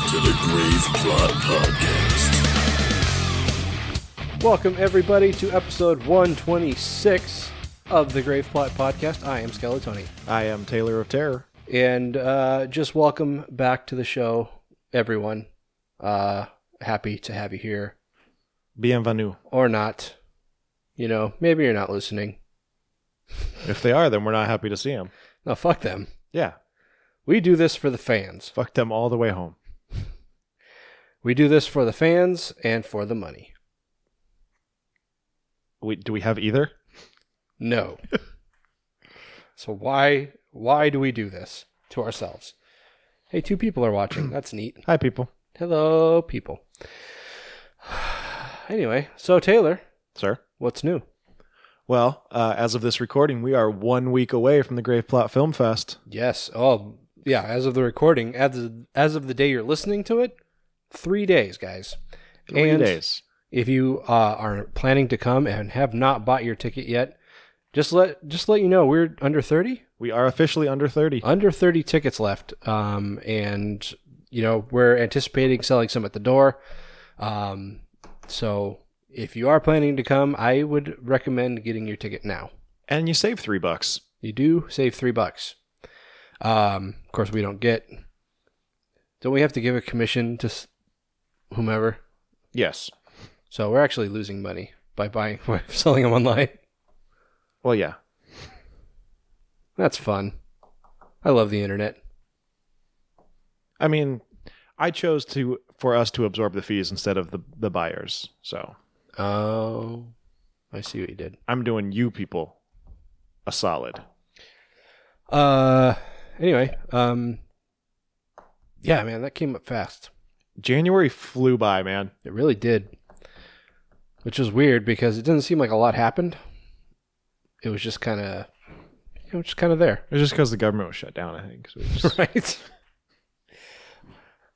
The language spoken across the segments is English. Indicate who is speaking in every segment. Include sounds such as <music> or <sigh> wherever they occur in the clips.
Speaker 1: Brave Plot Podcast.
Speaker 2: Welcome, everybody, to episode 126 of the Grave Plot Podcast. I am Skeletoni.
Speaker 3: I am Taylor of Terror.
Speaker 2: And uh, just welcome back to the show, everyone. Uh, happy to have you here.
Speaker 3: Bienvenue.
Speaker 2: Or not. You know, maybe you're not listening.
Speaker 3: If they are, then we're not happy to see them.
Speaker 2: No, fuck them.
Speaker 3: Yeah,
Speaker 2: We do this for the fans.
Speaker 3: fuck them all the way home.
Speaker 2: We do this for the fans and for the money.
Speaker 3: We, do we have either?
Speaker 2: No. so why why do we do this to ourselves? Hey, two people are watching. That's neat.
Speaker 3: Hi, people.
Speaker 2: Hello, people. <sighs> anyway, so Taylor,
Speaker 3: Sir.
Speaker 2: what's new?
Speaker 3: Well, uh, as of this recording, we are one week away from the Grave Plot Film Fest.
Speaker 2: Yes. Oh, yeah. As of the recording, as of, as of the day you're listening to it, three days, guys.
Speaker 3: Three
Speaker 2: And-
Speaker 3: days.
Speaker 2: If you uh, are planning to come and have not bought your ticket yet, just let just let you know we're under thirty.
Speaker 3: We are officially under 30.
Speaker 2: Under thirty tickets left, um, and you know we're anticipating selling some at the door. Um, so if you are planning to come, I would recommend getting your ticket now.
Speaker 3: And you save three bucks.
Speaker 2: You do save three bucks. Um, of course, we don't get. Don't we have to give a commission to s- whomever?
Speaker 3: Yes.
Speaker 2: So we're actually losing money by buying, <laughs> by selling them online.
Speaker 3: Well, yeah.
Speaker 2: That's fun. I love the internet.
Speaker 3: I mean, I chose to for us to absorb the fees instead of the, the buyers. So
Speaker 2: Oh, I see what you did.
Speaker 3: I'm doing you people a solid.
Speaker 2: Uh, anyway, um, yeah, man, that came up fast.
Speaker 3: January flew by, man.
Speaker 2: It really did, which was weird because it didn't seem like a lot happened. It was just kind of, you know, just kind of there. <laughs>
Speaker 3: It was just because the government was shut down, I think. So we just-
Speaker 2: right?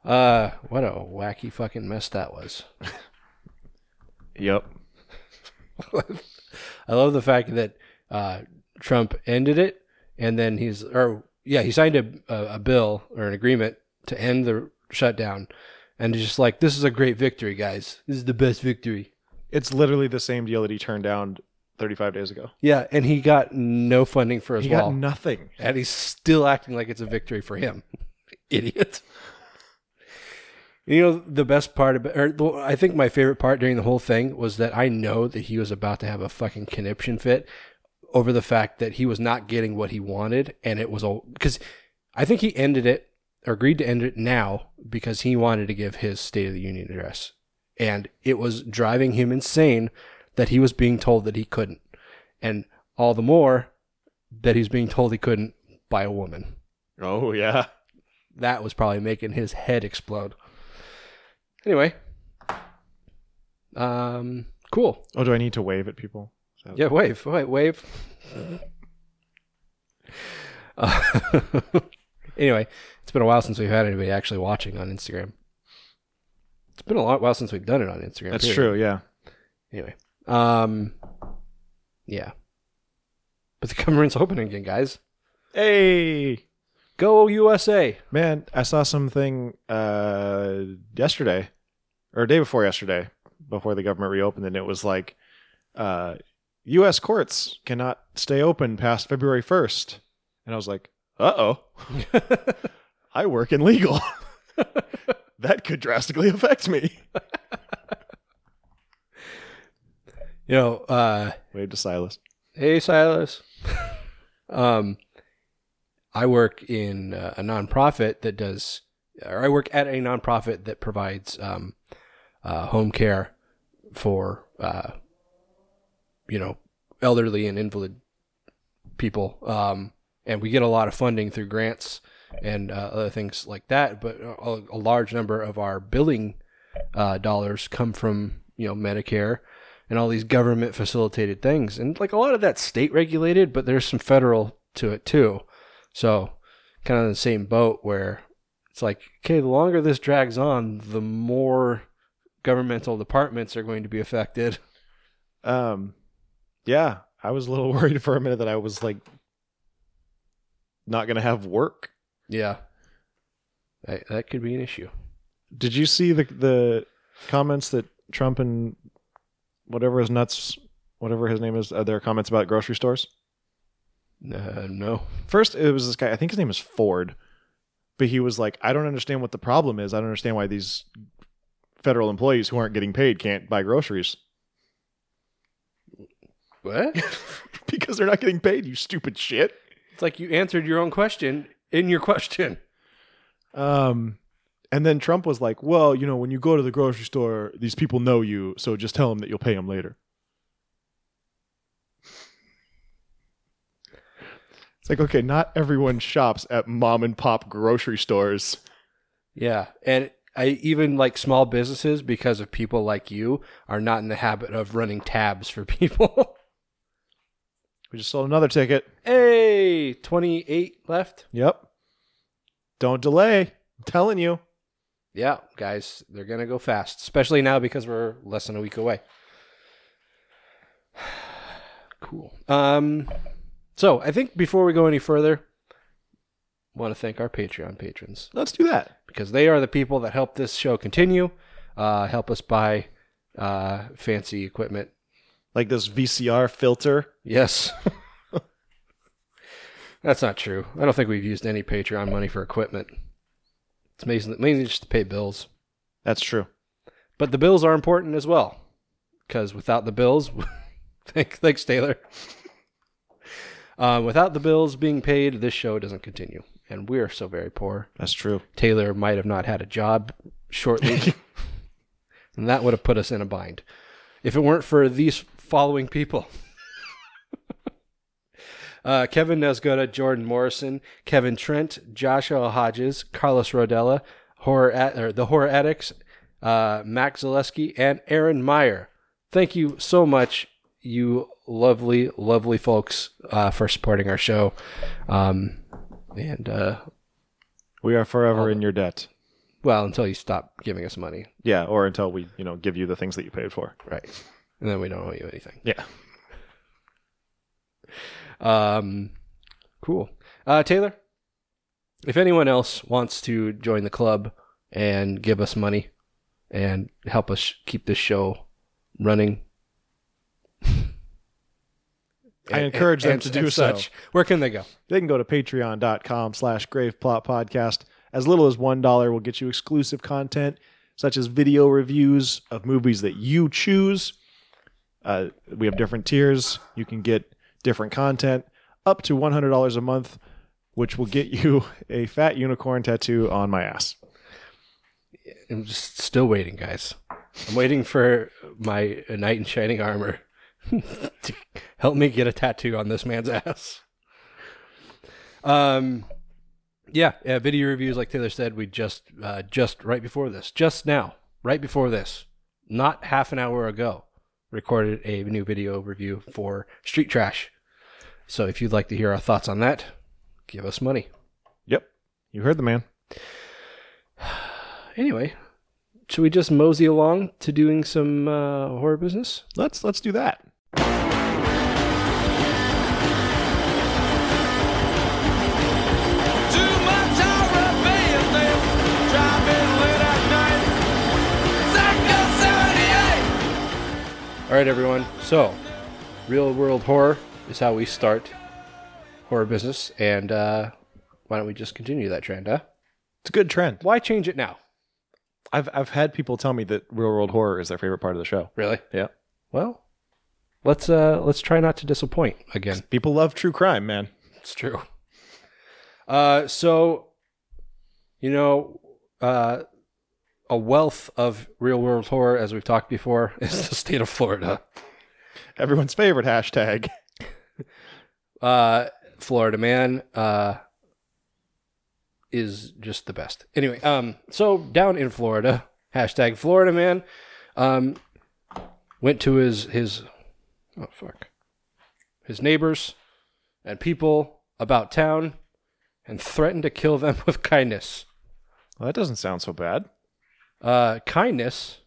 Speaker 2: Uh, what a wacky fucking mess that was.
Speaker 3: yep.
Speaker 2: I love the fact that uh, Trump ended it, and then he's or yeah, he signed a a, a bill or an agreement to end the shutdown, and he's just like, "This is a great victory, guys. This is the best victory."
Speaker 3: It's literally the same deal that he turned down 35 days ago.
Speaker 2: Yeah, and he got no funding for his
Speaker 3: He
Speaker 2: wall,
Speaker 3: got nothing.
Speaker 2: and he's still acting like it's a victory for him, <laughs> idiot. You know the best part about, or the, I think my favorite part during the whole thing was that I know that he was about to have a fucking conniption fit over the fact that he was not getting what he wanted, and it was all because I think he ended it or agreed to end it now because he wanted to give his State of the Union address, and it was driving him insane that he was being told that he couldn't, and all the more that he's being told he couldn't by a woman.
Speaker 3: Oh, yeah.
Speaker 2: That was probably making his head explode. Anyway, um, cool.
Speaker 3: Oh, do I need to wave at people? Is that-
Speaker 2: Yeah, wave, wave, wave. <laughs> Uh, anyway, it's been a while since we've had anybody actually watching on Instagram. It's been a lot while since we've done it on Instagram.
Speaker 3: That's
Speaker 2: period.
Speaker 3: true, yeah.
Speaker 2: Anyway, um, yeah. But the <laughs> government's open again, guys.
Speaker 3: Hey!
Speaker 2: Go <laughs> USA.
Speaker 3: Man, I saw something uh, yesterday, or day before yesterday, before the government reopened, and it was like uh, U.S. courts cannot stay open past February 1st. And I was like, uh oh, I work in legal. <laughs> that could drastically affect me.
Speaker 2: You know, uh,
Speaker 3: Wave to Silas.
Speaker 2: Hey, Silas. <laughs> um, I work in uh, a nonprofit that does, or I work at a nonprofit that provides um, uh, home care for, uh, you know, elderly and invalid people. Um, and we get a lot of funding through grants and uh, other things like that. But a, a large number of our billing uh, dollars come from, you know, Medicare and all these government facilitated things. And like a lot of that's state regulated, but there's some federal to it too. So kind of in the same boat where it's like, okay, the longer this drags on, the more governmental departments are going to be affected. <laughs>
Speaker 3: Um, yeah, I was a little <laughs> worried for a minute that I was like not gonna have work.
Speaker 2: Yeah. That, that could be an issue.
Speaker 3: Did you see the the comments that Trump and whatever his nuts, whatever his name is, uh, their comments about grocery stores?
Speaker 2: Uh, no.
Speaker 3: First, it was this guy. I think his name is Ford, but he was like, "I don't understand what the problem is. I don't understand why these federal employees who aren't getting paid can't buy groceries <laughs>
Speaker 2: What? <laughs>
Speaker 3: because they're not getting paid. You stupid shit."
Speaker 2: it's like you answered your own question in your question.
Speaker 3: Um, and then Trump was like, "Well, you know, when you go to the grocery store, these people know you, so just tell them that you'll pay them later." It's like, okay, not everyone shops at mom and pop grocery stores.
Speaker 2: Yeah, and I even like small businesses because of people like you are not in the habit of running tabs for people. <laughs>
Speaker 3: We just sold another ticket.
Speaker 2: hey, 28 left.
Speaker 3: Yep. Don't delay. I'm telling you.
Speaker 2: Yeah, guys, they're going to go fast, especially now because we're less than a week away. <sighs> cool. Um so, I think before we go any further, want to thank our Patreon patrons.
Speaker 3: Let's do that.
Speaker 2: because they are the people that help this show continue, uh, help us buy uh, fancy equipment.
Speaker 3: Like this VCR filter.
Speaker 2: Yes. <laughs> That's not true. I don't think we've used any Patreon money for equipment. It's amazing, mainly just to pay bills.
Speaker 3: That's true.
Speaker 2: But the bills are important as well, because without the bills, <laughs> thank, thanks, Taylor. Uh, without the bills being paid, this show doesn't continue. And we're so very poor.
Speaker 3: That's true.
Speaker 2: Taylor might have not had a job shortly. and that would have put us in a bind if it weren't for these following people <laughs> uh, Kevin Nesgoda, Jordan Morrison, Kevin Trent, Joshua Hodges, Carlos Rodella, Horror Ad- or The Horror Addicts, uh, Max Zaleski, and Aaron Meyer. Thank you so much, you lovely, lovely folks, uh, for supporting our show. Um, and uh,
Speaker 3: We are forever in your debt.
Speaker 2: well, until you stop giving us money,
Speaker 3: Yeah, or until we, you know, give you the things that you paid for.
Speaker 2: Right. And then we don't owe you anything.
Speaker 3: Yeah.
Speaker 2: Um, cool. Uh, Taylor, if anyone else wants to join the club and give us money and help us keep this show running,
Speaker 3: I encourage them to do so.
Speaker 2: Where can they go?
Speaker 3: They can go to patreon.com slash graveplotpodcast. As little as $1 will get you exclusive content, such as video reviews of movies that you choose. Uh, we have different tiers. You can get different content up to $100 a month, which will get you a fat unicorn tattoo on my ass.
Speaker 2: I'm just still waiting, guys. I'm waiting for my knight in shining armor <laughs> to help me get a tattoo on this man's ass. Um, yeah, yeah, video reviews, like Taylor said, we just, uh, just right before this, just now, right before this, not half an hour ago, recorded a new video review for Street Trash. So if you'd like to hear our thoughts on that, give us money.
Speaker 3: Yep. You heard the man.
Speaker 2: Anyway, should we just mosey along to doing some uh, horror business?
Speaker 3: Let's let's do that.
Speaker 1: Too much Arabian nails, driving late at night. Circle 78.
Speaker 2: All right, everyone. So, real world horror is how we start horror business, and uh, why don't we just continue that trend? Huh?
Speaker 3: It's a good trend.
Speaker 2: Why change it now?
Speaker 3: I've I've had people tell me that real world horror is their favorite part of the show.
Speaker 2: Really?
Speaker 3: Yeah.
Speaker 2: Well, let's uh, let's try not to disappoint again.
Speaker 3: People love true crime, man.
Speaker 2: <laughs> It's true. Uh, so, you know, uh, a wealth of real world horror, as we've talked before, <laughs> is the state of Florida.
Speaker 3: Everyone's favorite hashtag.
Speaker 2: uh, Florida man uh, is just the best. Anyway, um, so down in Florida, <laughs> hashtag Florida man, um, went to his his oh fuck his neighbors and people about town and threatened to kill them <laughs> with kindness.
Speaker 3: Well, that doesn't sound so bad.
Speaker 2: Uh, kindness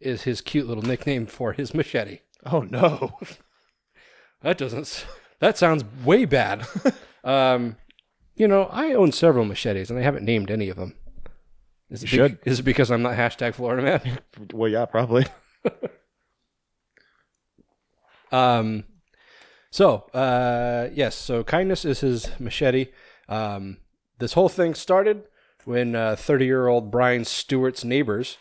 Speaker 2: is his cute little nickname for his machete.
Speaker 3: Oh no. <laughs>
Speaker 2: That doesn't. s- That sounds way bad. <laughs> um, you know, I own several machetes, and I haven't named any of them. Is
Speaker 3: You
Speaker 2: it bec-
Speaker 3: should.
Speaker 2: Is it because I'm not hashtag Florida man?
Speaker 3: Well, yeah, probably.
Speaker 2: Um, so uh, yes, so kindness is his machete. Um, this whole thing started when uh, 30-year-old Brian Stewart's neighbors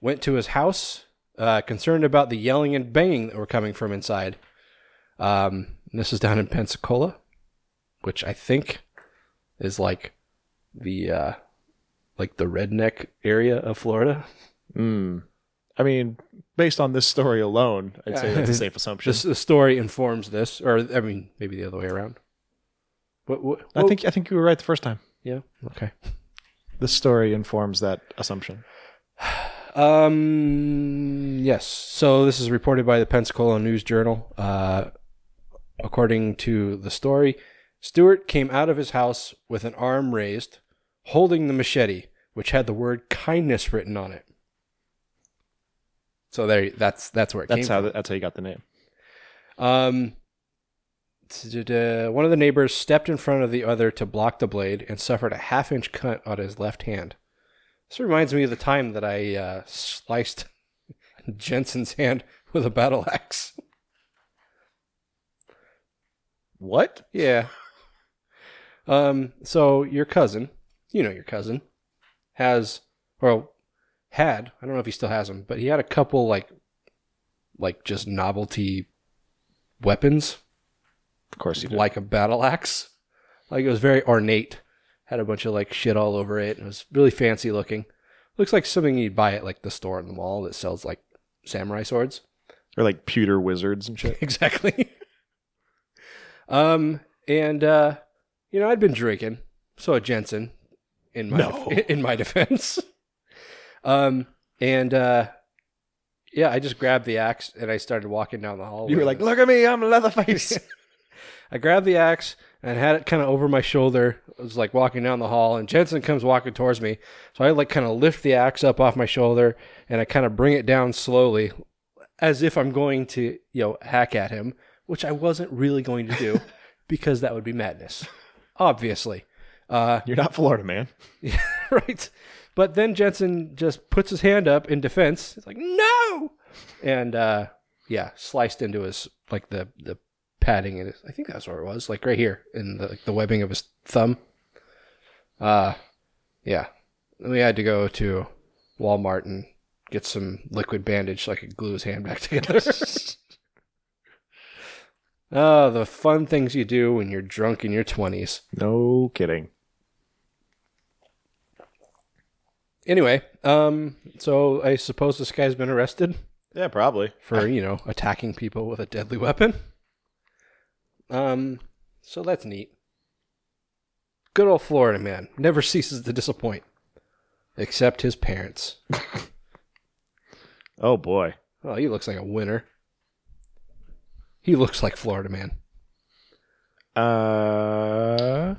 Speaker 2: went to his house, uh, concerned about the yelling and banging that were coming from inside. Um, this is down in Pensacola, which I think is like the uh, like the redneck area of Florida.
Speaker 3: Mm. I mean, based on this story alone, I'd say
Speaker 2: Yeah.
Speaker 3: that's a safe assumption.
Speaker 2: This the story informs this, or I mean, maybe the other way around. What, what,
Speaker 3: I think I think you were right the first time.
Speaker 2: yeah. Okay.
Speaker 3: This story informs that assumption.
Speaker 2: Um. Yes. So this is reported by the Pensacola News Journal. Uh, according to the story, Stewart came out of his house with an arm raised, holding the machete, which had the word kindness written on it. So there, that's that's where it came
Speaker 3: That's
Speaker 2: from.
Speaker 3: how that's how you got the name.
Speaker 2: Um, t- t- uh, one of the neighbors stepped in front of the other to block the blade and suffered a half inch cut on his left hand. This reminds me of the time that I uh, sliced <laughs> Jensen's hand with a battle axe. <laughs>
Speaker 3: What?
Speaker 2: Yeah. Um, so your cousin, you know your cousin, has or had, I don't know if he still has them, but he had a couple like like just novelty weapons
Speaker 3: Of course you did.
Speaker 2: like a battle axe. Like it was very ornate, had a bunch of like shit all over it, and it was really fancy looking. Looks like something you'd buy at like the store in the mall that sells like samurai swords. <laughs>
Speaker 3: or like pewter wizards and shit.
Speaker 2: exactly. um, and uh, you know, I'd been drinking, so had Jensen, in my
Speaker 3: No.
Speaker 2: <laughs> in my defense. um, and uh, yeah, I just grabbed the axe and I started walking down the hallway.
Speaker 3: <laughs> You were
Speaker 2: with
Speaker 3: like,
Speaker 2: it.
Speaker 3: "Look at me, I'm Leatherface."
Speaker 2: I grabbed the axe and had it kind of over my shoulder. I was like walking down the hall, and Jensen comes walking towards me. So I like kind of lift the axe up off my shoulder and I kind of bring it down slowly as if I'm going to, you know, hack at him, which I wasn't really going to do because that would be madness, obviously. Uh,
Speaker 3: <laughs> You're not Florida man.
Speaker 2: <laughs> right. But then Jensen just puts his hand up in defense. He's like, no. And uh, yeah, sliced into his like the the padding in his. I think that's where it was, like right here in the like, the webbing of his thumb. Uh, yeah. Then we had to go to Walmart and get some liquid bandage so I could glue his hand back <laughs> together. oh, the fun things you do when you're drunk in your twenties.
Speaker 3: No kidding.
Speaker 2: Anyway, um, so I suppose this guy's been arrested
Speaker 3: Yeah, probably.
Speaker 2: for you know attacking people with a deadly weapon. Um, so that's neat. Good old Florida man never ceases to disappoint, except his parents.
Speaker 3: Oh boy.
Speaker 2: Oh, he looks like a winner. He looks like Florida man. <laughs>
Speaker 3: Uh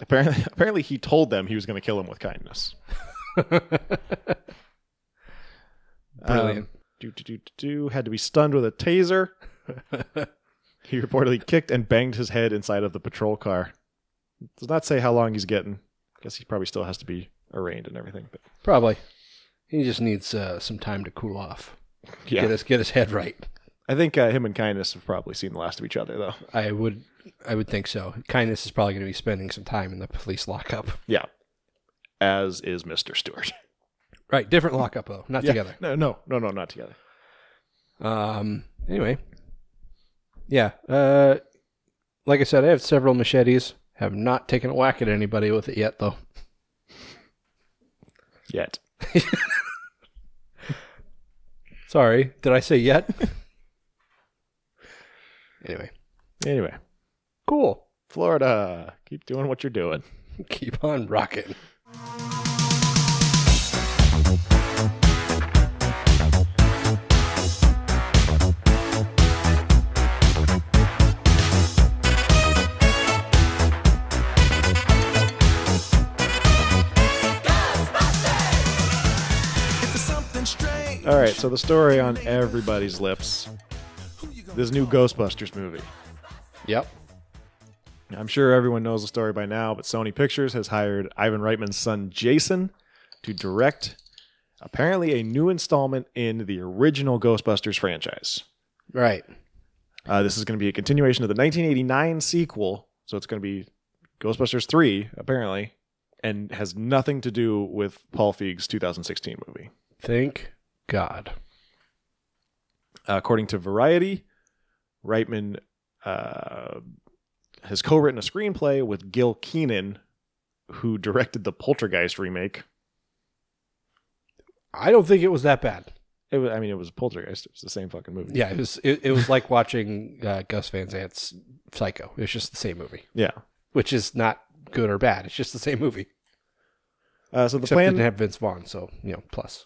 Speaker 3: Apparently, <laughs> apparently, he told them he was going to kill him with kindness.
Speaker 2: Brilliant.
Speaker 3: do, do, do, do, do, had to be stunned with
Speaker 2: <laughs>
Speaker 3: a taser. he reportedly kicked and banged his head inside of the patrol car. Does not say how long he's getting. Guess he probably still has to be arraigned and everything. But
Speaker 2: Probably. He just needs uh, some time to cool off.
Speaker 3: yeah,
Speaker 2: Get his get his head right.
Speaker 3: I think uh, him and kindness have probably seen the last of each other, though.
Speaker 2: I would I would think so. Kindness is probably going to be spending some time in the police lockup.
Speaker 3: Yeah, as is Mister Stewart.
Speaker 2: Right, different lockup though, <laughs> not
Speaker 3: Yeah.
Speaker 2: together.
Speaker 3: No, no, no, no, not together.
Speaker 2: Um. Anyway. Yeah. Uh. Like I said, I have several machetes. Have not taken a whack at anybody with it yet, though.
Speaker 3: Yet.
Speaker 2: Sorry, did I say yet? <laughs> anyway,
Speaker 3: Anyway,
Speaker 2: cool.
Speaker 3: Florida, keep doing what you're doing.
Speaker 2: Keep on rocking.
Speaker 3: All right, so the story on everybody's lips. This new Ghostbusters movie.
Speaker 2: Yep.
Speaker 3: I'm sure everyone knows the story by now, but Sony Pictures has hired Ivan Reitman's son Jason to direct apparently a new installment in the original Ghostbusters franchise.
Speaker 2: Right.
Speaker 3: Uh, this is going to be a continuation of the 1989 sequel, so it's going to be Ghostbusters 3, apparently, and has nothing to do with Paul Feig's 2016 movie.
Speaker 2: Thank God.
Speaker 3: Uh, according to Variety, Reitman uh, has co written a screenplay with Gil Keenan, who directed the Poltergeist remake.
Speaker 2: I don't think it was that bad.
Speaker 3: It was, I mean, it was Poltergeist. It was the same fucking movie.
Speaker 2: Yeah, it was. It, it was like watching uh, Gus Van Sant's Psycho. It's just the same movie,
Speaker 3: Yeah.
Speaker 2: which is not good or bad. It's just the same movie.
Speaker 3: Uh, so the
Speaker 2: Except it
Speaker 3: plan
Speaker 2: didn't have Vince Vaughn, so you know, plus.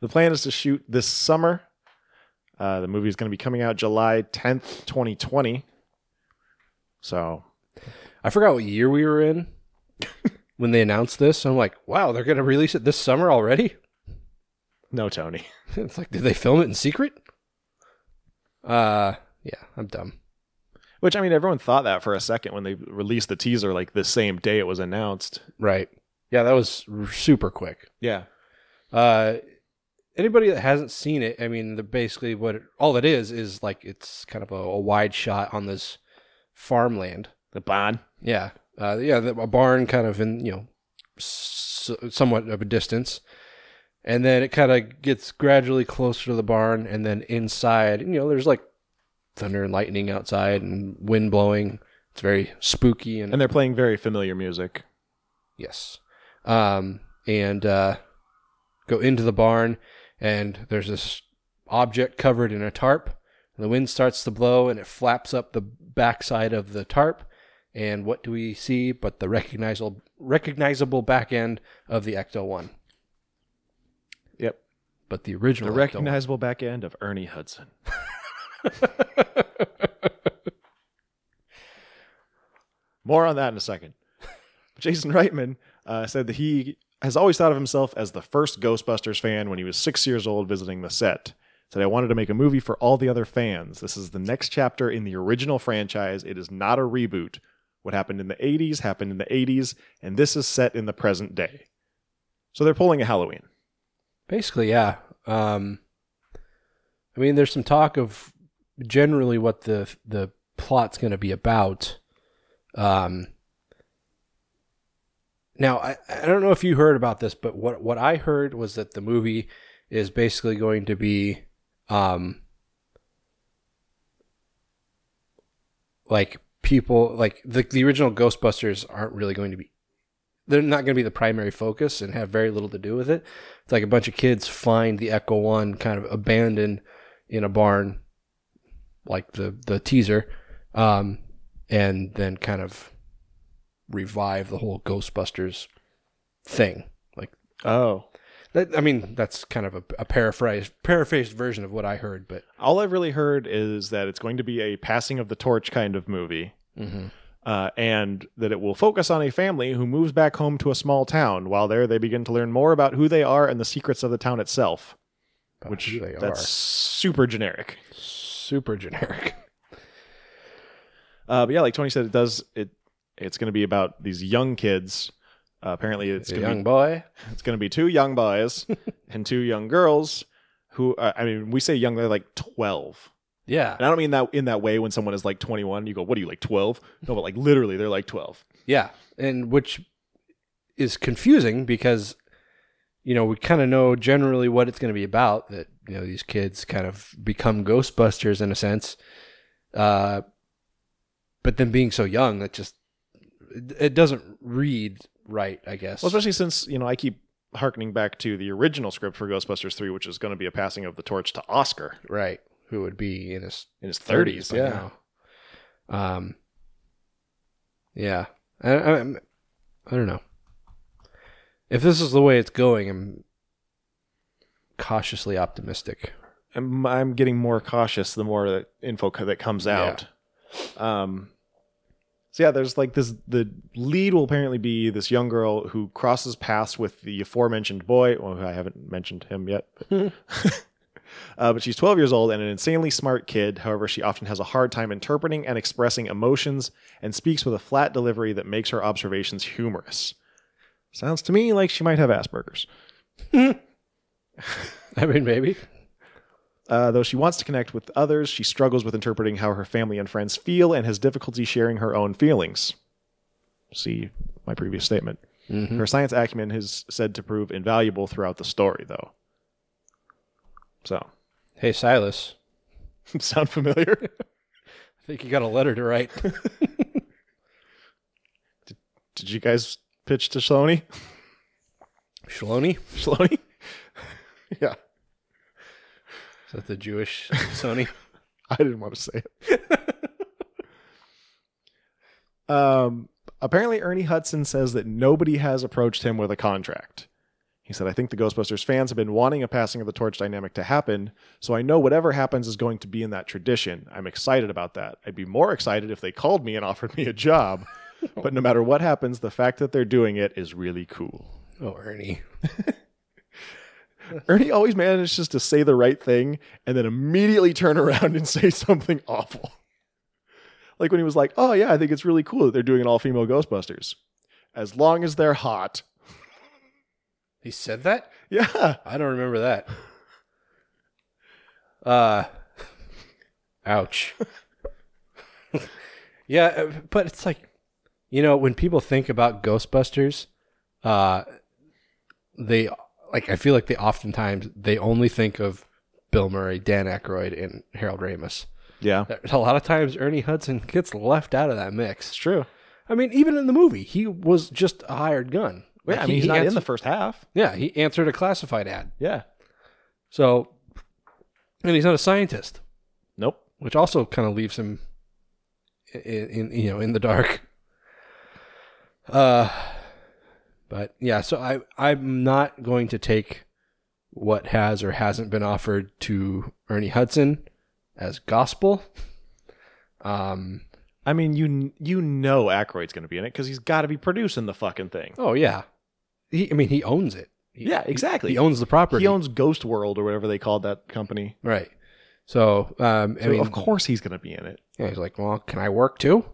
Speaker 3: The plan is to shoot this summer. Uh, the movie is going to be coming out July 10th, 2020. So,
Speaker 2: I forgot what year we were
Speaker 3: <laughs>
Speaker 2: in when they announced this. I'm like, wow, they're gonna release it this summer already. <laughs>
Speaker 3: no, Tony. <laughs>
Speaker 2: It's like, did they film it in secret? Uh, yeah, I'm dumb.
Speaker 3: Which, I mean, everyone thought that for a second when they released the teaser, like the same day it was announced.
Speaker 2: Right. Yeah, that was r- super quick.
Speaker 3: Yeah.
Speaker 2: Uh, anybody that hasn't seen it, I mean, the, basically what it, all it is is like it's kind of a, a wide shot on this farmland.
Speaker 3: The bond.
Speaker 2: Yeah, uh, yeah, the, a barn kind of in you know s- somewhat of a distance, and then it kind of gets gradually closer to the barn, and then inside, you know, there's like thunder and lightning outside and wind blowing. It's very spooky and
Speaker 3: And they're playing very familiar music.
Speaker 2: Yes. Um, and uh, go into the barn, and there's this object covered in a tarp. And the wind starts to blow, and it flaps up the backside of the tarp. And what do we see but the recognizable recognizable back end of the Ecto One?
Speaker 3: Yep.
Speaker 2: But the
Speaker 3: The
Speaker 2: original Ecto-1.
Speaker 3: recognizable back end of Ernie Hudson. More on that in a second. Jason Reitman uh, said that he has always thought of himself as the first Ghostbusters fan when he was six years old visiting the set. Said, I wanted to make a movie for all the other fans. This is the next chapter in the original franchise. It is not a reboot. What happened in the 80s happened in the 80s, and this is set in the present day. So they're pulling a Halloween.
Speaker 2: Basically, yeah. Um, I mean, there's some talk of generally what the the plot's going to be about. Um, now, I, I don't know if you heard about this, but what what I heard was that the movie is basically going to be, um, like people like the the original Ghostbusters aren't really going to be. They're not going to be the primary focus and have very little to do with it. It's like a bunch of kids find the Echo One kind of abandoned in a barn, like the the teaser, um, and then kind of revive the whole Ghostbusters thing. Like
Speaker 3: Oh.
Speaker 2: that, I mean, that's kind of a, a paraphrased paraphrased version of what I heard, but
Speaker 3: All I've really heard is that it's going to be a passing of the torch kind of movie. uh, and that it will focus on a family who moves back home to a small town. While there, they begin to learn more about who they are and the secrets of the town itself.
Speaker 2: About
Speaker 3: Which
Speaker 2: who they
Speaker 3: that's super generic.
Speaker 2: are super generic.
Speaker 3: Uh, but yeah, like Tony said, it does it. It's going to be about these young kids. Uh, apparently, <laughs> it's
Speaker 2: It's a
Speaker 3: going
Speaker 2: young
Speaker 3: to
Speaker 2: boy.
Speaker 3: be it's going to be two
Speaker 2: <laughs>
Speaker 3: young boys and two young girls. Who uh, I mean, we say young, they're like twelve.
Speaker 2: Yeah,
Speaker 3: And I don't mean that in that way when someone is like twenty one. You go, what are you like twelve? No, but like literally, they're like twelve.
Speaker 2: Yeah, and which is confusing because you know we kind of know generally what it's going to be about that you know these kids kind of become Ghostbusters in a sense, uh, but then being so young that just it, it doesn't read right, I guess.
Speaker 3: Well, especially since you know I keep harkening back to the original script for Ghostbusters three, which is going to be a passing of the torch to Oscar
Speaker 2: right, who would be in his
Speaker 3: in his thirties.
Speaker 2: thirties
Speaker 3: Yeah,
Speaker 2: yeah. Um. Yeah, I, I I'm- I don't know. If this is the way it's going, I'm cautiously optimistic.
Speaker 3: I'm, I'm getting more cautious the more that info co- that comes
Speaker 2: Yeah.
Speaker 3: out. Um, so yeah, there's like this. The lead will apparently be this young girl who crosses paths with the aforementioned boy. Well, I haven't mentioned him yet. but- <laughs> Uh, but she's 12 years old and an insanely smart kid. However, she often has a hard time interpreting and expressing emotions and speaks with a flat delivery that makes her observations humorous. Sounds to me like she might have Asperger's.
Speaker 2: I mean, maybe.
Speaker 3: Uh, though she wants to connect with others, she struggles with interpreting how her family and friends feel and has difficulty sharing her own feelings. See my previous statement.
Speaker 2: Mhm.
Speaker 3: Her science acumen is said to prove invaluable throughout the story, though. So, <laughs>
Speaker 2: Hey, Silas,
Speaker 3: sound familiar? <laughs>
Speaker 2: I think you got a letter to write.
Speaker 3: Did you guys pitch to <laughs> Shloney?
Speaker 2: Shaloni?
Speaker 3: Shloney? yeah,
Speaker 2: Is that the Jewish <laughs> Sony?
Speaker 3: <laughs> I didn't want to say it. <laughs> um, apparently, Ernie Hudson says that nobody has approached him with a contract. He said, I think the Ghostbusters fans have been wanting a passing of the torch dynamic to happen, so I know whatever happens is going to be in that tradition. I'm excited about that. I'd be more excited if they called me and <laughs> offered me a job. but no matter what happens, the fact that they're doing it is really cool.
Speaker 2: oh, Ernie.
Speaker 3: Ernie always manages to say the right thing and then immediately turn around and say something awful. Like when he was like, "Oh yeah, I think it's really cool that they're doing an all-female Ghostbusters, as long as they're hot." <laughs>
Speaker 2: He said that?
Speaker 3: Yeah,
Speaker 2: I don't remember that. Uh, ouch. <laughs> yeah, uh, but it's like, you know, when people think about Ghostbusters, uh, they like I feel like they oftentimes they only think of Bill Murray, Dan Aykroyd, and Harold Ramis.
Speaker 3: yeah,
Speaker 2: A lot of times, Ernie Hudson <laughs> gets left out of that mix.
Speaker 3: true.
Speaker 2: I mean, even in the movie, he was just a hired gun.
Speaker 3: Yeah,
Speaker 2: Like,
Speaker 3: I mean
Speaker 2: he-
Speaker 3: he's
Speaker 2: he
Speaker 3: not in
Speaker 2: answered-
Speaker 3: the first half.
Speaker 2: Yeah, he answered a classified ad.
Speaker 3: Yeah,
Speaker 2: So, and he's not a scientist,
Speaker 3: nope.
Speaker 2: which also kind of leaves him i- i- in, you know in the dark. Uh, but yeah, so I I'm not going to take what has or hasn't been offered to Ernie Hudson as gospel. Um.
Speaker 3: I mean you you know Aykroyd's going to be in it because he's got to be producing the fucking thing.
Speaker 2: Oh yeah. He, I mean, he owns it. He-
Speaker 3: Yeah, exactly.
Speaker 2: He owns the property.
Speaker 3: He owns Ghost World or whatever they called that company.
Speaker 2: right. So, um, I
Speaker 3: So
Speaker 2: mean,
Speaker 3: of course he's going to be in it.
Speaker 2: Yeah, he's like, well, can I work too?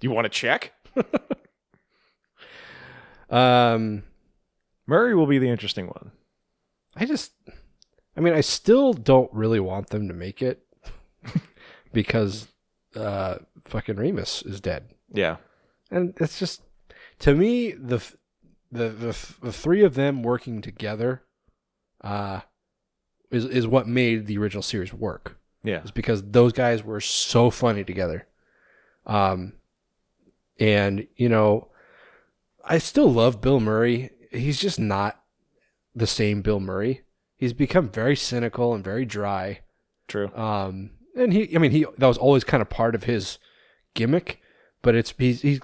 Speaker 3: You want to check?
Speaker 2: Um,
Speaker 3: Murray will be the interesting one.
Speaker 2: I just, I mean, I still don't really want them to make it because uh, fucking Remus is dead,
Speaker 3: Yeah.
Speaker 2: and it's just to me the f- the the, f- the three of them working together, uh, is is what made the original series work.
Speaker 3: Yeah.
Speaker 2: is because those guys were so funny together. Um, and you know, I still love Bill Murray. He's just not the same Bill Murray. He's become very cynical and very dry.
Speaker 3: True.
Speaker 2: Um, and he, I mean, he that was always kind of part of his gimmick, but it's he's he's,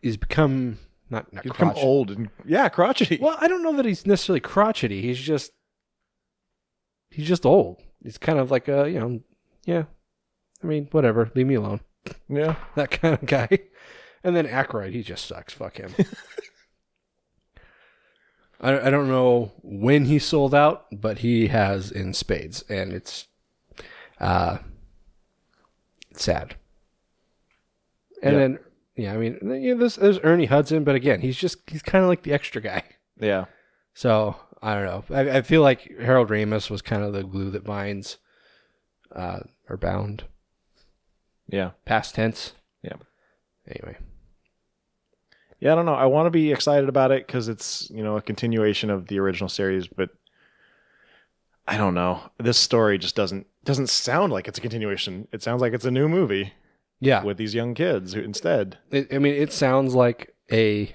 Speaker 2: he's become not not
Speaker 3: He's become
Speaker 2: crotch-
Speaker 3: old and yeah, crotchety.
Speaker 2: Well, I don't know that he's necessarily crotchety. He's just he's just old. He's kind of like a you know, yeah. I mean, whatever. Leave me alone. <laughs>
Speaker 3: Yeah.
Speaker 2: That kind of guy. And then Aykroyd, he just sucks. Fuck him. I, I don't know when he sold out, but he has in spades, and it's uh sad. And
Speaker 3: Yeah.
Speaker 2: then yeah, I mean, yeah, this there's Ernie Hudson, but again, he's just he's kind of like the extra guy.
Speaker 3: Yeah.
Speaker 2: So I don't know. I, I feel like Harold Ramis was kind of the glue that binds uh, or bound
Speaker 3: Yeah.
Speaker 2: past tense.
Speaker 3: Yeah.
Speaker 2: Anyway,
Speaker 3: Yeah, I don't know. I want to be excited about it because it's, you know, a continuation of the original series, but I don't know. This story just doesn't doesn't sound like it's a continuation. It sounds like it's a new movie
Speaker 2: yeah.
Speaker 3: with these young kids who instead.
Speaker 2: It, I mean, it sounds like a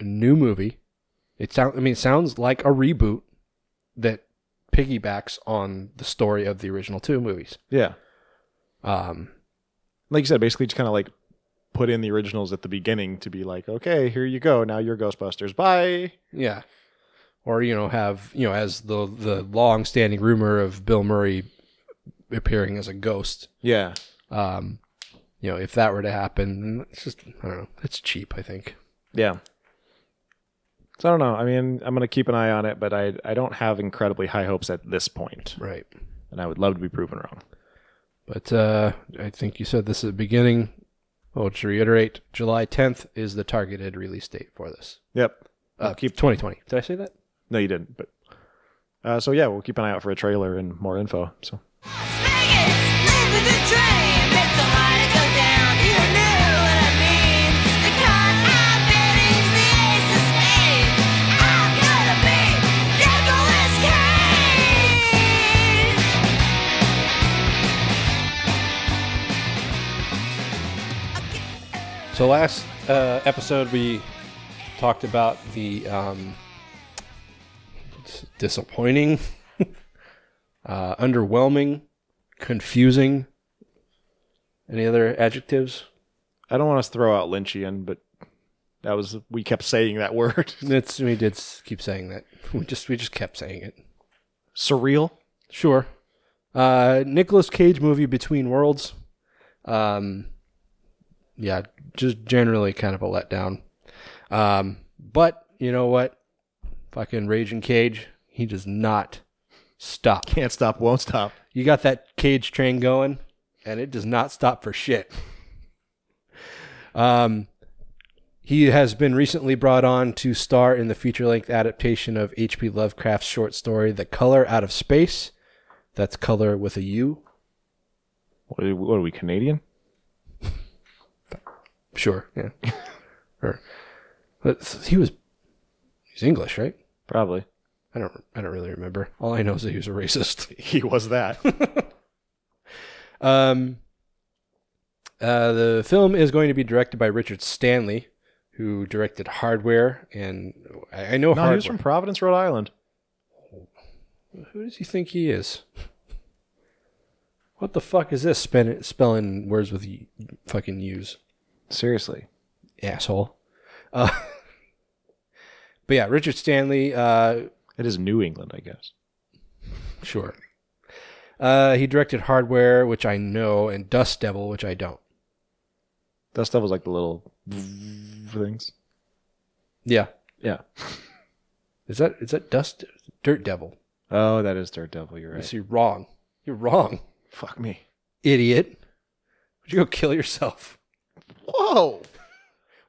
Speaker 2: new movie. It sound. I mean, it sounds like a reboot that piggybacks on the story of the original two movies.
Speaker 3: Yeah.
Speaker 2: Um,
Speaker 3: Like you said, basically just kind of like put in the originals at the beginning to be like, okay, here you go. Now you're Ghostbusters. Bye.
Speaker 2: Yeah. Or, you know, have, you know, as the the long standing rumor of Bill Murray appearing as a ghost.
Speaker 3: Yeah.
Speaker 2: Um, you know, if that were to happen, it's just I don't know. It's cheap, I think.
Speaker 3: Yeah. So I don't know. I mean, I'm going to keep an eye on it, but I I don't have incredibly high hopes at this point,
Speaker 2: Right.
Speaker 3: and I would love to be proven wrong.
Speaker 2: But uh, I think you said this at the beginning. Well, to reiterate, July 10th is the targeted release date for this.
Speaker 3: Yep.
Speaker 2: Uh,
Speaker 3: We'll keep-
Speaker 2: 2020. Did I say that?
Speaker 3: No, you didn't. But uh, so yeah, we'll keep an eye out for a trailer and more info. So
Speaker 2: So last uh, episode we talked about the um, s- disappointing, <laughs> uh, underwhelming, confusing. Any other adjectives?
Speaker 3: I don't want us to throw out Lynchian, but that was we kept saying that <laughs> word.
Speaker 2: That's we did s- keep saying that. <laughs> We just we just kept saying it.
Speaker 3: Surreal.
Speaker 2: Sure. Uh, Nicolas Cage movie Between Worlds. Um, yeah, just generally kind of a letdown. Um, but you know what? Fucking Raging Cage, he does not stop.
Speaker 3: Can't stop, won't stop.
Speaker 2: You got that cage train going, and it does not stop for shit. Um, he has been recently brought on to star in the feature length adaptation of H.P. Lovecraft's short story, The Color Out of Space. That's color with a U.
Speaker 3: What are, what are we Canadian?
Speaker 2: Sure. Yeah. <laughs> or, but he was, he's English, right?
Speaker 3: Probably. <laughs>
Speaker 2: I don't, I don't really remember. All I know is that he was a racist. <laughs>
Speaker 3: He was that.
Speaker 2: Um, uh, the film is going to be directed by Richard Stanley, who directed Hardware, and I I know
Speaker 3: <laughs> no, he
Speaker 2: Hardware.
Speaker 3: was from <laughs> Providence, Rhode Island.
Speaker 2: Who does he think he is? What the fuck is this spin- spelling words with y- fucking U's?
Speaker 3: Seriously.
Speaker 2: Asshole. Uh, <laughs> but yeah, Richard Stanley, uh,
Speaker 3: It is New England, I guess.
Speaker 2: sure. Uh, he directed Hardware, which I know, and Dust Devil, which I don't.
Speaker 3: That stuff was like the little <laughs> things.
Speaker 2: Yeah.
Speaker 3: Yeah.
Speaker 2: Is that is that Dust Dirt Devil?
Speaker 3: Oh, that is Daredevil. You're
Speaker 2: You
Speaker 3: right.
Speaker 2: see, wrong. You're wrong,
Speaker 3: Fuck me.
Speaker 2: idiot. Would you go kill yourself?
Speaker 3: Whoa.
Speaker 2: Would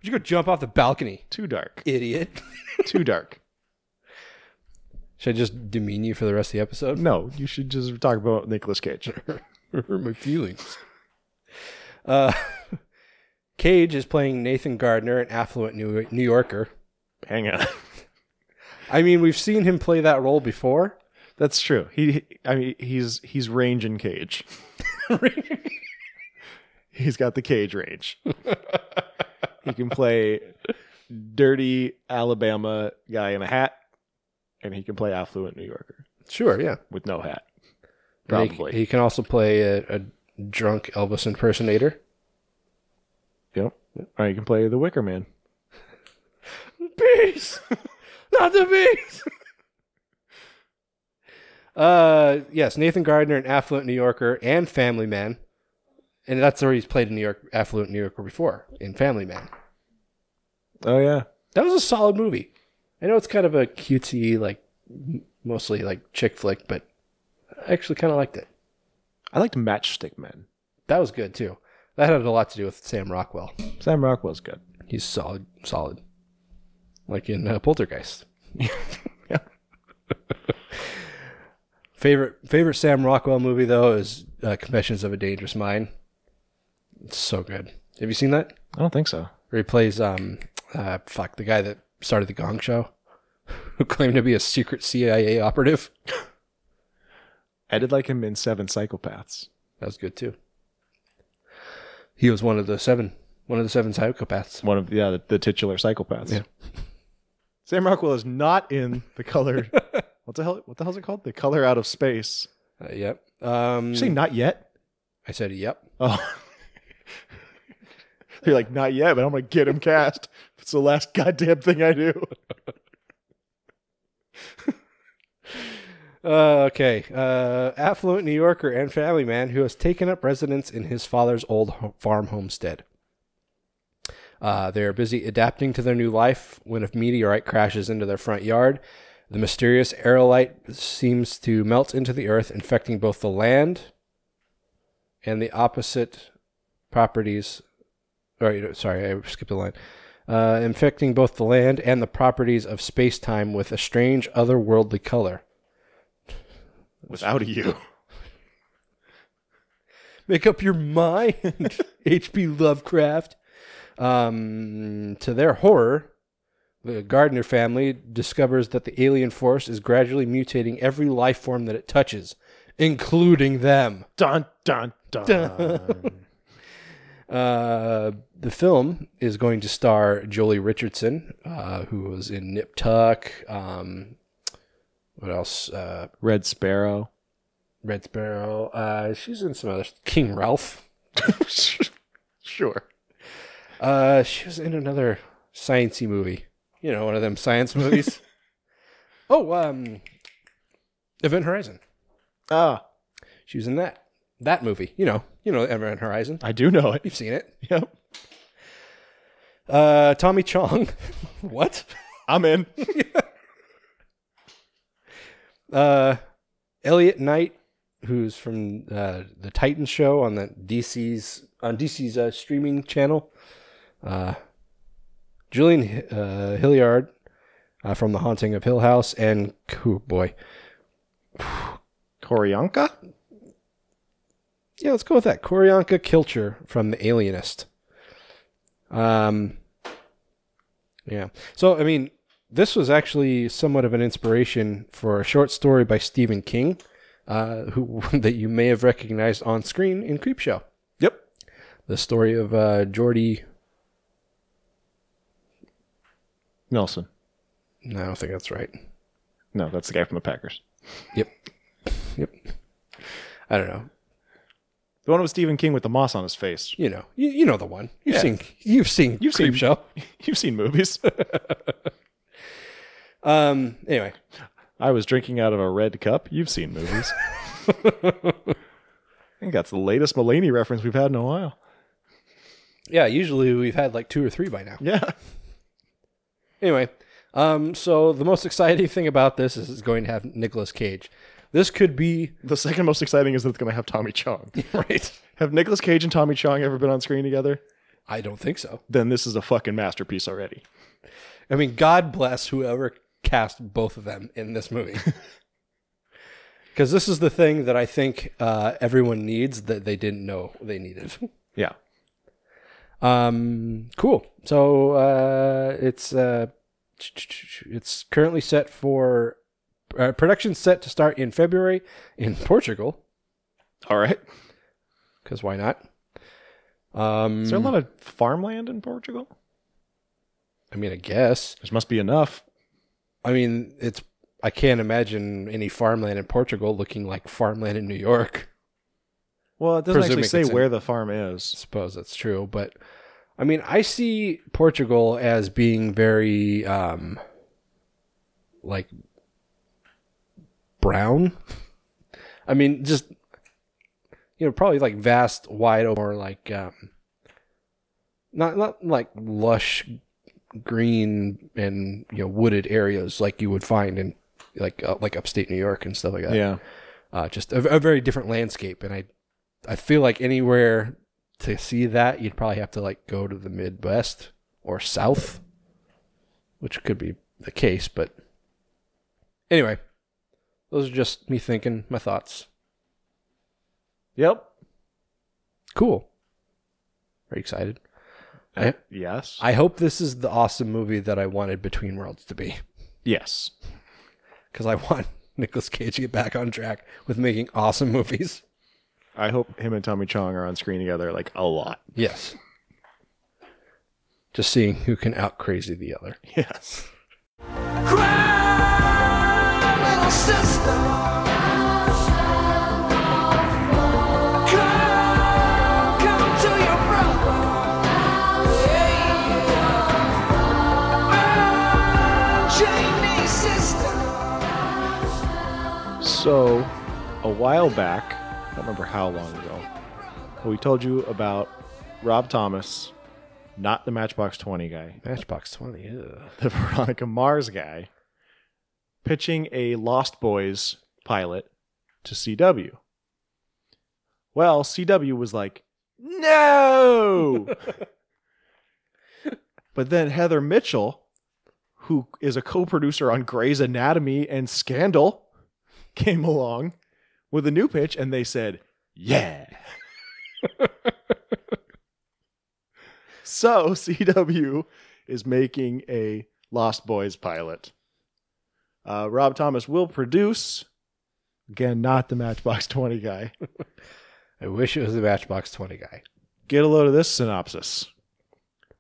Speaker 2: you go jump off the balcony,
Speaker 3: Too dark.
Speaker 2: idiot?
Speaker 3: Too dark.
Speaker 2: Should I just demean you for the rest of the episode? <laughs>
Speaker 3: No, you should just talk about Nicolas Cage.
Speaker 2: Hurt my feelings. Uh, <laughs> Cage is playing Nathan Gardner, an affluent New, New Yorker.
Speaker 3: <laughs> Hang on.
Speaker 2: I mean, we've seen him play that role before.
Speaker 3: That's true. He, I mean, he's he's range and <laughs> cage. He's got the cage range. he can play dirty Alabama guy in a hat, and he can play affluent New Yorker
Speaker 2: sure, yeah.
Speaker 3: with no hat.
Speaker 2: And
Speaker 3: Probably.
Speaker 2: He, he can also play a, a drunk Elvis impersonator.
Speaker 3: Yep. Or he can play the Wicker Man.
Speaker 2: Peace, not the peace. <laughs> uh, yes, Nathan Gardner, an affluent New Yorker and Family Man, and that's where he's played a New York affluent New Yorker before in Family Man.
Speaker 3: Oh yeah.
Speaker 2: That was a solid movie. I know it's kind of a cutesy, like m- mostly like chick flick, but I actually kind of liked it.
Speaker 3: I liked Matchstick Men.
Speaker 2: That was good too. That had a lot to do with Sam Rockwell.
Speaker 3: Sam Rockwell's good.
Speaker 2: He's solid, solid, like in uh, Poltergeist.
Speaker 3: Yeah.
Speaker 2: <laughs> favorite favorite Sam Rockwell movie though is uh, Confessions of a Dangerous Mind. It's so good. Have you seen that?
Speaker 3: I don't think so.
Speaker 2: Where he plays um uh fuck the guy that started the Gong Show, <laughs> who claimed to be a secret CIA operative.
Speaker 3: I did like him in Seven Psychopaths.
Speaker 2: That was good too. He was one of the seven, one of the seven psychopaths.
Speaker 3: One of yeah, the, the titular psychopaths. <laughs>
Speaker 2: Yeah.
Speaker 3: Sam Rockwell is not in the <laughs> color. what the hell? What the hell's it called? The color out of space.
Speaker 2: Uh, yep. Um,
Speaker 3: You say not yet.
Speaker 2: I said yep.
Speaker 3: Oh. <laughs> You're like, not yet, but I'm going to get him cast. It's the last goddamn thing I do.
Speaker 2: Uh, okay. Uh, affluent New Yorker and family man who has taken up residence in his father's old ho- farm homestead. Uh, they are busy adapting to their new life when a meteorite crashes into their front yard. The mysterious aerolite seems to melt into the earth, infecting both the land and the opposite properties. Or, sorry, I skipped a line. Uh, infecting both the land and the properties of space time with a strange otherworldly color.
Speaker 3: without a U.
Speaker 2: Make up your mind, <laughs> H.P. Lovecraft. Um, to their horror, the Gardner family discovers that the alien force is gradually mutating every life form that it touches, including them.
Speaker 3: Dun dun dun.
Speaker 2: Uh, the film is going to star Jolie Richardson, uh, who was in Nip Tuck. Um, what else? Uh,
Speaker 3: Red Sparrow.
Speaker 2: Red Sparrow. Uh, she's in some other King Ralph.
Speaker 3: <laughs> sure.
Speaker 2: Uh, she was in another sciency movie. You know, one of them science movies. oh, um, Event Horizon.
Speaker 3: Ah,
Speaker 2: She was in that that movie. You know, you know Event Horizon.
Speaker 3: I do know it.
Speaker 2: You've seen it.
Speaker 3: Yep.
Speaker 2: Uh, Tommy Chong. <laughs> what?
Speaker 3: I'm in.
Speaker 2: Uh, Elliot Knight, who's from uh, the Titan show on the DC's on DC's uh, streaming channel. Uh, Julian Hi- uh, Hilliard uh, from The Haunting of Hill House, and oh boy,
Speaker 3: Koryanka?
Speaker 2: Yeah, let's go with that. Koryanka Kilcher from The Alienist. Um, yeah. So, I mean, this was actually somewhat of an inspiration for a short story by Stephen King, uh, who <laughs> that you may have recognized on screen in Creepshow.
Speaker 3: Yep.
Speaker 2: The story of uh, Jordy.
Speaker 3: Nelson.
Speaker 2: No, I don't think that's right.
Speaker 3: No, that's the guy from the Packers.
Speaker 2: Yep. Yep. I don't know.
Speaker 3: The one with Stephen King with the moss on his face. <laughs>
Speaker 2: You know. You, you know the one. You've
Speaker 3: Yeah.
Speaker 2: seen. You've seen.
Speaker 3: You've seen-
Speaker 2: Creepshow.
Speaker 3: You've seen movies. <laughs>
Speaker 2: Um. Anyway.
Speaker 3: I was drinking out of a red cup. You've seen <laughs> movies. I think that's the latest Mulaney reference we've had in a while.
Speaker 2: Yeah. Usually we've had like two or three by now.
Speaker 3: Yeah.
Speaker 2: Anyway, um, so the most exciting thing about this is it's going to have Nicolas Cage. This could be
Speaker 3: The second most exciting is that it's going to have Tommy Chong.
Speaker 2: right.
Speaker 3: Have Nicolas Cage and Tommy Chong ever been on screen together?
Speaker 2: I don't think so.
Speaker 3: Then this is a fucking masterpiece already.
Speaker 2: I mean, God bless whoever cast both of them in this movie. Because this is the thing that I think uh, everyone needs that they didn't know they needed. <laughs>
Speaker 3: Yeah.
Speaker 2: Um, cool. So uh, it's uh, it's currently set for uh, production set to start in February in Portugal.
Speaker 3: All right.
Speaker 2: Because why not? Um,
Speaker 3: Is there a lot of farmland in Portugal?
Speaker 2: I mean, I guess.
Speaker 3: There must be enough.
Speaker 2: I mean, it's. I can't imagine any farmland in Portugal looking like farmland in New York.
Speaker 3: Well, it doesn't
Speaker 2: Presuming
Speaker 3: actually
Speaker 2: it's
Speaker 3: say
Speaker 2: in-
Speaker 3: where the farm
Speaker 2: I
Speaker 3: is.
Speaker 2: suppose that's true, but I mean, I see Portugal as being very, um, like brown. <laughs> I mean, just you know, probably like vast, wide, or like um, not not like lush green and you know wooded areas like you would find in like uh, like upstate New York and stuff like that
Speaker 3: Yeah.
Speaker 2: uh, just a, a very different landscape. And I, I feel like anywhere to see that, you'd probably have to like go to the Midwest or South, which could be the case. But anyway, those are just me thinking my thoughts.
Speaker 3: Yep.
Speaker 2: Cool. Very excited. I,
Speaker 3: Yes.
Speaker 2: I hope this is the awesome movie that I wanted Between Worlds to be
Speaker 3: yes.
Speaker 2: because I <laughs> want Nicolas Cage to get back on track with making awesome movies.
Speaker 3: I hope him and Tommy Chong are on screen together like a lot. <laughs>
Speaker 2: Yes. Just seeing who can out crazy the other.
Speaker 3: Yes.
Speaker 1: Cry, little sister. Cry, come to your brother. Burn, Jamie, sister.
Speaker 3: So, a while back, I don't remember how long ago, but we told you about Rob Thomas not the Matchbox 20 guy,
Speaker 2: Matchbox Twenty. Ugh.
Speaker 3: <laughs> the Veronica Mars guy, pitching a Lost Boys pilot to CW. Well, CW was like, no. but then Heather Mitchell, who is a co producer on Grey's Anatomy and Scandal, came along with a new pitch and they said, yeah. so CW is making a Lost Boys pilot. Uh, Rob Thomas will produce. Again, not the Matchbox <laughs> 20 guy.
Speaker 2: I wish it was the Matchbox Twenty guy.
Speaker 3: Get a load of this synopsis.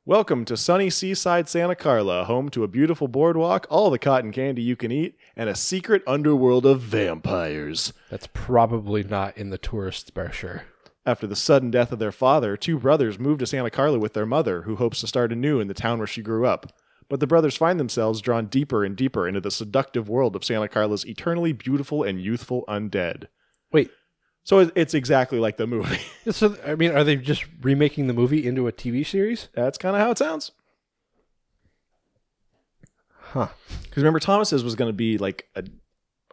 Speaker 3: Welcome to sunny seaside Santa Carla, home to a beautiful boardwalk, all the cotton candy you can eat, and a secret underworld of vampires.
Speaker 2: That's probably not in the tourist brochure.
Speaker 3: After the sudden death of their father, two brothers move to Santa Carla with their mother, who hopes to start anew in the town where she grew up. But the brothers find themselves drawn deeper and deeper into the seductive world of Santa Carla's eternally beautiful and youthful undead.
Speaker 2: Wait.
Speaker 3: So it- it's exactly like the movie. <laughs>
Speaker 2: So I mean, are they just remaking the movie into a TV series?
Speaker 3: That's kind of how it sounds.
Speaker 2: Huh.
Speaker 3: Because remember, Thomas's was going to be like a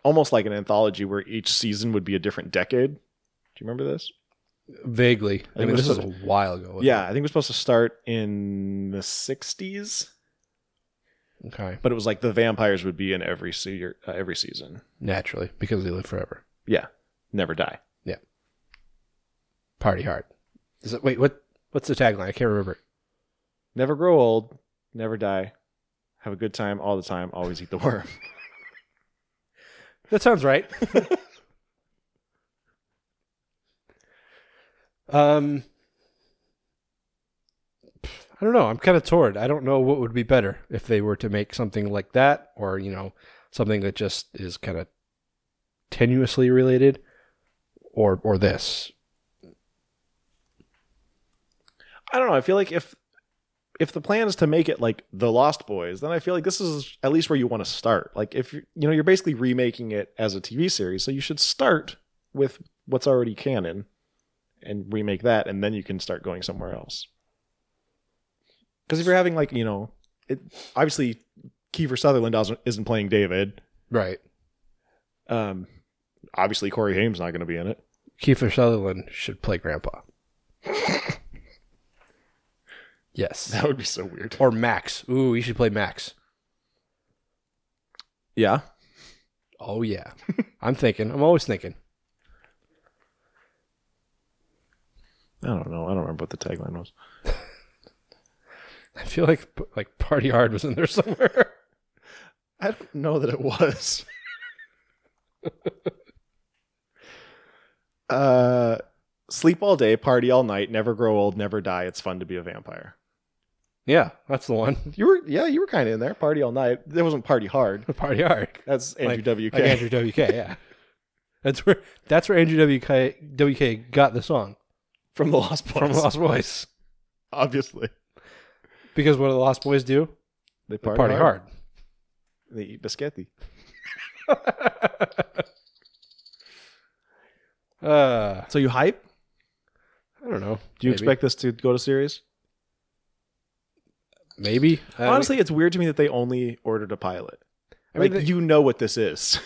Speaker 3: almost like an anthology where each season would be a different decade. Do you remember this?
Speaker 2: Vaguely. I,
Speaker 3: think
Speaker 2: mean,
Speaker 3: it was
Speaker 2: this was a
Speaker 3: supposed-
Speaker 2: while ago. wasn't
Speaker 3: yeah, I think it was supposed to start in the 60s,
Speaker 2: it? Okay.
Speaker 3: but it was like the vampires would be in every se- uh, every season.
Speaker 2: Naturally, because they live forever.
Speaker 3: Yeah, never die.
Speaker 2: Party hard. Is it? Wait, what? What's the tagline? I can't remember. it.
Speaker 3: Never grow old, never die. Have a good time all the time, always eat the worm. <laughs>
Speaker 2: That sounds right. <laughs> um, I don't know. I'm kind of torn. I don't know what would be better if they were to make something like that, or you know, something that just is kind of tenuously related, or or this.
Speaker 3: I don't know. I feel like if if the plan is to make it like The Lost Boys, then I feel like this is at least where you want to start. Like if you you know you're basically remaking it as a TV series, so you should start with what's already canon and remake that, and then you can start going somewhere else. Because if you're having like you know, it obviously Kiefer Sutherland doesn't isn't playing David.
Speaker 2: Right.
Speaker 3: Um, obviously Corey Haim's not going to be in it.
Speaker 2: Kiefer Sutherland should play Grandpa. yes.
Speaker 3: <laughs> That would be so weird.
Speaker 2: Or Max. Ooh, you should play Max.
Speaker 3: Yeah.
Speaker 2: Oh <laughs> yeah. I'm thinking. I'm always thinking.
Speaker 3: I don't know. I don't remember what the tagline was.
Speaker 2: I feel like like Party Hard was in there somewhere.
Speaker 3: I don't know that it was. <laughs> uh, sleep all day, party all night, never grow old, never die. It's fun to be a vampire.
Speaker 2: <laughs> yeah, that's the one.
Speaker 3: You were, yeah, you were kind of in there. Party all night. That wasn't party hard.
Speaker 2: <laughs> Party Hard.
Speaker 3: <laughs> That's Andrew WK.
Speaker 2: Like Andrew WK, <laughs> yeah. That's where that's where Andrew WK WK got the song
Speaker 3: from the Lost Boys.
Speaker 2: from Lost Boys.
Speaker 3: <laughs> Obviously,
Speaker 2: Because what do the Lost Boys do?
Speaker 3: they
Speaker 2: They party hard.
Speaker 3: They eat biscotti.
Speaker 2: <laughs> Uh,
Speaker 3: So you hype?
Speaker 2: I don't know.
Speaker 3: Do you
Speaker 2: Maybe.
Speaker 3: expect this to go to series?
Speaker 2: maybe? I don't-
Speaker 3: Honestly, it's weird to me that they only ordered a pilot.
Speaker 2: I mean,
Speaker 3: like
Speaker 2: they-
Speaker 3: you know what this is.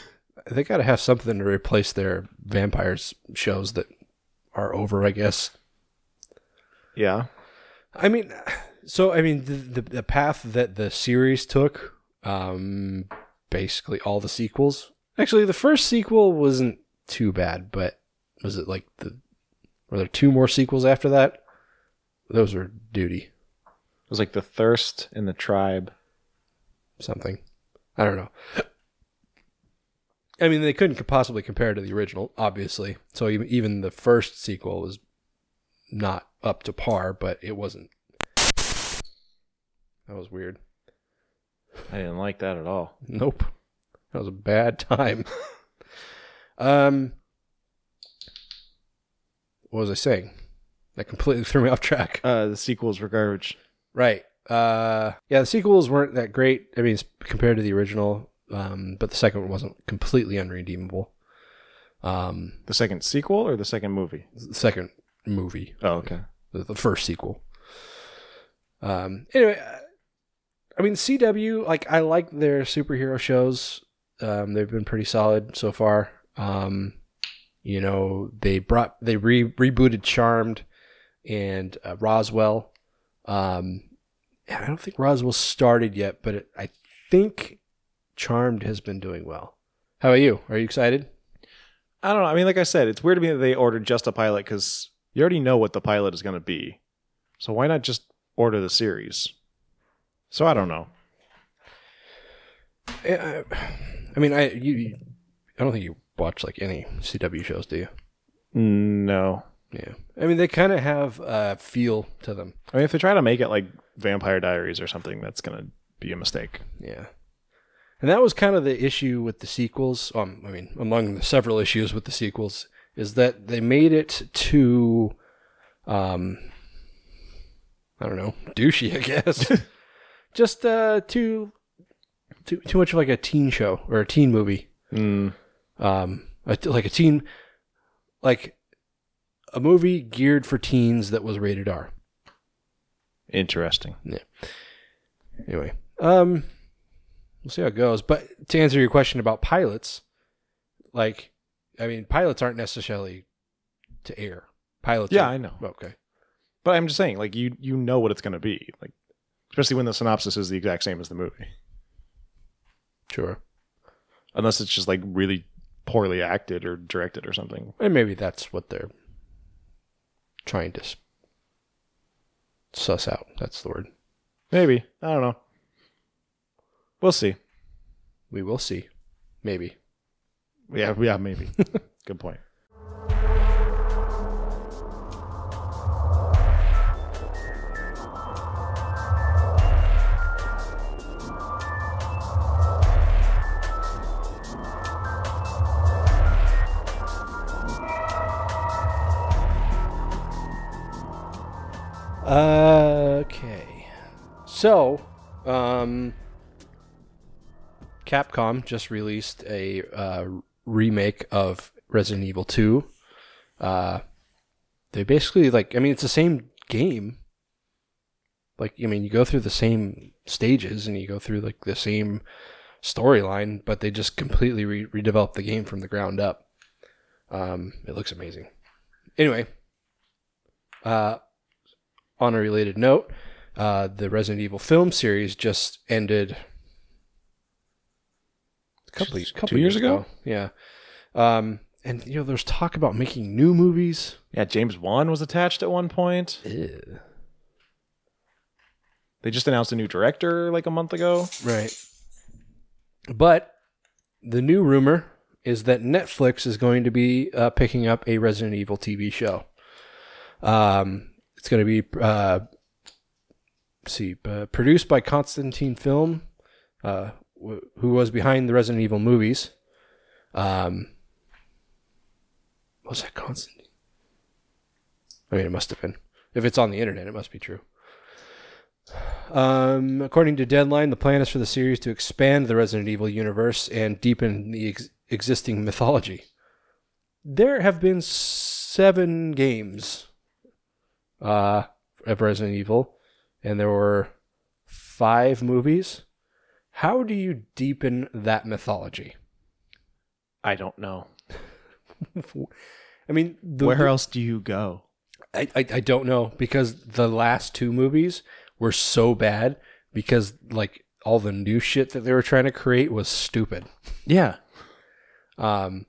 Speaker 3: <laughs>
Speaker 2: they got to have something to replace their vampires shows that are over, I guess.
Speaker 3: Yeah.
Speaker 2: I mean, so I mean, the the, the path that the series took, um, basically all the sequels. Actually, the first sequel wasn't too bad, but was it like the were there two more sequels after that? Those were duty
Speaker 3: It was like the thirst and the tribe.
Speaker 2: something. I don't know. I mean, they couldn't possibly compare to the original, obviously. So even even the first sequel was not up to par, but it wasn't. That was weird.
Speaker 3: I didn't like that at all.
Speaker 2: Nope. That was a bad time. um What was I saying? That completely threw me off track.
Speaker 3: Uh, the sequels were garbage.
Speaker 2: Right. Uh yeah, the sequels weren't that great. I mean, it's compared to the original, um but the second one wasn't completely unredeemable. Um
Speaker 3: The second sequel or the second movie?
Speaker 2: the second movie,
Speaker 3: Oh, okay.
Speaker 2: the, the first sequel. Um, anyway, uh, I mean CW, like I like their superhero shows. Um, they've been pretty solid so far. Um, you know, they brought they re- rebooted Charmed and uh, Roswell. Um, and I don't think Roswell started yet, but it, I think Charmed has been doing well. How about you? Are you excited?
Speaker 3: I don't know. I mean, like I said, it's weird to me that they ordered just a pilot because you already know what the pilot is going to be. So why not just order the series? So I don't know.
Speaker 2: I I mean, I you, you- I don't think you watch like any CW shows, do you?
Speaker 3: No.
Speaker 2: Yeah. I mean, they kind of have a feel to them.
Speaker 3: I mean, if they try to make it like Vampire Diaries or something, that's going to be a mistake.
Speaker 2: Yeah. And that was kind of the issue with the sequels. Um, I mean, among the several issues with the sequels is that they made it too, um, I don't know, douchey. I
Speaker 3: <laughs>
Speaker 2: guess just uh, too, too too much of like a teen show or a teen movie.
Speaker 3: Mm.
Speaker 2: um, a, like a teen, like a movie geared for teens that was rated R.
Speaker 3: Interesting.
Speaker 2: Anyway, um, we'll see how it goes. But to answer your question about pilots, like, I mean, pilots aren't necessarily to air. Pilots,
Speaker 3: Yeah,
Speaker 2: are-
Speaker 3: I know.
Speaker 2: Okay,
Speaker 3: But I'm just saying, like you you know what it's going to be, like especially when the synopsis is the exact same as the movie,
Speaker 2: sure.
Speaker 3: unless it's just like really poorly acted or directed or something.
Speaker 2: And maybe that's what they're trying to s- suss out. That's the word.
Speaker 3: Maybe I don't know. We'll see.
Speaker 2: We will see. Maybe.
Speaker 3: Yeah, yeah, maybe. Good point.
Speaker 2: Okay. So, um, Capcom just released a uh, remake of Resident Evil 2. Uh, they basically, like, I mean, it's the same game. Like, I mean, you go through the same stages and you go through, like, the same storyline, but they just completely re- redeveloped the game from the ground up. Um, it looks amazing. Anyway, uh, on a related note, uh, the Resident Evil film series just ended a couple,
Speaker 3: Just
Speaker 2: couple
Speaker 3: two years ago?
Speaker 2: Yeah. Um, and, you know, there's talk about making new movies.
Speaker 3: Yeah, James Wan was attached at one point. They just announced a new director like a month ago.
Speaker 2: Right. But the new rumor is that Netflix is going to be uh, picking up a Resident Evil TV show. Um, it's going to be uh, let's see uh, produced by Constantine Film, uh, wh- who was behind the Resident Evil movies. Um, what was that Constantine? I mean, it must have been. If it's on the internet, it must be true. Um, according to Deadline, the plan is for the series to expand the Resident Evil universe and deepen the ex- existing mythology. There have been seven games uh, of Resident Evil, and there were five movies. How do you deepen that mythology?
Speaker 3: I don't know.
Speaker 2: I mean, the,
Speaker 3: else do you go?
Speaker 2: I, I I don't know because the last two movies were so bad because like all the new shit that they were trying to create was stupid.
Speaker 3: Yeah.
Speaker 2: Um,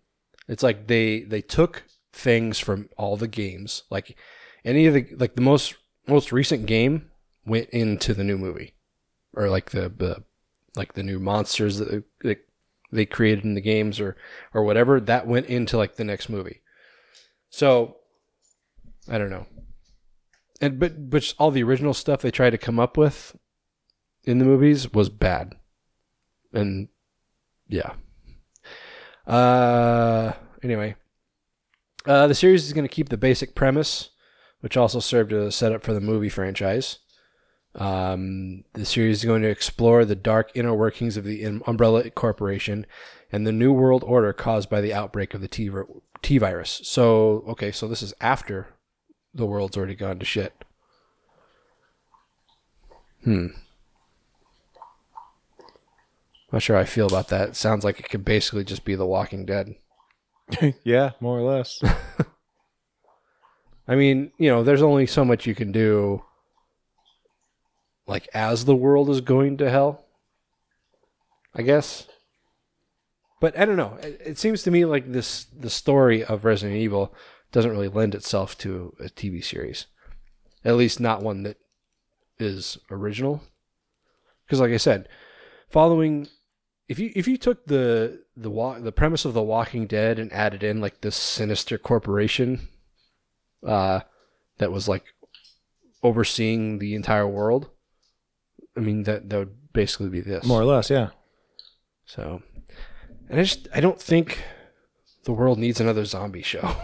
Speaker 2: it's like they they took things from all the games, like any of the like the most most recent game went into the new movie, or like the, the like the new monsters that they, they created in the games or or whatever that went into like the next movie. So I don't know, and but but all the original stuff they tried to come up with in the movies was bad, and yeah. Uh, anyway, uh, the series is going to keep the basic premise, which also served as a setup for the movie franchise. Um, the series is going to explore the dark inner workings of the um- Umbrella Corporation and the New World Order caused by the outbreak of the T vir- T virus. So, okay, so this is after the world's already gone to shit. Hmm. Not sure how I feel about that. It sounds like it could basically just be The Walking Dead.
Speaker 3: yeah, more or less.
Speaker 2: I mean, you know, there's only so much you can do like as the world is going to hell. I guess. But I don't know. It, it seems to me like this the story of Resident Evil doesn't really lend itself to a TV series. At least not one that is original. Cuz like I said, following if you if you took the the wa- the premise of the Walking Dead and added in like this sinister corporation uh, that was like overseeing the entire world. I mean that that would basically be this.
Speaker 3: more or less, yeah.
Speaker 2: So, and I just I don't think the world needs another zombie show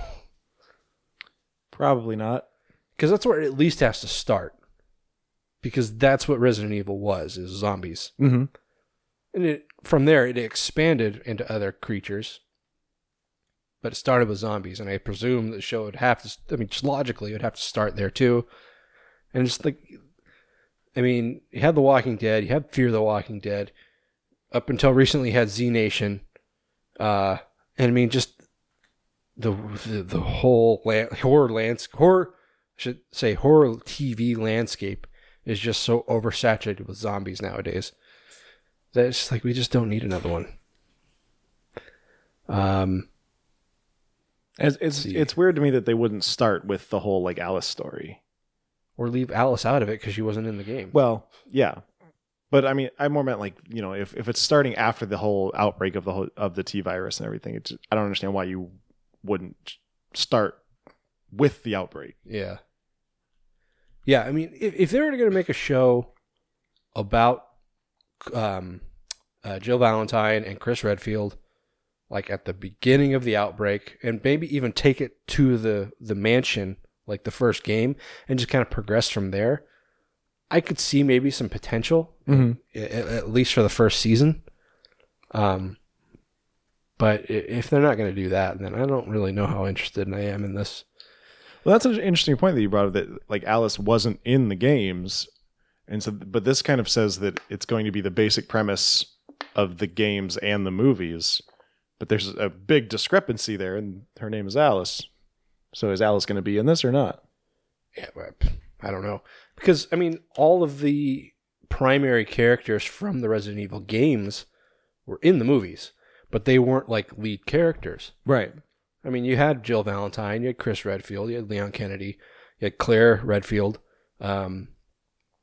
Speaker 2: <laughs>
Speaker 3: Probably not.
Speaker 2: because that's where it at least has to start. Because that's what Resident Evil was is zombies,
Speaker 3: Mm-hmm.
Speaker 2: and it from there it expanded into other creatures. But it started with zombies, and I presume the show would have to. I mean, just logically, it would have to start there too. And just like, I mean, you had The Walking Dead, you had Fear the Walking Dead. Up until recently, you had Z Nation. Uh, and I mean, just the the, the whole la- horror landscape, horror I should say horror TV landscape is just so oversaturated with zombies nowadays that it's just like we just don't need another one. Um,
Speaker 3: It's it's,
Speaker 2: see.
Speaker 3: it's weird to me that they wouldn't start with the whole like Alice story.
Speaker 2: or leave Alice out of it because she wasn't in the game.
Speaker 3: Well, yeah, but I mean, I more meant like you know, if, if it's starting after the whole outbreak of the whole, of the T virus and everything, it's I don't understand why you wouldn't start with the outbreak.
Speaker 2: Yeah. Yeah, I mean, if, if they were going to make a show about um, uh, Jill Valentine and Chris Redfield, like at the beginning of the outbreak, and maybe even take it to the the mansion, like the first game, and just kind of progress from there, I could see maybe some potential,
Speaker 3: Mm-hmm.
Speaker 2: a- a- at least for the first season. Um, but i- if they're not going to do that, then I don't really know how interested I am in this.
Speaker 3: Well, that's an interesting point that you brought up that like Alice wasn't in the games. And so but this kind of says that it's going to be the basic premise of the games and the movies. But there's a big discrepancy there and her name is Alice. So is Alice going to be in this or not?
Speaker 2: yeah, but I don't know because I mean all of the primary characters from the Resident Evil games were in the movies, but they weren't like lead characters.
Speaker 3: Right.
Speaker 2: I mean, you had Jill Valentine, you had Chris Redfield, you had Leon Kennedy, you had Claire Redfield. Um,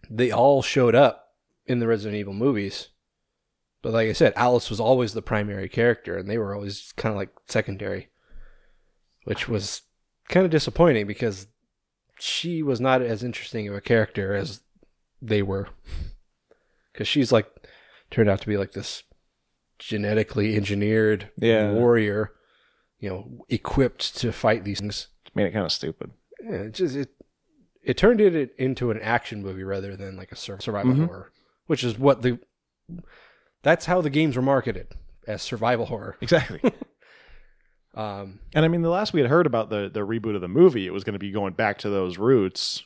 Speaker 2: they all showed up in the Resident Evil movies, but like I said, Alice was always the primary character, and they were always kind of like secondary, which was kind of disappointing because she was not as interesting of a character as they were, <laughs> because she's like turned out to be like this genetically engineered
Speaker 3: Yeah.
Speaker 2: warrior you know, equipped to fight these things.
Speaker 3: I mean, it kind of stupid.
Speaker 2: Yeah, it just it it turned it into an action movie rather than like a sur- survival
Speaker 3: Mhm.
Speaker 2: horror, which is what the that's how the games were marketed as survival horror.
Speaker 3: Exactly.
Speaker 2: Um,
Speaker 3: <laughs> and I mean, the last we had heard about the the reboot of the movie, it was going to be going back to those roots.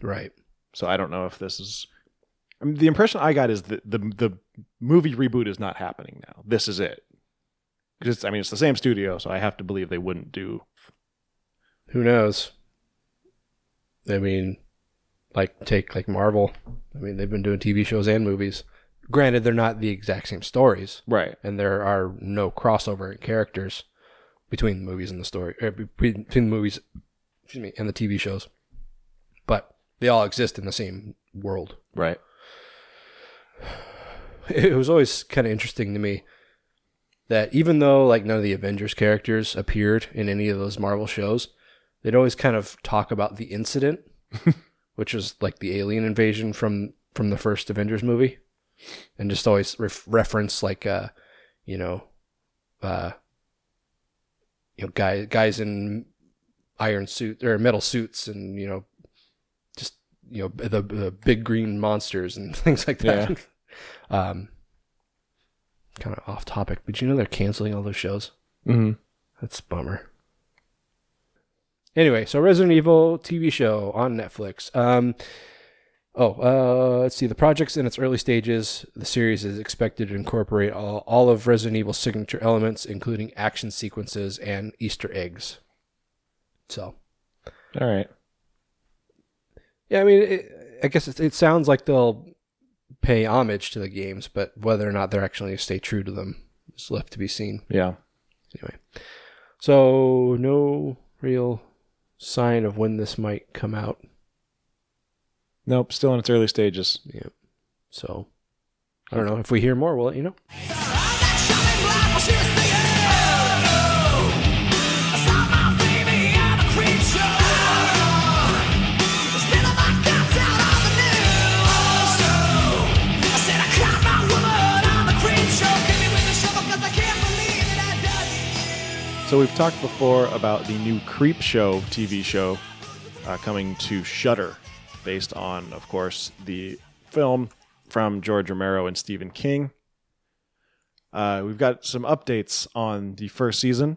Speaker 2: right.
Speaker 3: So I don't know if this is. I mean, the impression I got is that the the movie reboot is not happening now. This is it. 'Cause It's, I mean, it's the same studio, so I have to believe they wouldn't do.
Speaker 2: Who knows? I mean, like take like Marvel. I mean, they've been doing TV shows and movies. Granted, they're not the exact same stories,
Speaker 3: Right.
Speaker 2: and there are no crossover in characters between the movies and the story or be- between the movies excuse me and the TV shows but they all exist in the same world <laughs>
Speaker 3: Right.
Speaker 2: it was always kind of interesting to me that even though like none of the Avengers characters appeared in any of those Marvel shows they'd always kind of talk about the incident which was like the alien invasion from from the first Avengers movie and just always ref- reference like uh you know uh you know guys guys in iron suit or metal suits and you know just you know the, the big green monsters and <laughs> things like that <laughs> um kind of off topic but you know they're canceling all those shows
Speaker 3: Mm-hmm.
Speaker 2: that's a bummer. Anyway, so Resident Evil TV show on Netflix. Um, Oh, uh, let's see. The project's in its early stages. The series is expected to incorporate all, all of Resident Evil's signature elements, including action sequences and Easter eggs. So,
Speaker 3: All right.
Speaker 2: yeah, I mean, it, I guess it, it sounds like they'll pay homage to the games, but whether or not they're actually going to stay true to them is left to be seen.
Speaker 3: Yeah.
Speaker 2: Anyway, so no real sign of when this might come out.
Speaker 3: Nope. Still in its early stages.
Speaker 2: Yeah. So, I don't know. If we hear more, we'll let you know.
Speaker 3: So we've talked before about the new Creep Show TV show uh, coming to Shudder, based on, of course, the film from George Romero and Stephen King. Uh, we've got some updates on the first season.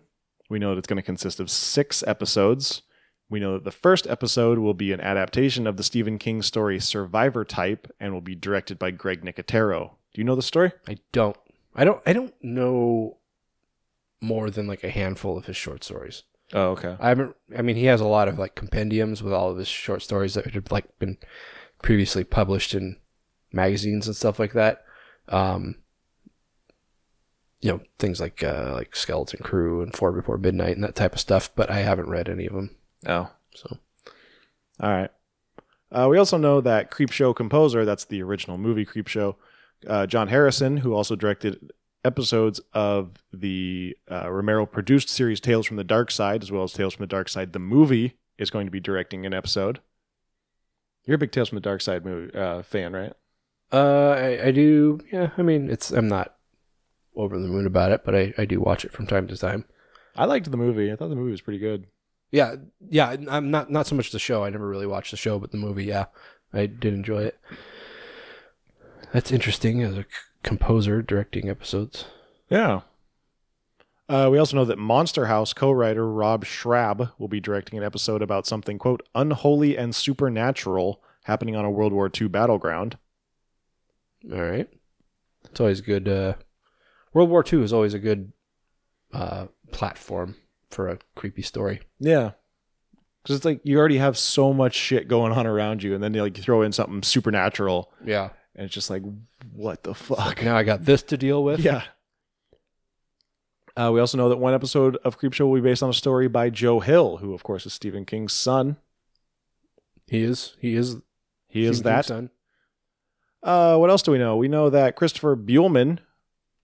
Speaker 3: We know that it's going to consist of six episodes. We know that the first episode will be an adaptation of the Stephen King story Survivor Type and will be directed by Greg Nicotero. Do you know the story?
Speaker 2: I don't. I don't. I don't know more than like a handful of his short stories.
Speaker 3: Oh, okay.
Speaker 2: I haven't. I mean, he has a lot of like compendiums with all of his short stories that had like been previously published in magazines and stuff like that. Um, you know, things like uh, like Skeleton Crew and Four Before Midnight and that type of stuff. But I haven't read any of them.
Speaker 3: Oh,
Speaker 2: So
Speaker 3: All right. Uh, we also know that Creepshow composer, that's the original movie Creepshow, uh, John Harrison, who also directed episodes of the uh, Romero produced series Tales from the Dark Side, as well as Tales from the Dark Side, the movie, is going to be directing an episode. You're a big Tales from the Dark Side movie uh, fan, right?
Speaker 2: uh, I, I do. Yeah, I mean, it's. I'm not over the moon about it, but I, I do watch it from time to time.
Speaker 3: I liked the movie. I thought the movie was pretty good.
Speaker 2: Yeah, yeah. I'm not not so much the show. I never really watched the show, but the movie, yeah, I did enjoy it. That's interesting as a c- composer directing episodes.
Speaker 3: Yeah. Uh, we also know that Monster House co-writer Rob Schrab will be directing an episode about something quote unholy and supernatural happening on a World War II battleground.
Speaker 2: All right, it's always good. Uh, World War II is always a good uh, platform for a creepy story.
Speaker 3: Yeah, because it's like you already have so much shit going on around you, and then you like throw in something supernatural,
Speaker 2: Yeah.
Speaker 3: and it's just like, what the fuck?
Speaker 2: Now I got this to deal with.
Speaker 3: <laughs> Yeah. Uh, we also know that one episode of Creepshow will be based on a story by Joe Hill, who of course is Stephen King's son.
Speaker 2: He is. He is.
Speaker 3: He is
Speaker 2: Stephen
Speaker 3: that.
Speaker 2: King's son.
Speaker 3: Uh, what else do we know? We know that Christopher Buhlman,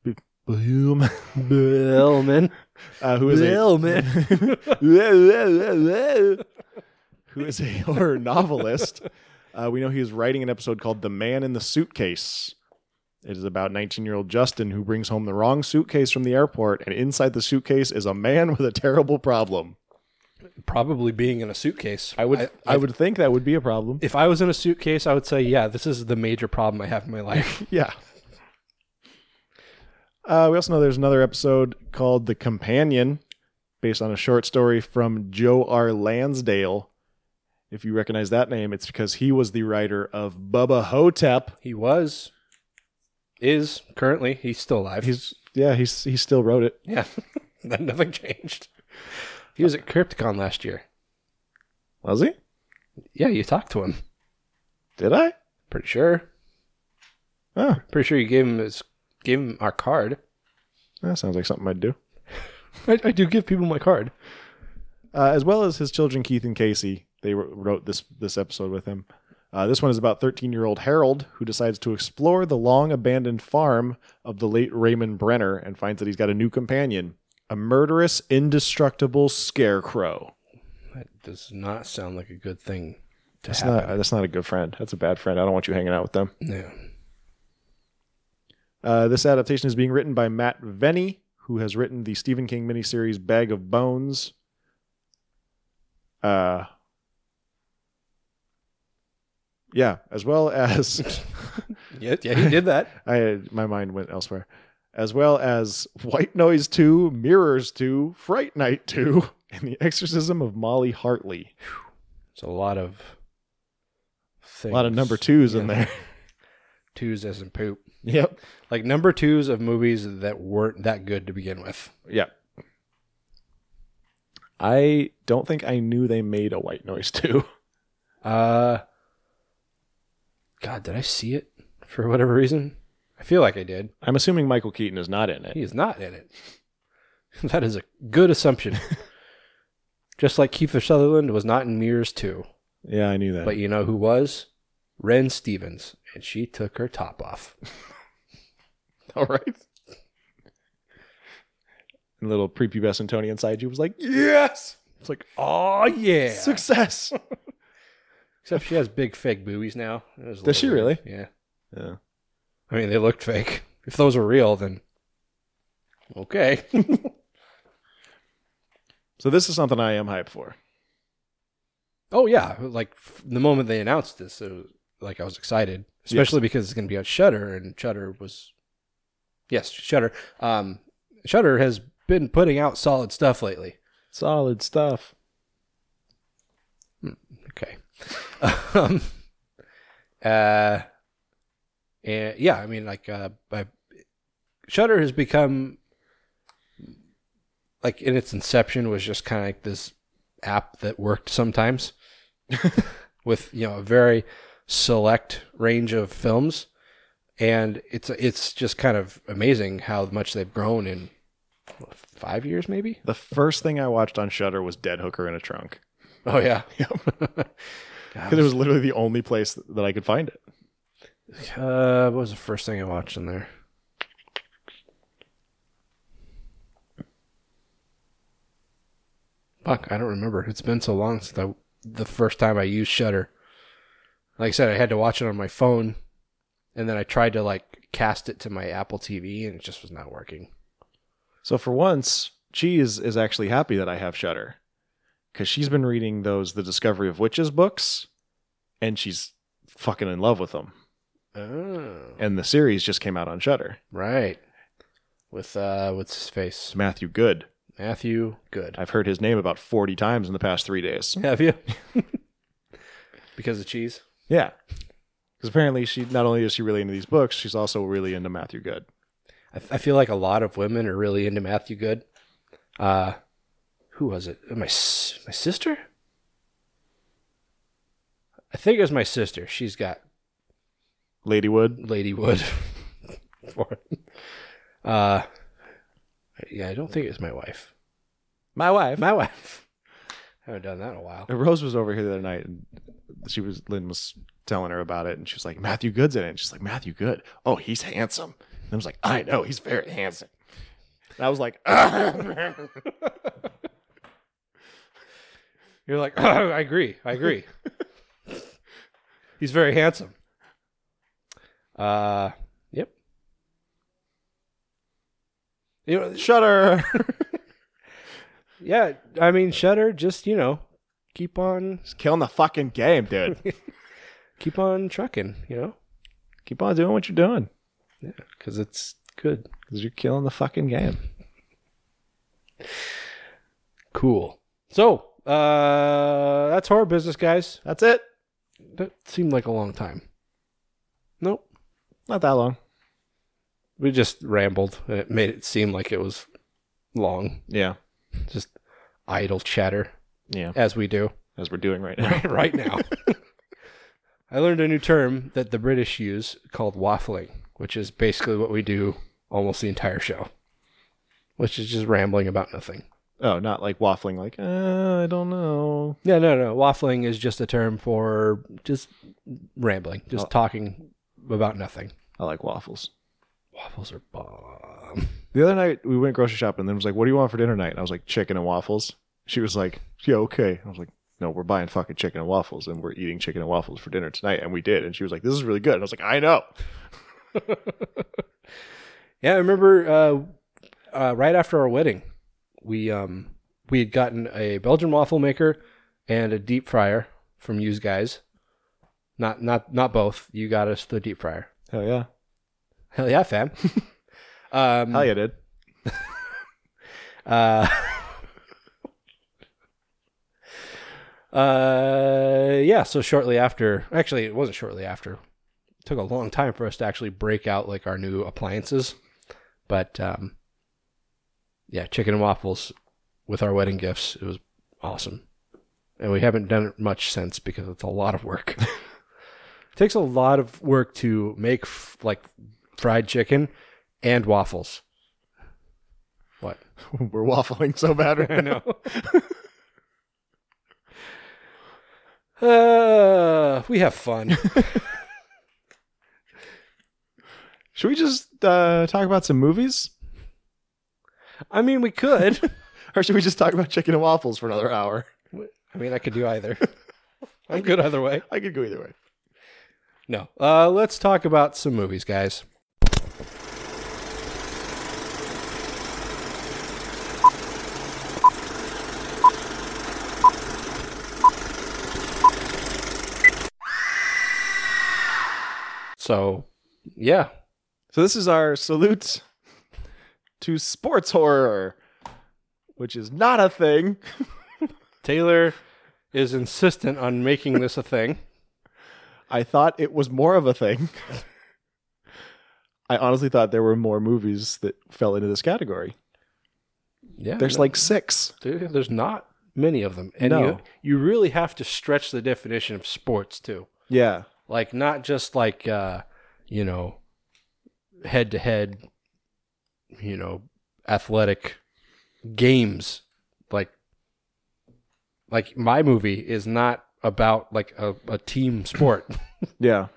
Speaker 3: B- Buhlman,
Speaker 2: Billman?
Speaker 3: <laughs> uh, who is a
Speaker 2: Billman.
Speaker 3: <laughs> who is a horror novelist. Uh, we know he is writing an episode called "The Man in the Suitcase." It is about 19-year-old Justin who brings home the wrong suitcase from the airport, and inside the suitcase is a man with a terrible problem.
Speaker 2: Probably being in a suitcase.
Speaker 3: I would, I, would think that would be a problem.
Speaker 2: if I was in a suitcase, I would say, yeah, this is the major problem I have in my
Speaker 3: <laughs>
Speaker 2: life.
Speaker 3: yeah. Uh, we also know there's another episode called The Companion, based on a short story from Joe R. Lansdale. If you recognize that name, it's because he was the writer of Bubba Hotep.
Speaker 2: he was, is currently, he's still alive.
Speaker 3: He's yeah, he's he still wrote it.
Speaker 2: <laughs> yeah, <laughs> nothing changed. He was at Crypticon last year.
Speaker 3: Was he?
Speaker 2: Yeah, you talked to him.
Speaker 3: Did I?
Speaker 2: Pretty sure.
Speaker 3: Oh,
Speaker 2: Pretty sure you gave him his gave him our card.
Speaker 3: that sounds like something I'd do.
Speaker 2: I, I do give people my card.
Speaker 3: uh, as well as his children Keith and Casey. They wr- wrote this this episode with him. Uh, this one is about 13 year old Harold who decides to explore the long abandoned farm of the late Raymond Brenner and finds that he's got a new companion, a murderous, indestructible scarecrow.
Speaker 2: That does not sound like a good thing to
Speaker 3: That's
Speaker 2: happen.
Speaker 3: not that's not a good friend. That's a bad friend. I don't want you hanging out with them.
Speaker 2: no.
Speaker 3: Uh, this adaptation is being written by Matt Venny, who has written the Stephen King miniseries Bag of Bones. Uh, yeah, as well <laughs> as
Speaker 2: Yeah, yeah, he did that.
Speaker 3: <laughs> I my mind went elsewhere, as well as White Noise Two, Mirrors Two, Fright Night Two, <laughs> and The Exorcism of Molly Hartley.
Speaker 2: It's a lot of things.
Speaker 3: A lot of number twos in
Speaker 2: Yeah.
Speaker 3: there.
Speaker 2: twos as in poop.
Speaker 3: yep.
Speaker 2: Like number twos of movies that weren't that good to begin with.
Speaker 3: Yeah. I don't think I knew they made a white noise too.
Speaker 2: Uh, God, did I see it for whatever reason? I feel like I did.
Speaker 3: I'm assuming Michael Keaton is not in
Speaker 2: He
Speaker 3: it.
Speaker 2: is not in it. <laughs> that is a good
Speaker 3: <laughs>
Speaker 2: assumption. Just like Keith Sutherland was not in Mirrors 2.
Speaker 3: Yeah, I knew that.
Speaker 2: But you know who was? Ren Stevens. And she took her top off.
Speaker 3: <laughs> All right. And little prepubescent Tony inside you was like, yes. It's like, oh,
Speaker 2: yeah.
Speaker 3: success. <laughs>
Speaker 2: Except she has big fake boobies now. It was a
Speaker 3: Does she
Speaker 2: little weird.
Speaker 3: really?
Speaker 2: Yeah.
Speaker 3: Yeah.
Speaker 2: I mean, they looked fake. If those were real, then okay. <laughs>
Speaker 3: So this is something I am hyped for.
Speaker 2: Oh yeah, like f- the moment they announced this, it was, like I was excited, especially because it's going to be on Shutter, and Shutter was, yes, Shutter. Um, Shutter has been putting out solid stuff lately.
Speaker 3: Solid stuff.
Speaker 2: Okay. <laughs> um, uh, and yeah, I mean, like, uh, I, Shutter has become like in its inception was just kind of like this app that worked <laughs> sometimes with you know a very select range of films, and it's it's just kind of amazing how much they've grown in what, five years, maybe.
Speaker 3: The first thing I watched on Shudder was Dead Hooker in a Trunk.
Speaker 2: Oh <laughs> yeah.
Speaker 3: Because it was literally the only place that I could find it.
Speaker 2: Uh, what was the first thing I watched in there? Fuck, I don't remember. It's been so long since I, the first time I used Shutter. Like I said, I had to watch it on my phone, and then I tried to like cast it to my Apple TV, and it just was not working.
Speaker 3: So for once, Cheese is actually happy that I have Shudder. Because she's been reading those The Discovery of Witches books, and she's fucking in love with them.
Speaker 2: Oh,
Speaker 3: And the series just came out on Shudder.
Speaker 2: right. With uh, what's his
Speaker 3: It's
Speaker 2: face?
Speaker 3: Matthew Good.
Speaker 2: Matthew Good.
Speaker 3: I've heard his name about 40 times in the past three days.
Speaker 2: Have you? <laughs> because of cheese.
Speaker 3: Yeah. Because apparently she not only is she really into these books, she's also really into Matthew Good.
Speaker 2: I, I feel like a lot of women are really into Matthew Good. Uh, who was it? My s- my sister? I think it was my sister. She's got
Speaker 3: Ladywood.
Speaker 2: Lady Wood. <laughs> for it. Uh, yeah, I don't think it was my wife.
Speaker 3: My wife. <laughs>
Speaker 2: My wife. I haven't done that in a while.
Speaker 3: Rose was over here the other night and she was Lynn was telling her about it and she was like, Matthew Good's in it. And she's like, Matthew Good. Oh, he's handsome. And I was like, I know, he's very handsome. And I was like, <laughs>
Speaker 2: You're like, <laughs> I agree. I agree. He's very handsome. Uh, yep. You know,
Speaker 3: Shudder.
Speaker 2: <laughs> Yeah, I mean Shutter. Just you know, keep on
Speaker 3: Just killing the fucking game, dude.
Speaker 2: keep on trucking. You know,
Speaker 3: <laughs> Keep on doing what you're doing.
Speaker 2: because it's good.
Speaker 3: Because you're killing the fucking game.
Speaker 2: Cool. So uh, that's horror business, guys.
Speaker 3: That's it.
Speaker 2: That seemed like a long time. Nope,
Speaker 3: Not that long.
Speaker 2: we just rambled. And it made it seem like it was long.
Speaker 3: Yeah.
Speaker 2: Just idle chatter,
Speaker 3: Yeah.
Speaker 2: as we do
Speaker 3: As we're doing right <laughs> now.
Speaker 2: <laughs> right now. <laughs> I learned a new term that the British use called waffling, which is basically what we do almost the entire show, which is just rambling about nothing.
Speaker 3: Oh, not like waffling, like, uh, I don't know.
Speaker 2: Yeah, no, no. Waffling is just a term for just rambling, just talking about nothing.
Speaker 3: I like waffles.
Speaker 2: Waffles are bomb.
Speaker 3: The other night we went grocery shopping and then was like, What do you want for dinner night? And I was like, Chicken and waffles. She was like, Yeah, okay. I was like, No, we're buying fucking chicken and waffles and we're eating chicken and waffles for dinner tonight. And we did. And she was like, This is really good. And I was like, I know.
Speaker 2: Yeah, I remember uh, uh, right after our wedding, we um, we had gotten a Belgian waffle maker and a deep fryer from you guys. Not not not both. You got us the deep fryer.
Speaker 3: Hell yeah.
Speaker 2: Hell yeah, fam. <laughs> um,
Speaker 3: Hell yeah, did.
Speaker 2: Uh, <laughs> Uh, yeah. So shortly after, actually, it wasn't shortly after. It took a long time for us to actually break out like our new appliances, but um, yeah, chicken and waffles with our wedding gifts. It was awesome, and we haven't done it much since because it's a lot of work. it takes a lot of work to make f- like fried chicken and waffles. What?
Speaker 3: <laughs> We're waffling so bad right <laughs> now.
Speaker 2: <laughs> uh, we have fun.
Speaker 3: Should we just uh, talk about some movies?
Speaker 2: <laughs> I mean, we could.
Speaker 3: Or should we just talk about chicken and waffles for another hour?
Speaker 2: I mean, I could do either. I'm good either way.
Speaker 3: I could go either way.
Speaker 2: No. Uh, let's talk about some movies, guys. So, yeah,
Speaker 3: So this is our salute to sports horror, which is not a thing.
Speaker 2: Taylor is insistent on making this a thing.
Speaker 3: I thought it was more of a thing. I honestly thought there were more movies that fell into this category.
Speaker 2: Yeah,
Speaker 3: There's like six.
Speaker 2: Dude, there's not many of them. And
Speaker 3: No.
Speaker 2: you, you really have to stretch the definition of sports too.
Speaker 3: Yeah.
Speaker 2: Like not just like uh, you know, head to head, you know, athletic games. Like like my movie is not about like a, a team sport.
Speaker 3: Yeah.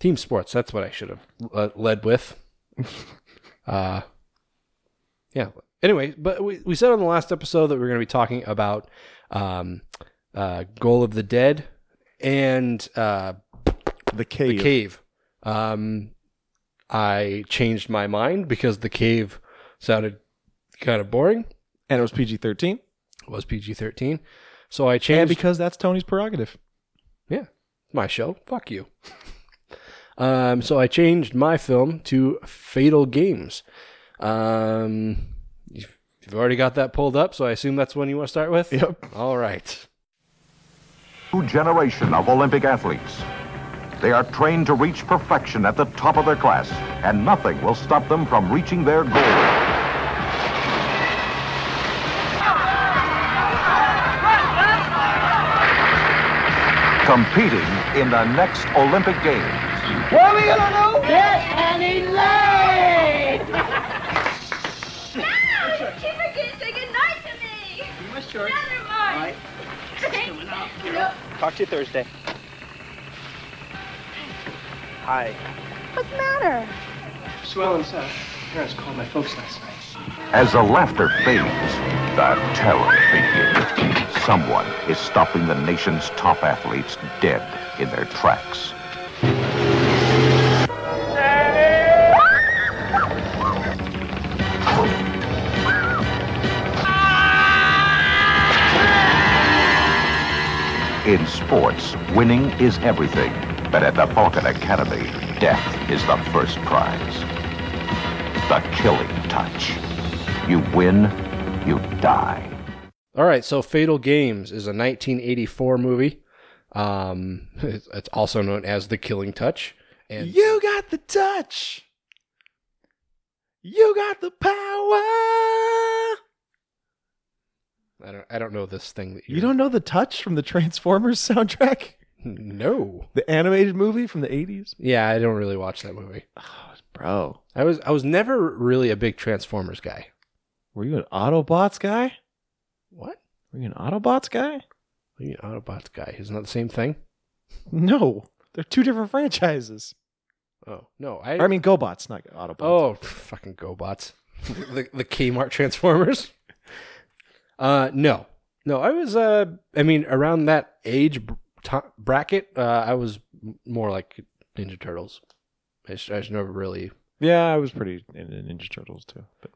Speaker 2: team sports, that's what I should have uh, led
Speaker 3: <laughs>
Speaker 2: with. uh yeah. Anyway, but we, we said on the last episode that we are going to be talking about um, uh, Goal of the Dead and uh,
Speaker 3: The cave.
Speaker 2: The Cave. Um, I changed my mind because The Cave sounded kind of boring.
Speaker 3: And it was PG 13.
Speaker 2: It was PG 13. So I
Speaker 3: And
Speaker 2: changed
Speaker 3: because that's Tony's prerogative.
Speaker 2: my show. Fuck you. um, so I changed my film to Fatal Games. Um, you've, you've already got that pulled up, so I assume that's one you want to start with.
Speaker 3: Yep.
Speaker 2: All right.
Speaker 4: new generation of Olympic athletes. They are trained to reach perfection at the top of their class, and nothing will stop them from reaching their goal. Competing in the next Olympic Games.
Speaker 5: Yes, and he lay!
Speaker 6: She forgets say goodnight to me.
Speaker 5: You missed yours.
Speaker 6: Never mind.
Speaker 7: Talk to you Thursday. Hi.
Speaker 6: What's the matter?
Speaker 7: Swell and uh, parents called my folks last night.
Speaker 4: As the laughter fades, the terror begins. Someone is stopping the nation's top athletes dead in their tracks. In sports, winning is everything, but at the Falcon Academy, death is the first prize the killing touch. You win, you die.
Speaker 2: All right. So Fatal Games is a 1984 movie. Um, it's, it's also known as The Killing Touch. And
Speaker 3: You got the touch. You got the power.
Speaker 2: I don't, I don't know this thing that
Speaker 3: You don't know the touch from the Transformers <laughs> soundtrack?
Speaker 2: <laughs> No.
Speaker 3: The animated movie from the 80s?
Speaker 2: Yeah, I don't really watch that movie.
Speaker 3: Bro,
Speaker 2: I was I was never really a big Transformers guy.
Speaker 3: were you an Autobots guy?
Speaker 2: What?
Speaker 3: Were you an Autobots guy?
Speaker 2: What do you mean Autobots guy? Isn't that the same thing?
Speaker 3: No. They're two different franchises.
Speaker 2: Oh no, I,
Speaker 3: Or, I mean, GoBots, not Autobots.
Speaker 2: Oh, pff, fucking GoBots. <laughs> the the Kmart Transformers. <laughs> Uh no. No, I was uh I mean around that age br- to- bracket, uh I was m- more like Ninja Turtles. I just, I just never really
Speaker 3: Yeah, I was pretty into Ninja Turtles too. But,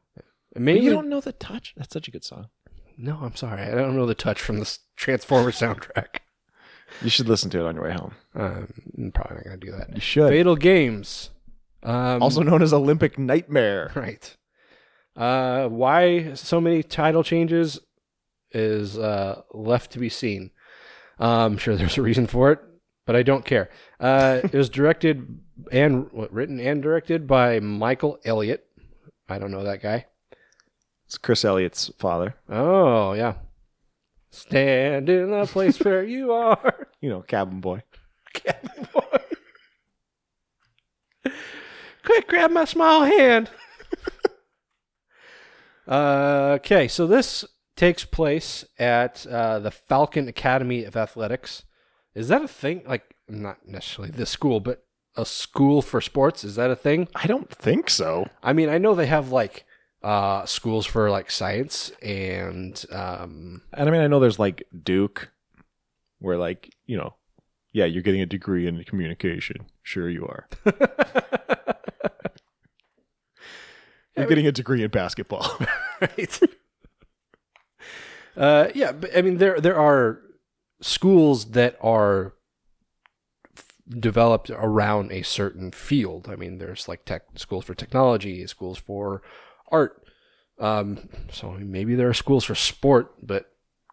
Speaker 2: maybe
Speaker 3: you don't know the touch? That's such a good song.
Speaker 2: No, I'm sorry. I don't know the touch from this Transformers <laughs> soundtrack.
Speaker 3: You should listen to it on your way home.
Speaker 2: Um, I'm probably not going to do that.
Speaker 3: You should.
Speaker 2: Fatal Games. Um,
Speaker 3: also known as Olympic Nightmare.
Speaker 2: <laughs> Right. Uh, why so many title changes is uh, left to be seen. Um, sure, there's a reason for it, but I don't care. Uh, it was directed and what, written and directed by Michael Elliott. I don't know that guy.
Speaker 3: <laughs> It's Chris Elliott's father.
Speaker 2: Oh yeah, stand in the place where you are.
Speaker 3: You know, cabin boy.
Speaker 2: Quick, grab my small hand. uh, okay, so this takes place at uh, the Falcon Academy of Athletics. Is that a thing? Like, not necessarily the school, but a school for sports? Is that a thing?
Speaker 3: I don't think so.
Speaker 2: I mean, I know they have like uh, schools for like science and um,
Speaker 3: And I mean, I know there's like Duke, where like you know, yeah, you're getting a degree in communication. Sure, you are. You're getting a degree in basketball. <laughs>
Speaker 2: right. <laughs> uh, yeah, but I mean there there are schools that are f- developed around a certain field. I mean, there's like tech schools for technology, schools for art. Um, so maybe there are schools for sport, but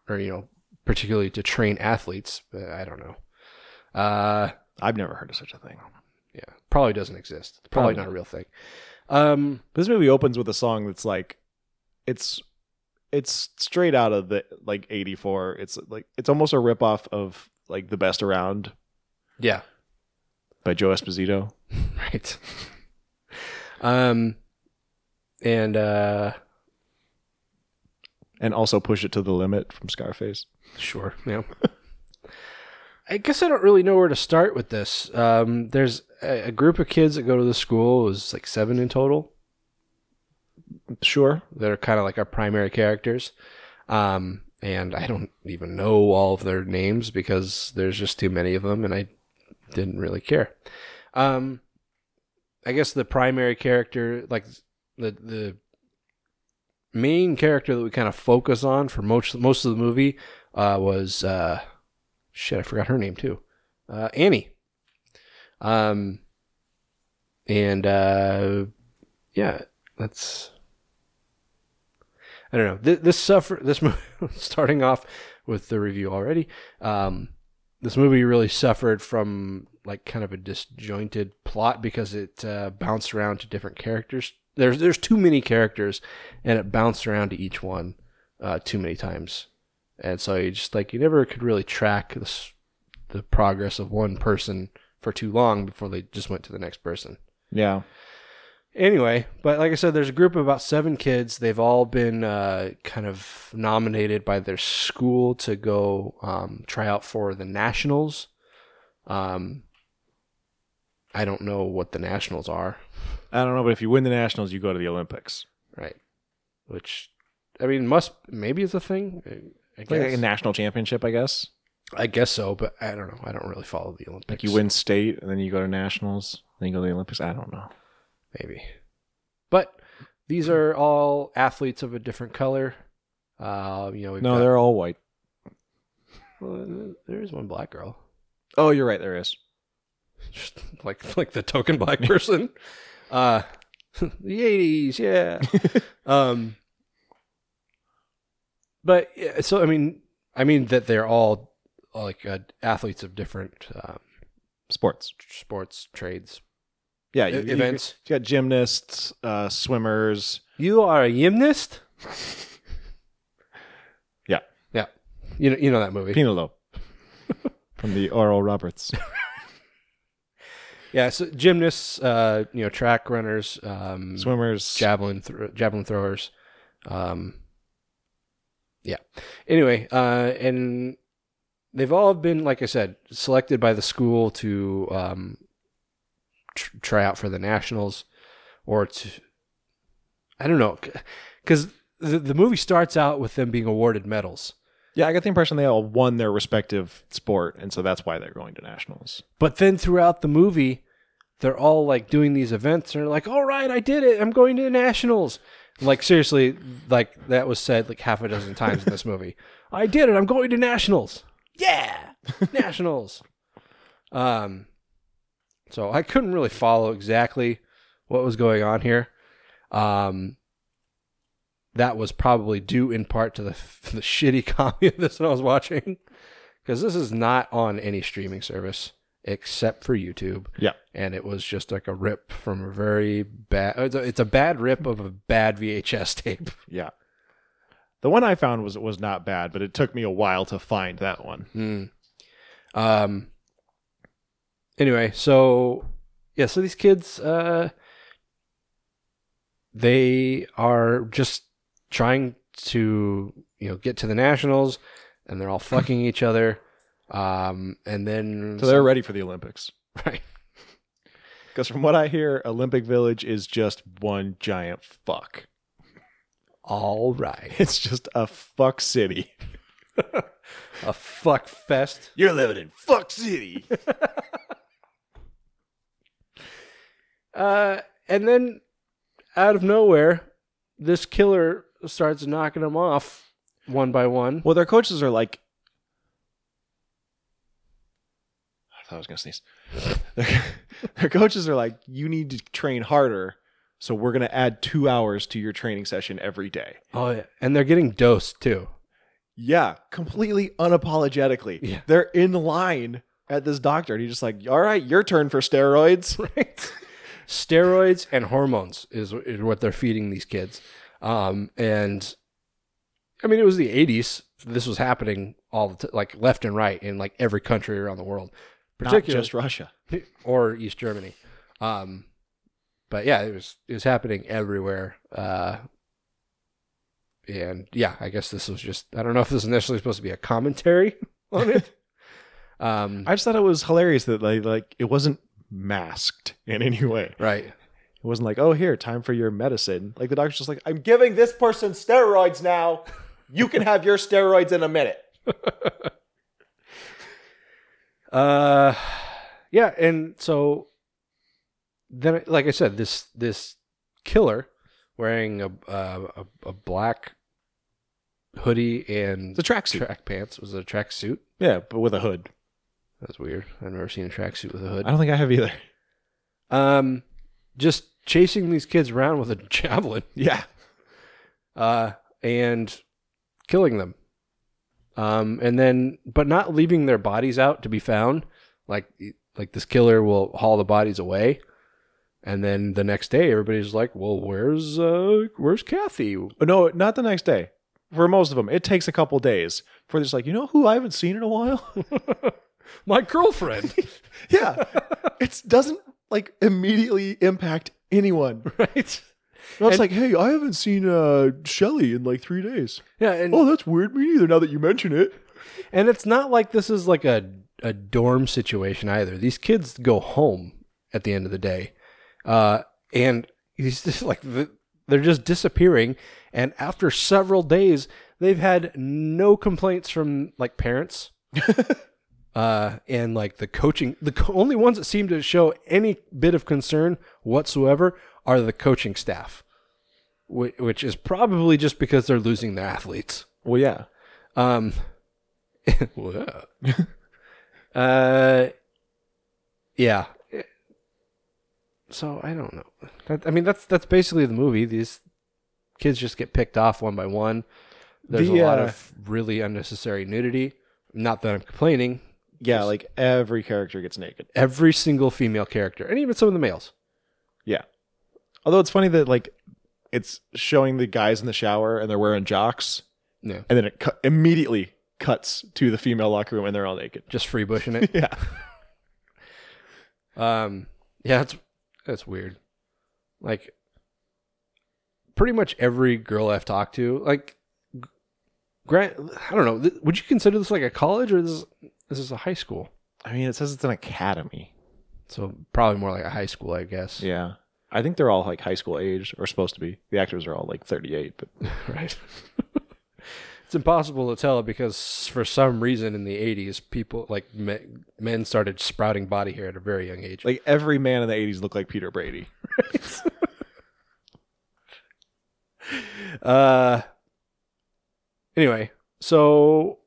Speaker 2: or you know, particularly to train athletes. But I don't know. Uh,
Speaker 3: I've never heard of such a thing.
Speaker 2: yeah, probably doesn't exist. It's probably,
Speaker 3: Probably.
Speaker 2: not a real thing. Um,
Speaker 3: This movie opens with a song that's like, it's, it's straight out of the like '84. It's like it's almost a ripoff of like the best around
Speaker 2: yeah,
Speaker 3: by Joe Esposito.
Speaker 2: right um and uh
Speaker 3: and also push it to the limit from Scarface.
Speaker 2: sure yeah i guess i don't really know where to start with this um there's a, a group of kids that go to the school it was like seven in total
Speaker 3: Sure.
Speaker 2: that are kind of like our primary characters um and i don't even know all of their names because there's just too many of them and i didn't really care um i guess the primary character like the the main character that we kind of focus on for most most of the movie uh, was uh, shit. I forgot her name too. Uh, Annie. Um, and uh, yeah, that's. I don't know. This, this suffer. This <laughs> movie starting off with the review already. Um, this movie really suffered from like kind of a disjointed plot because it uh, bounced around to different characters. There's there's too many characters, and it bounced around to each one uh, too many times, and so you just like you never could really track the s- the progress of one person for too long before they just went to the next person.
Speaker 3: Yeah.
Speaker 2: Anyway, but like I said, there's a group of about seven kids. They've all been uh, kind of nominated by their school to go um, try out for the nationals. Um, I don't know what the nationals are,
Speaker 3: I don't know, but if you win the nationals, you go to the Olympics.
Speaker 2: right? Which, I mean, must maybe it's a thing. I- I
Speaker 3: It's like
Speaker 2: guess.
Speaker 3: a national championship, I guess.
Speaker 2: I guess so, but I don't know. I don't really follow the Olympics.
Speaker 3: Like you win state, and then you go to nationals, then you go to the Olympics. I don't know.
Speaker 2: maybe. But these are all athletes of a different color. Uh, you know, we've
Speaker 3: No,
Speaker 2: got-
Speaker 3: they're all white.
Speaker 2: Well, there is one black girl,
Speaker 3: Oh, you're right. There is.
Speaker 2: just like <laughs> like the token black person. <laughs> uh, the eighties, yeah. um, but yeah, so I mean, I mean that they're all like uh, athletes of different um,
Speaker 3: Sports.
Speaker 2: sports trades.
Speaker 3: Yeah.
Speaker 2: E- events.
Speaker 3: You, got gymnasts, uh, swimmers.
Speaker 2: You are a gymnast.
Speaker 3: Yeah.
Speaker 2: <laughs> yeah. You know, you know that movie.
Speaker 3: <laughs> Penelope from the Oral <laughs> Roberts.
Speaker 2: Yeah, so gymnasts, uh, you know, track runners, um,
Speaker 3: swimmers.
Speaker 2: javelin thro- javelin throwers. Um, yeah. Anyway, uh, and they've all been, like I said, selected by the school to um, tr- try out for the nationals, or to I don't know, because the the movie starts out with them being awarded medals,
Speaker 3: yeah, I got the impression they all won their respective sport, and so that's why they're going to nationals.
Speaker 2: But then throughout the movie, they're all like doing these events and they're like, all right, I did it. I'm going to the nationals. Like, seriously, like that was said like half a dozen times in this movie. I did it. I'm going to nationals. Yeah. <laughs> Nationals. Um, so I couldn't really follow exactly what was going on here. Um, <laughs> that was probably due in part to the, the shitty copy of this that I was watching because this is not on any streaming service except for YouTube.
Speaker 3: Yeah.
Speaker 2: and it was just like a rip from a very bad. It's a, it's a bad rip of a bad VHS <laughs> tape.
Speaker 3: Yeah. The one I found was was not bad, but it took me a while to find that one.
Speaker 2: Hmm. Um. Anyway, so yeah, so these kids, uh, they are just trying to you know get to the nationals, and they're all fucking each other. Um, and then
Speaker 3: So they're ready for the Olympics.
Speaker 2: <laughs> right.
Speaker 3: Because from what I hear, Olympic Village is just one giant fuck.
Speaker 2: All right,
Speaker 3: It's just a fuck city.
Speaker 2: a fuck fest.
Speaker 3: You're living in fuck <laughs> city.
Speaker 2: Uh, and then out of nowhere, this killer starts knocking them off one by one.
Speaker 3: well, their coaches are like. I thought I was gonna sneeze. <laughs> their, their coaches are like, you need to train harder, so we're gonna add two hours to your training session every day.
Speaker 2: Oh yeah, and they're getting dosed
Speaker 3: <laughs>
Speaker 2: too.
Speaker 3: Yeah, completely unapologetically.
Speaker 2: Yeah.
Speaker 3: They're in line at this doctor, and he's just like, all right, your turn for steroids.
Speaker 2: right? Steroids and hormones is, is what they're feeding these kids. Um, and I mean, it was the 80s. This was happening all the t- like left and right in like every country around the world,
Speaker 3: Not
Speaker 2: particularly
Speaker 3: just Russia.
Speaker 2: <laughs> or East Germany. Um, but yeah, it was it was happening everywhere. Uh, and yeah, I guess this was just I don't know if this is necessarily supposed to be a commentary <laughs> on it. um,
Speaker 3: I just thought it was hilarious that like, like it wasn't masked in any way.
Speaker 2: right.
Speaker 3: It wasn't like, oh, here, time for your medicine. Like the doctor's just like, I'm giving this person steroids now. You can have your steroids in a minute.
Speaker 2: Uh, yeah, and so then, like I said, this this killer wearing a a, a, a black hoodie and
Speaker 3: It's a tracksuit.
Speaker 2: track pants was it a track suit.
Speaker 3: yeah, but with a hood.
Speaker 2: That's weird. I've never seen a track suit with a
Speaker 3: I
Speaker 2: hood.
Speaker 3: don't think I have either.
Speaker 2: Um, just chasing these kids around with a <laughs> javelin,
Speaker 3: <laughs> Yeah.
Speaker 2: uh, and killing them. Um, and then, but not leaving their bodies out to be found. Like, e, like this killer will haul the bodies away, and then the next day, everybody's like, "Well, where's uh, where's Kathy?" <laughs>
Speaker 3: Oh, No, not the next day. For most of them, it takes a couple days before they're just like, you know who I haven't seen in a while?
Speaker 2: My girlfriend.
Speaker 3: <laughs>
Speaker 2: <laughs>
Speaker 3: Yeah. it doesn't like immediately impact <laughs> anyone.
Speaker 2: right.
Speaker 3: I was
Speaker 2: And-
Speaker 3: like, hey, I haven't seen uh Shelly in like three days.
Speaker 2: Yeah, and
Speaker 3: Oh, that's weird. Me neither now that you mention it.
Speaker 2: And it's not like this is like a a dorm situation either. These kids go home at the end of the day, uh, and <laughs> he's just like the, they're just disappearing. And after several days, they've had no complaints from like parents, uh, and like the coaching. The co- only ones that seem to show any bit of concern whatsoever are the coaching staff, whi- which is probably just because they're losing their athletes.
Speaker 3: Well, yeah.
Speaker 2: Um, <laughs> well, <laughs> uh, yeah. So I don't know. That, I mean, that's that's basically the movie. These kids just get picked off one by one. There's
Speaker 3: The,
Speaker 2: a lot
Speaker 3: uh,
Speaker 2: of really unnecessary nudity. Not that I'm complaining.
Speaker 3: Yeah, like every character gets naked.
Speaker 2: Every single female character, and even some of the males.
Speaker 3: Although it's funny that like it's showing the guys in the shower and they're wearing jocks.
Speaker 2: Yeah.
Speaker 3: And then it cu- immediately cuts to the female locker room and they're all naked. <laughs>
Speaker 2: just free bushing it.
Speaker 3: Yeah.
Speaker 2: Um. Yeah, it's that's weird. Like, pretty much every girl I've talked to, like, g- grant. I don't know. th- Would you consider this like a college or this this is a high school?
Speaker 3: I mean, it says it's an academy.
Speaker 2: So probably more like a high school, I guess.
Speaker 3: Yeah. I think they're all like high school age or supposed to be. The actors are all like 38, but
Speaker 2: <laughs> Right. <laughs> it's impossible to tell because for some reason in the '80s, people like me, men started sprouting body hair at a very young age.
Speaker 3: Like every man in the '80s looked like Peter Brady.
Speaker 2: Uh anyway, so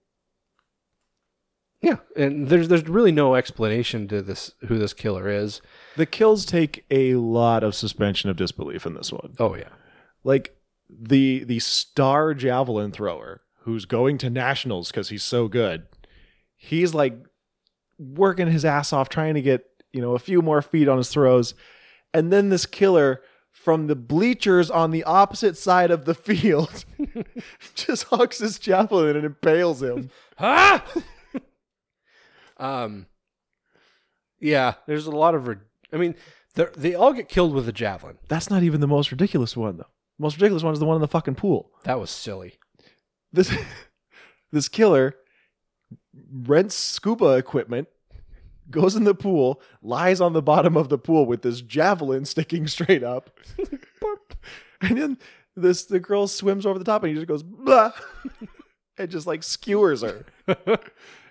Speaker 2: yeah, and there's there's really no explanation to this who this killer is.
Speaker 3: The kills take a lot of suspension of disbelief in this one.
Speaker 2: Oh yeah.
Speaker 3: Like the the star javelin thrower who's going to nationals because he's so good. He's like working his ass off trying to get, you know, a few more feet on his throws. And then this killer from the bleachers on the opposite side of the <laughs> field just hucks his javelin and impales him.
Speaker 2: Huh? <laughs> um. Yeah, there's a lot of. Re- I mean, they're- they all get killed with a javelin.
Speaker 3: That's not even the most ridiculous one though. The most ridiculous one is the one in the fucking pool.
Speaker 2: That was silly.
Speaker 3: this <laughs> this killer rents scuba equipment goes in the pool lies on the bottom of the pool with this javelin sticking straight up <laughs> Burp. and then this the girl swims over the top and he just goes blah <laughs> and just like skewers her and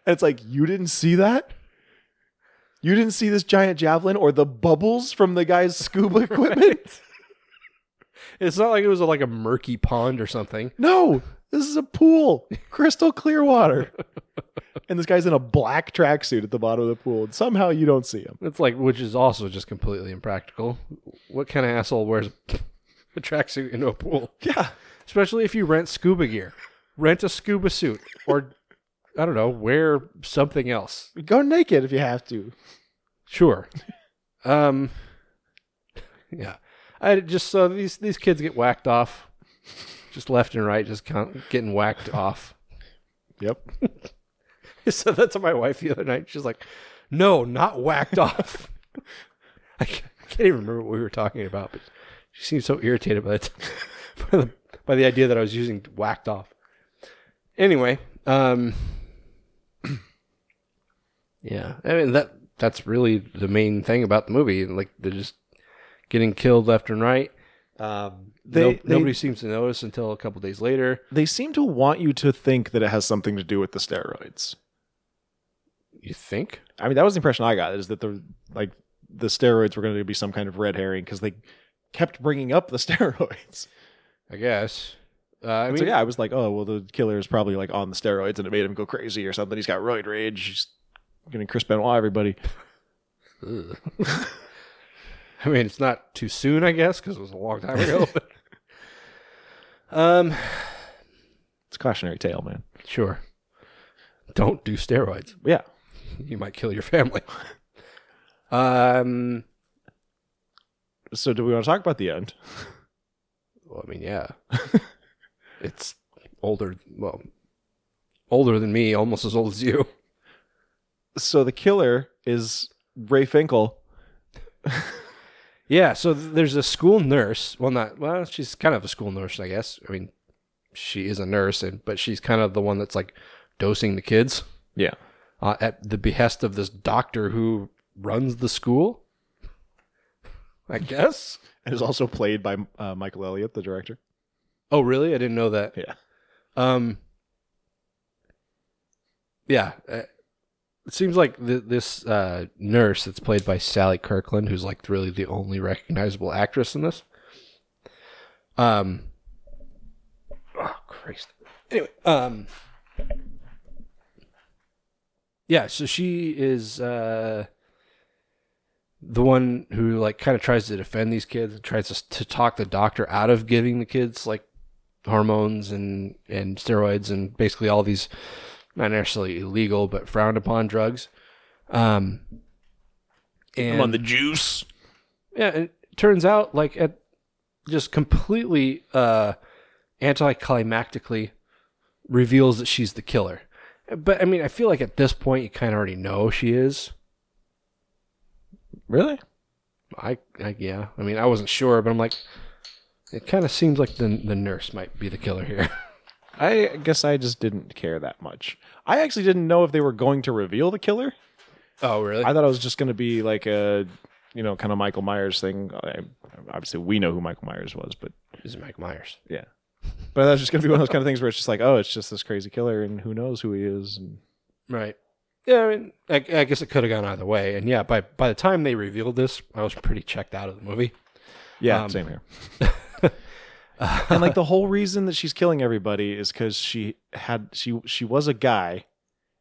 Speaker 3: it's like you didn't see that you didn't see this giant javelin or the bubbles from the guy's scuba equipment
Speaker 2: It's not like it was like a murky pond or something.
Speaker 3: No, this is a pool, crystal
Speaker 2: <laughs>
Speaker 3: clear water. and this guy's in a black tracksuit at the bottom of the pool, and somehow you don't see him.
Speaker 2: It's like, which is also just completely impractical. What kind of asshole wears <laughs> a tracksuit into a pool?
Speaker 3: Yeah.
Speaker 2: Especially if you rent scuba gear. Rent a scuba suit or, I don't know, wear something else.
Speaker 3: Go naked if you have to.
Speaker 2: Sure. Um, yeah. I just so these these kids get whacked off, just left and right, just con- getting whacked off.
Speaker 3: Yep.
Speaker 2: <laughs> So that's my wife the other night. She's like, "No, not whacked off." <laughs> I can't, I can't even remember what we were talking about, but she seemed so irritated by the, <laughs> by the by the idea that I was using whacked off. Anyway, um, <clears throat> yeah, I mean that that's really the main thing about the movie. Like they're just getting killed left and right. Um, no-
Speaker 3: They- they-
Speaker 2: nobody seems to notice until a couple days later.
Speaker 3: They seem to want you to think that it has something to do with the steroids.
Speaker 2: You think?
Speaker 3: I mean, that was the impression I got is that the like the steroids were going to be some kind of red herring because they kept bringing up the <laughs> steroids.
Speaker 2: I guess. Uh, I
Speaker 3: I
Speaker 2: mean,
Speaker 3: so yeah, I was like, oh well, the killer is probably like on the steroids and it made him go crazy or something. He's got roid rage. He's gonna Chris Benoit everybody.
Speaker 2: Ugh. I mean, it's not too soon, I guess, because it was a long time ago. <laughs> um,
Speaker 3: It's a cautionary tale, man.
Speaker 2: sure. Don't do steroids.
Speaker 3: Yeah.
Speaker 2: You might kill your family. um,
Speaker 3: so do we want to talk about the end?
Speaker 2: well, I mean, <laughs> yeah, it's older. Well, older than me, almost as old as you.
Speaker 3: So the killer is Ray Finkel.
Speaker 2: Yeah, so th- there's a school nurse. Well, not well. She's kind of a school nurse, I guess. I mean, she is a nurse, and but she's kind of the one that's like dosing the kids.
Speaker 3: Yeah.
Speaker 2: uh, at the behest of this doctor who runs the school. I guess.
Speaker 3: And is also played by uh, Michael Elliott, the director.
Speaker 2: Oh, really? I didn't know that.
Speaker 3: Yeah.
Speaker 2: Um. Yeah, uh, it seems like th- this uh, nurse that's played by Sally Kirkland, who's like really the only recognizable actress in this. Um. Oh Christ. Anyway, um. Yeah, so she is uh, the one who like kind of tries to defend these kids and tries to, to talk the doctor out of giving the kids like hormones and and steroids and basically all these not necessarily illegal but frowned upon drugs. Um, and
Speaker 3: juice.
Speaker 2: yeah, and it turns out like at just completely uh anticlimactically reveals that she's the killer. But I mean, I feel like at this point you kind of already know she is.
Speaker 3: Really?
Speaker 2: I, I yeah. I mean, I wasn't sure, but I'm like, it kind of seems like the the nurse might be the killer here. <laughs>
Speaker 3: I guess I just didn't care that much. I actually didn't know if they were going to reveal the killer.
Speaker 2: Oh, really?
Speaker 3: I thought it was just going to be like a, you know, kind of Michael Myers thing. I, obviously, we know who Michael Myers was, but
Speaker 2: This is Mike Myers.
Speaker 3: yeah. But that's just going to be one of those kind of things where it's just like, oh, it's just this crazy killer, and who knows who he is. And
Speaker 2: Right. Yeah, I mean, I, I guess it could have gone either way. And yeah, by by the time they revealed this, I was pretty checked out of the movie.
Speaker 3: Yeah,
Speaker 2: Um,
Speaker 3: same here. <laughs> and like the whole reason that she's killing everybody is because she had she she was a guy,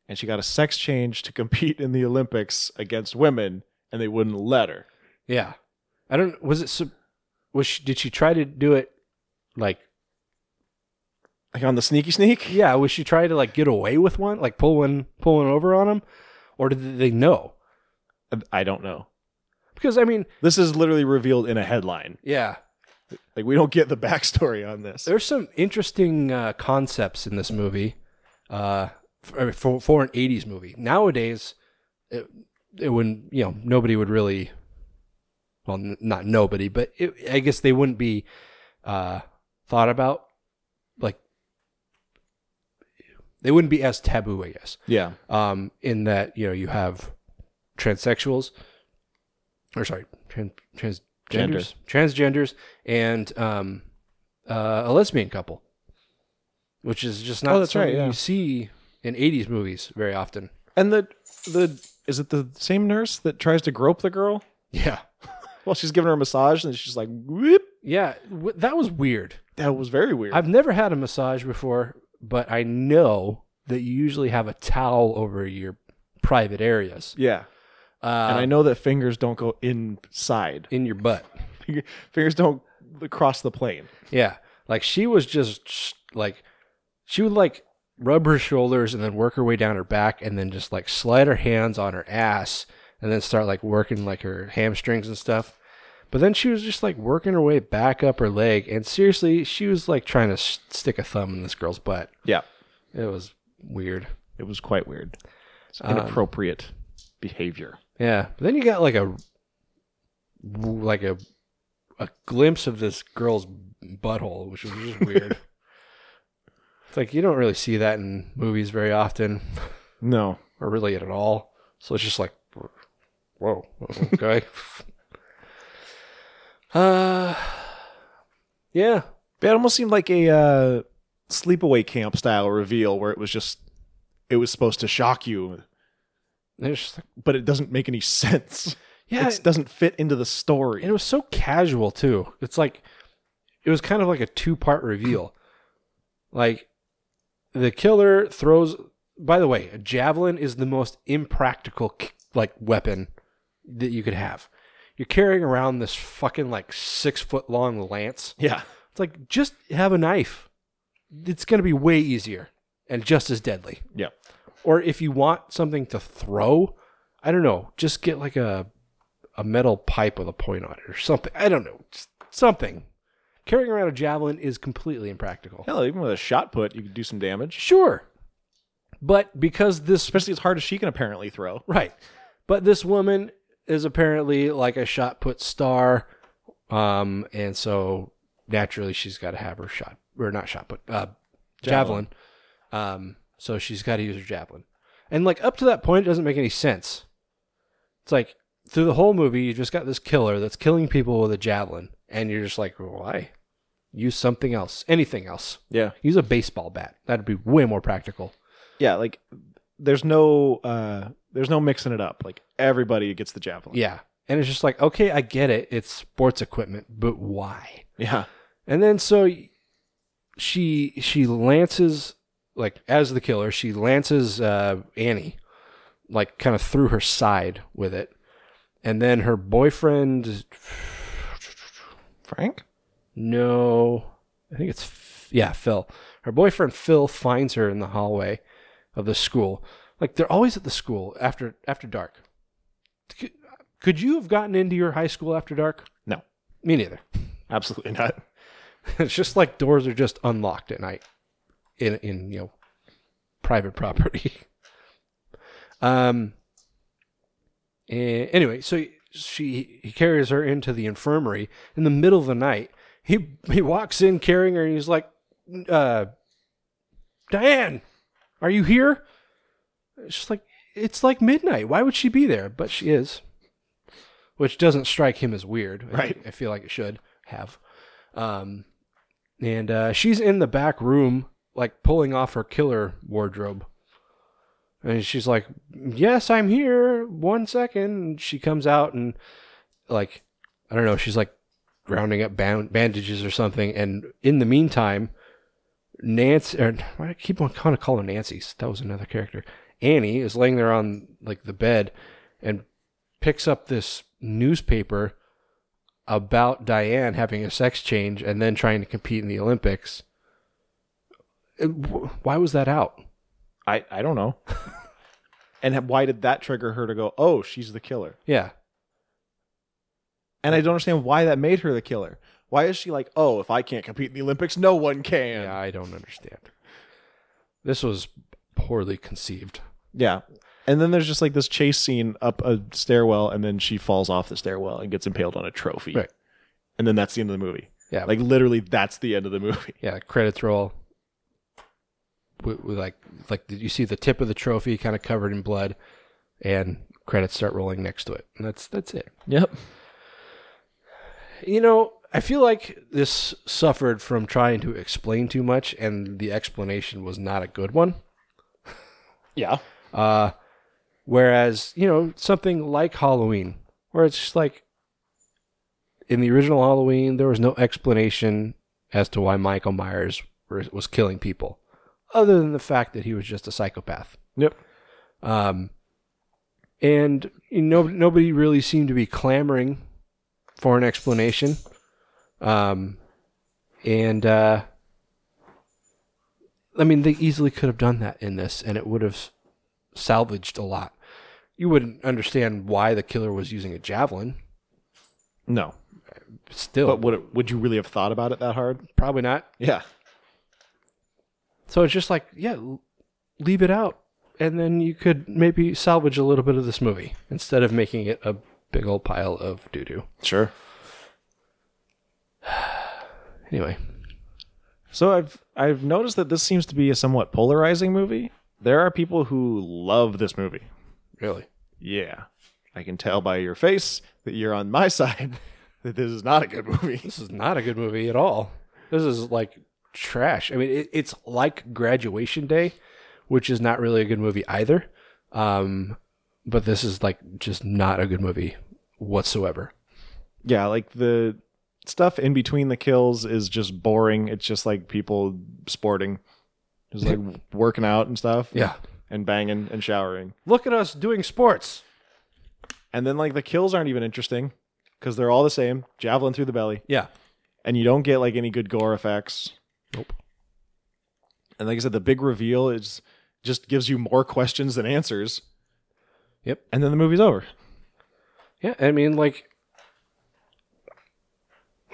Speaker 3: and she got a sex change to compete in the Olympics against women, and they wouldn't let her.
Speaker 2: Yeah. I don't. Was it? sup- Was she? Did she try to do it? Like,
Speaker 3: Like on the sneaky sneak?
Speaker 2: Yeah, was she trying to like get away with one, like pull one, pull one over on him, or did they know?
Speaker 3: I don't know.
Speaker 2: Because I mean,
Speaker 3: This is literally revealed in a headline.
Speaker 2: yeah,
Speaker 3: Like we don't get the <laughs> backstory on this.
Speaker 2: there's some interesting uh, concepts in this movie uh, for, for for an '80s movie. Nowadays, it, it wouldn't you know nobody would really, well, n- not nobody, but it, I guess they wouldn't be uh, thought about like they wouldn't be as taboo, I guess.
Speaker 3: Yeah.
Speaker 2: um, in that you know you have transsexuals, or sorry, tran- transgenders, transgenders, and um, uh, a lesbian couple, which is just not
Speaker 3: Oh, that's right,
Speaker 2: something
Speaker 3: yeah.
Speaker 2: you see in '80s movies very often. <laughs>
Speaker 3: And the the is it the same nurse that tries to grope the girl?
Speaker 2: Yeah,
Speaker 3: Well, she's giving her a massage and she's like, whoop.
Speaker 2: yeah, w- that was weird.
Speaker 3: That was very weird.
Speaker 2: I've never had a massage before, but I know that you usually have a towel over your private areas
Speaker 3: yeah.
Speaker 2: uh,
Speaker 3: And I know that fingers don't go inside. <laughs>
Speaker 2: in your butt.
Speaker 3: Finger- Fingers don't cross the plane.
Speaker 2: Yeah. Like she was just sh- like she would like rub her shoulders and then work her way down her back and then just like slide her hands on her ass and then start like working like her hamstrings and stuff. But then she was just like working her way back up her leg and seriously, she was like trying to s stick a thumb in this girl's butt.
Speaker 3: Yeah.
Speaker 2: It was weird.
Speaker 3: It was quite weird. It's inappropriate behavior.
Speaker 2: Yeah. But then you got like a like a a glimpse of this girl's butthole, which was just weird. it's like you don't really see that in movies very often,
Speaker 3: No.
Speaker 2: or really at all. So it's just like, whoa, okay. uh, yeah,
Speaker 3: It almost seemed like a uh, sleepaway camp style reveal where it was just it was supposed to shock you,
Speaker 2: it's just like,
Speaker 3: but it doesn't make any <laughs> sense.
Speaker 2: yeah,
Speaker 3: it doesn't fit into the story.
Speaker 2: and it was so casual too. It's like it was kind of like a two part reveal. <clears throat> like the killer throws. By the way, a javelin is the most impractical k- like weapon that you could have. You're carrying around this fucking like six foot long lance.
Speaker 3: yeah.
Speaker 2: It's like just have a knife. It's gonna be way easier and just as deadly.
Speaker 3: Yeah.
Speaker 2: Or if you want something to throw, I don't know, just get like a a metal pipe with a point on it or something. I don't know, just something. Carrying around a javelin is completely impractical.
Speaker 3: Hell, even with a shot put, you could do some damage.
Speaker 2: Sure, but because this
Speaker 3: Especially as hard as she can apparently throw.
Speaker 2: Right. But this woman is apparently like a shot put star. Um, and so naturally she's got to have her shot or not shot put, uh, javelin.
Speaker 3: Javelin.
Speaker 2: Um, so she's got to use her javelin. And like up to that point, it doesn't make any sense. It's like through the whole movie, you just got this killer that's killing people with a javelin. And you're just like, why? Use something else, anything else.
Speaker 3: Yeah.
Speaker 2: Use a baseball bat. That'd be way more practical.
Speaker 3: Yeah, like there's no uh there's no mixing it up. Like everybody gets the javelin.
Speaker 2: Yeah. And it's just like, okay, I get it. It's sports equipment, but why?
Speaker 3: Yeah.
Speaker 2: And then so she she lances like as the killer, she lances uh Annie like kind of through her side with it. And then her boyfriend
Speaker 3: Frank?
Speaker 2: no, I think it's F- yeah, Phil. Her boyfriend Phil finds her in the hallway of the school. Like they're always at the school after after dark. Could- Could you have gotten into your high school after dark?
Speaker 3: No.
Speaker 2: Me neither. <laughs>
Speaker 3: Absolutely not.
Speaker 2: it's just like doors are just unlocked at night in in you know private <laughs> property. um. eh, anyway, so she he carries her into the infirmary in the middle of the night. He he walks in carrying her and he's like, uh, "Diane, are you here?" It's just like it's like midnight. Why would she be there? But she is, which doesn't strike him as weird. I-
Speaker 3: Right.
Speaker 2: I feel like it should have. Um, and uh, she's in the back room, like pulling off her killer wardrobe. And she's like, "Yes, I'm here. One second. And she comes out and, like, I don't know. She's like rounding up band- bandages or something. And in the meantime, Nancy, or why do I keep on kind of calling her Nancy? That was another character. Annie is laying there on like the bed, and picks up this newspaper about Diane having a sex change and then trying to compete in the Olympics. Uh, wh- Why was that out?
Speaker 3: I I don't know. <laughs> and why did that trigger her to go? Oh, she's the killer.
Speaker 2: Yeah.
Speaker 3: And I don't understand why that made her the killer. Why is she like, oh, if I can't compete in the Olympics, no one can.
Speaker 2: Yeah, I don't understand. This was poorly conceived.
Speaker 3: Yeah. And then there's just like this chase scene up a stairwell, and then she falls off the stairwell and gets impaled on a trophy.
Speaker 2: Right.
Speaker 3: And then that's the end of the movie.
Speaker 2: Yeah.
Speaker 3: Like literally, that's the end of the movie.
Speaker 2: yeah, credits roll. We, we like like you see the tip of the trophy kind of covered in blood, and credits start rolling next to it, and that's that's it.
Speaker 3: Yep.
Speaker 2: You know, I feel like this suffered from trying to explain too much, and the explanation was not a good one.
Speaker 3: Yeah.
Speaker 2: Uh, whereas, you know, something like Halloween, where it's just like in the original Halloween, there was no explanation as to why Michael Myers were- was killing people, other than the fact that he was just a psychopath.
Speaker 3: Yep.
Speaker 2: Um, and you know, nobody really seemed to be clamoring for an explanation. Um, and uh, I mean, they easily could have done that in this, and it would have salvaged a lot. You wouldn't understand why the killer was using a javelin.
Speaker 3: No.
Speaker 2: Still,
Speaker 3: But would it, would you really have thought about it that hard?
Speaker 2: probably not.
Speaker 3: Yeah.
Speaker 2: So it's just like, yeah, l- leave it out, and then you could maybe salvage a little bit of this movie instead of making it a big old pile of doo doo.
Speaker 3: Sure.
Speaker 2: Anyway,
Speaker 3: So I've I've noticed that this seems to be a somewhat polarizing movie. There are people who love this movie.
Speaker 2: really,
Speaker 3: Yeah. I can tell by your face that you're on my <laughs> side that this is not a good movie. <laughs>
Speaker 2: this is not a good movie at all. This is like trash. I mean, it, it's like Graduation Day, which is not really a good movie either. Um, but this is like just not a good movie whatsoever.
Speaker 3: Yeah, like the stuff in between the kills is just boring. It's just like people sporting. Just <laughs> like working out and stuff.
Speaker 2: Yeah.
Speaker 3: And banging and showering.
Speaker 2: Look at us doing sports.
Speaker 3: And then like the kills aren't even interesting because they're all the same. Javelin through the belly.
Speaker 2: Yeah.
Speaker 3: and you don't get like any good gore effects.
Speaker 2: Nope.
Speaker 3: And like I said, the big reveal is just gives you more questions than answers.
Speaker 2: Yep.
Speaker 3: And then the movie's over.
Speaker 2: Yeah, I mean, like,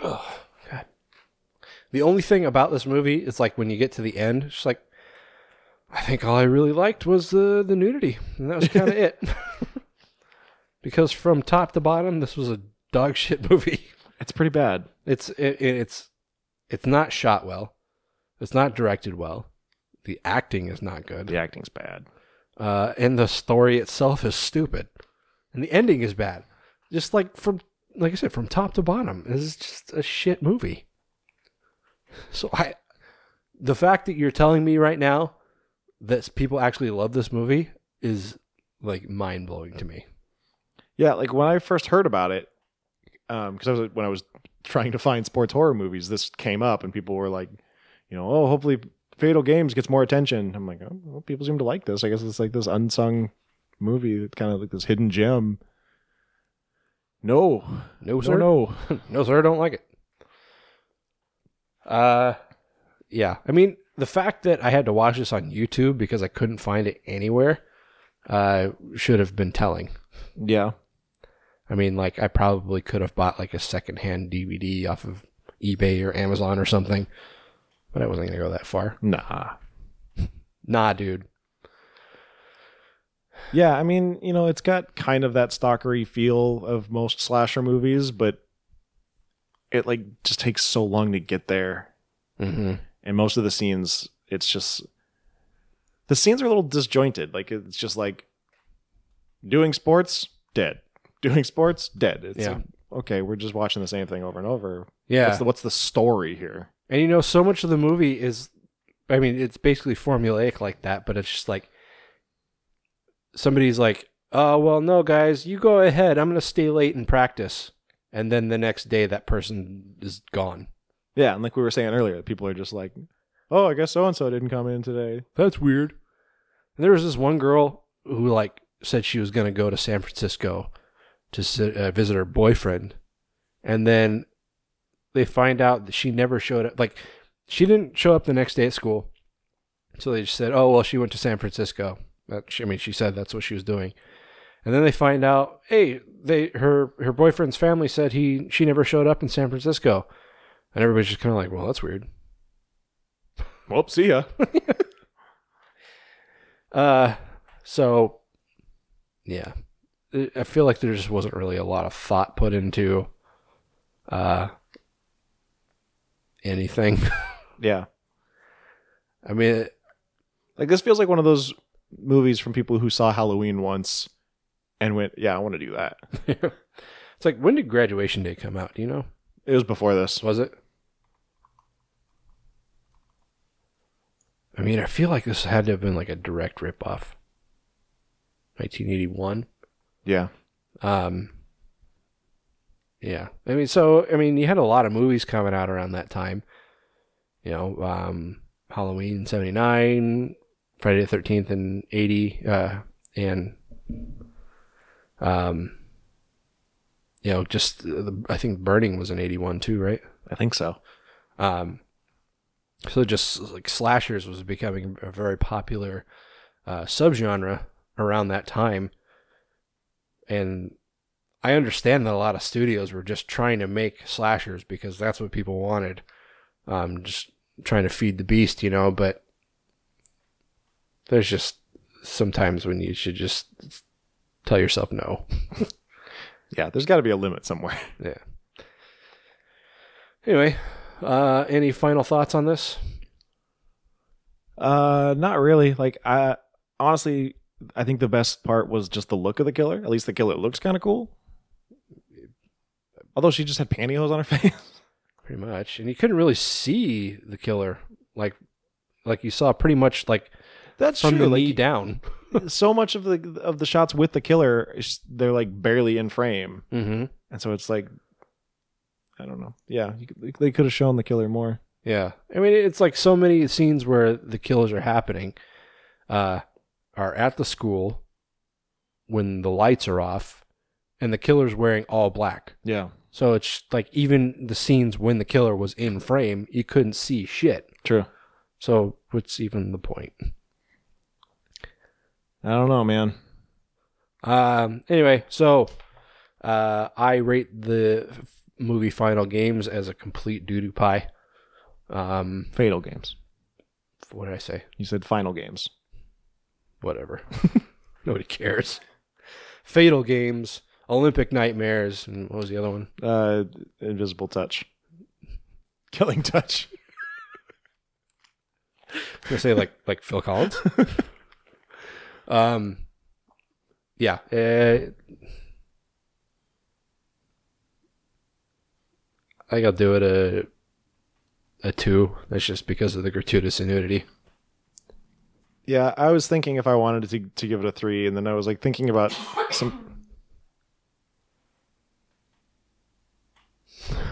Speaker 2: Ugh, God. The only thing about this movie is like when you get to the end, it's just like, I think all I really liked was the the nudity, and that was kind of <laughs> it. because from top to bottom, this was a dog <laughs> shit movie.
Speaker 3: It's pretty bad.
Speaker 2: It's it, it- it's it's not shot well. It's not directed well. The acting is not good.
Speaker 3: The acting's bad.
Speaker 2: Uh, and the story itself is stupid, and the ending is bad. Just like from, like I said, from top to bottom, this is just a shit movie. So I, the fact that you're telling me right now that people actually love this movie is like mind blowing to me.
Speaker 3: Yeah, like when I first heard about it, because I was when I was trying to find sports horror movies, this came up and people were like, you know, oh, hopefully Fatal Games gets more attention. I'm like, oh, well, people seem to like this. I guess it's like this unsung movie that kind of like this hidden gem. No,
Speaker 2: No,
Speaker 3: no,
Speaker 2: sir.
Speaker 3: no.
Speaker 2: <laughs> no sir, I don't like it. Uh, yeah. I mean, the fact that I had to watch this on YouTube because I couldn't find it anywhere, uh, should have been telling.
Speaker 3: Yeah.
Speaker 2: I mean, like I probably could have bought like a secondhand DVD off of eBay or Amazon or something, but I wasn't gonna go that far.
Speaker 3: Nah.
Speaker 2: Nah, dude.
Speaker 3: Yeah, I mean, you know, it's got kind of that stalkery feel of most slasher movies, but it like just takes so long to get there.
Speaker 2: Mm-hmm.
Speaker 3: And most of the scenes, it's just the scenes are a little disjointed. Like it's just like doing sports, dead. <laughs> Doing sports, dead. It's
Speaker 2: Yeah.
Speaker 3: like, okay, we're just watching the same thing over and over.
Speaker 2: Yeah.
Speaker 3: What's the, what's the story here?
Speaker 2: and you know, so much of the movie is, I mean, it's basically formulaic like that, but it's just like somebody's like, "Oh, well, no, guys, you go ahead. I'm gonna stay late and practice," and then the next day that person is gone.
Speaker 3: Yeah, and like we were saying earlier, people are just like, "Oh, I guess so and so didn't come in today."
Speaker 2: That's weird. And there was this one girl who like said she was going to go to San Francisco to sit, uh, visit her boyfriend, and then they find out that she never showed up. Like she didn't show up the next day at school. So they just said, "Oh well, she went to San Francisco." That, she, I mean, she said that's what she was doing, and then they find out, hey, they her her boyfriend's family said he she never showed up in San Francisco, and everybody's just kind of like, "Well, that's weird."
Speaker 3: Whoop, see ya.
Speaker 2: Uh, so yeah, I- I feel like there just wasn't really a lot of thought put into uh anything. <laughs>
Speaker 3: yeah.
Speaker 2: I mean, <laughs>
Speaker 3: Like this feels like one of those movies from people who saw Halloween once and went, "Yeah, I want to do that."
Speaker 2: it's like when did graduation day come out? Do you know?
Speaker 3: It was before this.
Speaker 2: Was it? I mean, I feel like this had to have been like a direct ripoff. 1981.
Speaker 3: Yeah.
Speaker 2: Um, yeah, I mean, so I mean, you had a lot of movies coming out around that time. You know, um, Halloween '79, Friday the Thirteenth, and '80, uh, and um, you know, just the, the- I think Burning was in '81 too, right?
Speaker 3: I think so.
Speaker 2: Um, so just like slashers was becoming a very popular uh, subgenre around that time, and I understand that a lot of studios were just trying to make slashers because that's what people wanted, um, just trying to feed the beast, you know. But there's just sometimes when you should just tell yourself no.
Speaker 3: Yeah, there's got to be a limit somewhere. <laughs>
Speaker 2: Yeah. Anyway, uh, any final thoughts on this?
Speaker 3: Uh, not really. Like I honestly, I think the best part was just the look of the killer. At least the killer looks kind of cool. Although she just had pantyhose on her <laughs> face.
Speaker 2: pretty much and you couldn't really see the killer like like you saw pretty much like
Speaker 3: That's
Speaker 2: from the
Speaker 3: Like,
Speaker 2: knee down
Speaker 3: so much of the of the shots with the killer, is- they're like barely in frame,
Speaker 2: mm-hmm.
Speaker 3: and so it's like, I don't know. Yeah, you could, they could have shown the killer more.
Speaker 2: yeah i mean it's like so many scenes where the killers are happening uh are at the school when the lights are off and the killer's wearing all black
Speaker 3: Yeah,
Speaker 2: so it's like even the scenes when the killer was in frame you couldn't see shit
Speaker 3: true.
Speaker 2: so what's even the point
Speaker 3: I don't know, man.
Speaker 2: Um. Anyway, so uh, I rate the f- movie Final Games as a complete doo doo pie. Um.
Speaker 3: Fatal games.
Speaker 2: What did I say?
Speaker 3: You said final games.
Speaker 2: Whatever. <laughs> Nobody cares. Fatal Games, Olympic Nightmares, and what was the other one?
Speaker 3: Uh, invisible touch. <laughs> Killing touch.
Speaker 2: I'm gonna say like like Phil Collins. um, yeah. eh, I think I'll do it a a two. That's just because of the gratuitous nudity.
Speaker 3: Yeah, I was thinking if I wanted to to give it a three, and then I was like thinking about some. <laughs>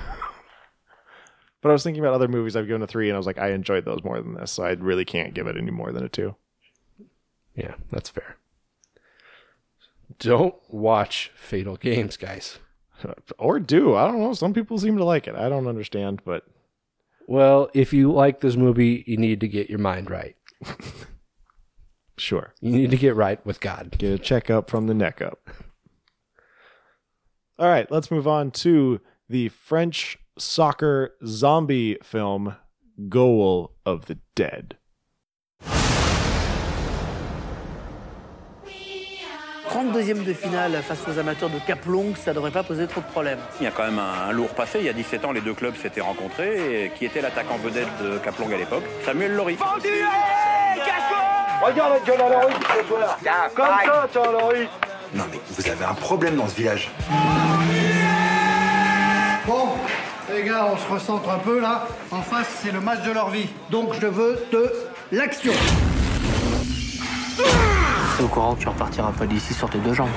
Speaker 3: but I was thinking about other movies I've given a three, and I was like, I enjoyed those more than this, so I really can't give it any more than a two. <laughs>
Speaker 2: Yeah, that's fair. Don't watch Fatal Games, guys.
Speaker 3: Or do I don't know? Some people seem to like it. I don't understand, but
Speaker 2: Well, if you like this movie, you need to get your mind right.
Speaker 3: sure,
Speaker 2: You need to get right with God.
Speaker 3: get a checkup from the neck up. All right, let's move on to the French soccer zombie film Goal of the Dead.
Speaker 8: Il y a quand même un, un lourd passé. Il y a 17 ans, les deux clubs s'étaient rencontrés. Et qui était l'attaquant vedette de Caplong à l'époque Samuel Laurie.
Speaker 9: Non mais vous avez un problème dans ce village.
Speaker 10: Bon, les gars, on se recentre un peu là. En face, c'est le match de leur vie. Donc je veux de l'action.
Speaker 11: T'es au courant que tu repartiras pas d'ici sur tes deux jambes.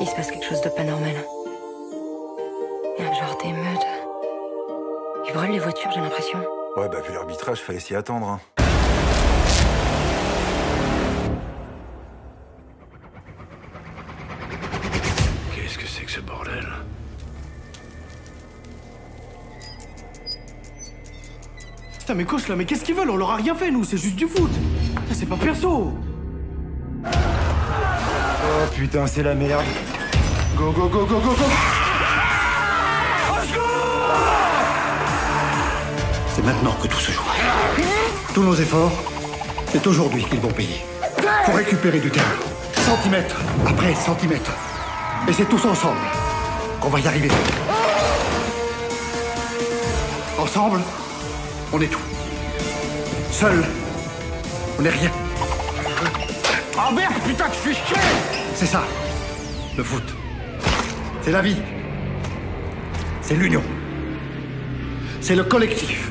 Speaker 6: Il se passe quelque chose de pas normal. Il y a un genre d'émeute. Ils brûlent les voitures, j'ai l'impression.
Speaker 9: Ouais bah vu leur l'arbitrage, fallait s'y attendre. hein.
Speaker 12: Qu'est-ce que c'est que ce bordel
Speaker 13: Putain, mais coach là, mais qu'est-ce qu'ils veulent On leur a rien fait, nous, c'est juste du foot Ça, c'est pas perso
Speaker 9: Oh putain, c'est la merde. Go, go, go, go, go, go
Speaker 10: C'est maintenant que tout se joue. Tous nos efforts, c'est aujourd'hui qu'ils vont payer. Faut récupérer du terrain. Centimètre après centimètre. Et c'est tous ensemble qu'on va y arriver. Ensemble, on est tout. Seul, on est rien. Oh merde, putain, que je suis chier C'est ça, le foot. C'est la vie. C'est l'union. C'est le collectif.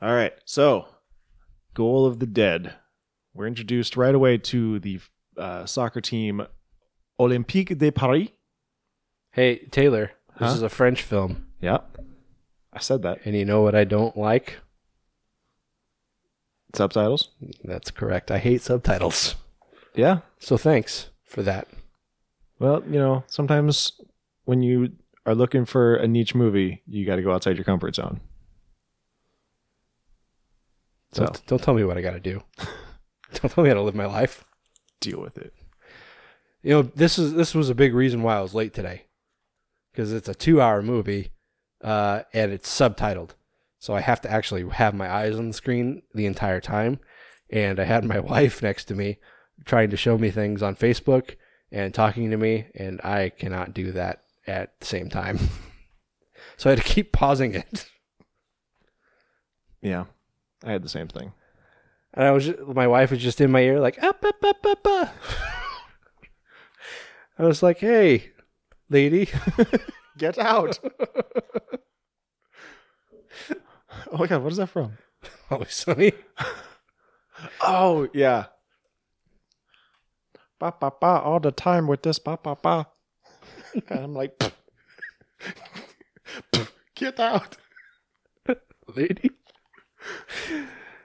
Speaker 3: All right. So, goal of the dead. We're introduced right away to the uh, soccer team Olympique de Paris.
Speaker 2: Hey, Taylor, this
Speaker 3: Huh?
Speaker 2: is a French film.
Speaker 3: Yeah. I said that.
Speaker 2: And you know what I don't like?
Speaker 3: Subtitles?
Speaker 2: That's correct. I hate subtitles.
Speaker 3: Yeah.
Speaker 2: So thanks for that.
Speaker 3: Well, you know, sometimes when you are looking for a niche movie, you got to go outside your comfort zone. So-
Speaker 2: Don't, don't tell me what I got to do. <laughs> don't tell me how to live my life.
Speaker 3: Deal with it.
Speaker 2: You know, this is this was a big reason why I was late today, because it's a two-hour movie, uh, and it's subtitled, so I have to actually have my eyes on the screen the entire time. And I had my <laughs> wife next to me, trying to show me things on Facebook and talking to me, and I cannot do that at the same time. <laughs> so I had to keep pausing it. <laughs>
Speaker 3: Yeah. I had the same thing.
Speaker 2: And I was ju- my wife was just in my ear like "Ah, up up up up up. <laughs> I was like, "Hey, lady, <laughs>
Speaker 3: get out." <laughs> Oh my god, what is that from?
Speaker 2: Always sunny.
Speaker 3: oh yeah. Ba ba ba all the time with this ba ba ba. <laughs> And I'm like, <laughs> get out,
Speaker 2: lady.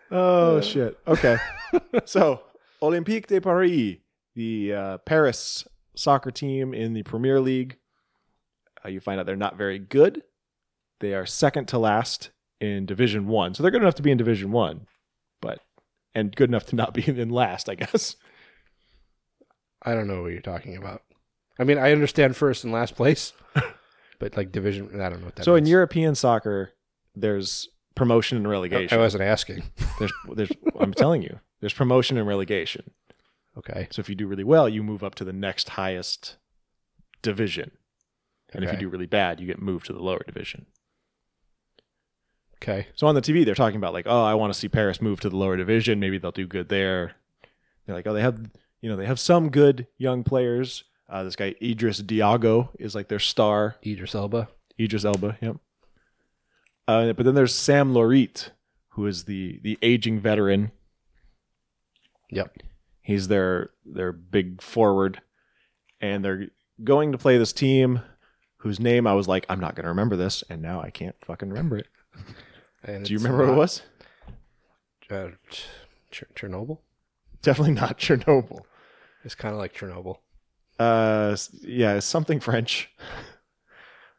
Speaker 3: Oh
Speaker 2: Uh.
Speaker 3: shit. <laughs> Okay. so Olympique de Paris, the uh, Paris soccer team in the Premier League. Uh, you find out they're not very good. They are second to last in Division One, so they're good enough to be in Division One, but and good enough to not be <laughs> in last, I guess.
Speaker 2: I don't know what you're talking about. I mean, I understand first and last
Speaker 3: <laughs>
Speaker 2: place, but like division, I don't know what that.
Speaker 3: so
Speaker 2: means.
Speaker 3: in European soccer, there's promotion and relegation.
Speaker 2: I wasn't asking.
Speaker 3: There's, <laughs> there's, I'm telling you, there's promotion and relegation.
Speaker 2: Okay.
Speaker 3: So if you do really well, you move up to the next highest division, and if
Speaker 2: Okay.
Speaker 3: you do really bad, you get moved to the lower division.
Speaker 2: Okay.
Speaker 3: So on the TV, they're talking about like, oh, I want to see Paris move to the lower division. Maybe they'll do good there. They're like, oh, they have, you know, they have some good young players. Uh, this guy Idris Diago is like their star.
Speaker 2: Idris Elba.
Speaker 3: Idris Elba. Yep. Uh, but then there's Sam Lorit, who is the the aging veteran.
Speaker 2: Yep.
Speaker 3: He's their their big forward, and they're going to play this team whose name I was like, I'm not gonna remember this, and now I can't fucking remember it.
Speaker 2: And
Speaker 3: Do you
Speaker 2: it's
Speaker 3: remember what it
Speaker 2: not-
Speaker 3: was? <laughs>
Speaker 2: Uh, Ch- Ch- Chernobyl.
Speaker 3: Definitely not Chernobyl.
Speaker 2: It's kind of like Chernobyl.
Speaker 3: Uh, s- yeah, it's something French.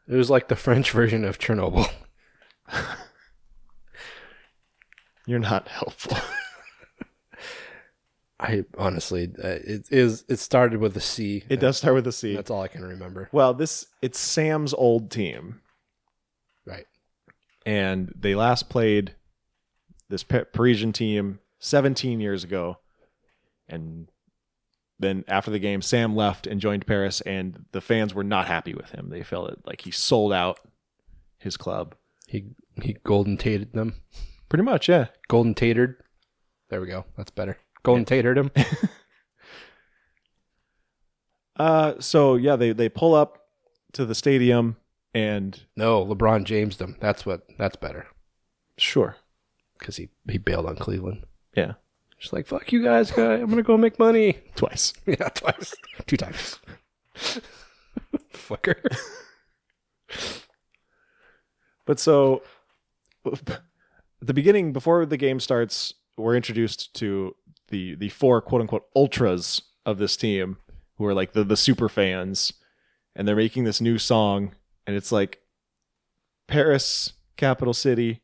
Speaker 2: It was like the French <laughs> version of Chernobyl.
Speaker 3: You're not <laughs> helpful.
Speaker 2: I honestly, uh, it is. It started with a C.
Speaker 3: It does start with a C.
Speaker 2: That's all I can remember.
Speaker 3: Well, this it's Sam's old team,
Speaker 2: Right.
Speaker 3: and they last played this Pa- Parisian team 17 years ago, and then after the game, Sam left and joined Paris, and the fans were not happy with him. They felt like he sold out his club.
Speaker 2: He he golden tated them.
Speaker 3: Pretty much, yeah.
Speaker 2: Golden tatered. There we go. That's better. Golden tatered him. <laughs>
Speaker 3: Uh, so yeah, they they pull up to the stadium, and
Speaker 2: no, LeBron James them. That's what. That's better
Speaker 3: sure,
Speaker 2: because he he bailed on Cleveland.
Speaker 3: yeah,
Speaker 2: She's like, fuck you guys, guy. I'm gonna go make money.
Speaker 3: Twice.
Speaker 2: <laughs> Yeah, twice. Two times. Fucker.
Speaker 3: But so, <laughs> at the beginning, before the game starts, we're introduced to the the four quote unquote ultras of this team, who are like the the super fans, and they're making this new song, and it's like, Paris, capital city,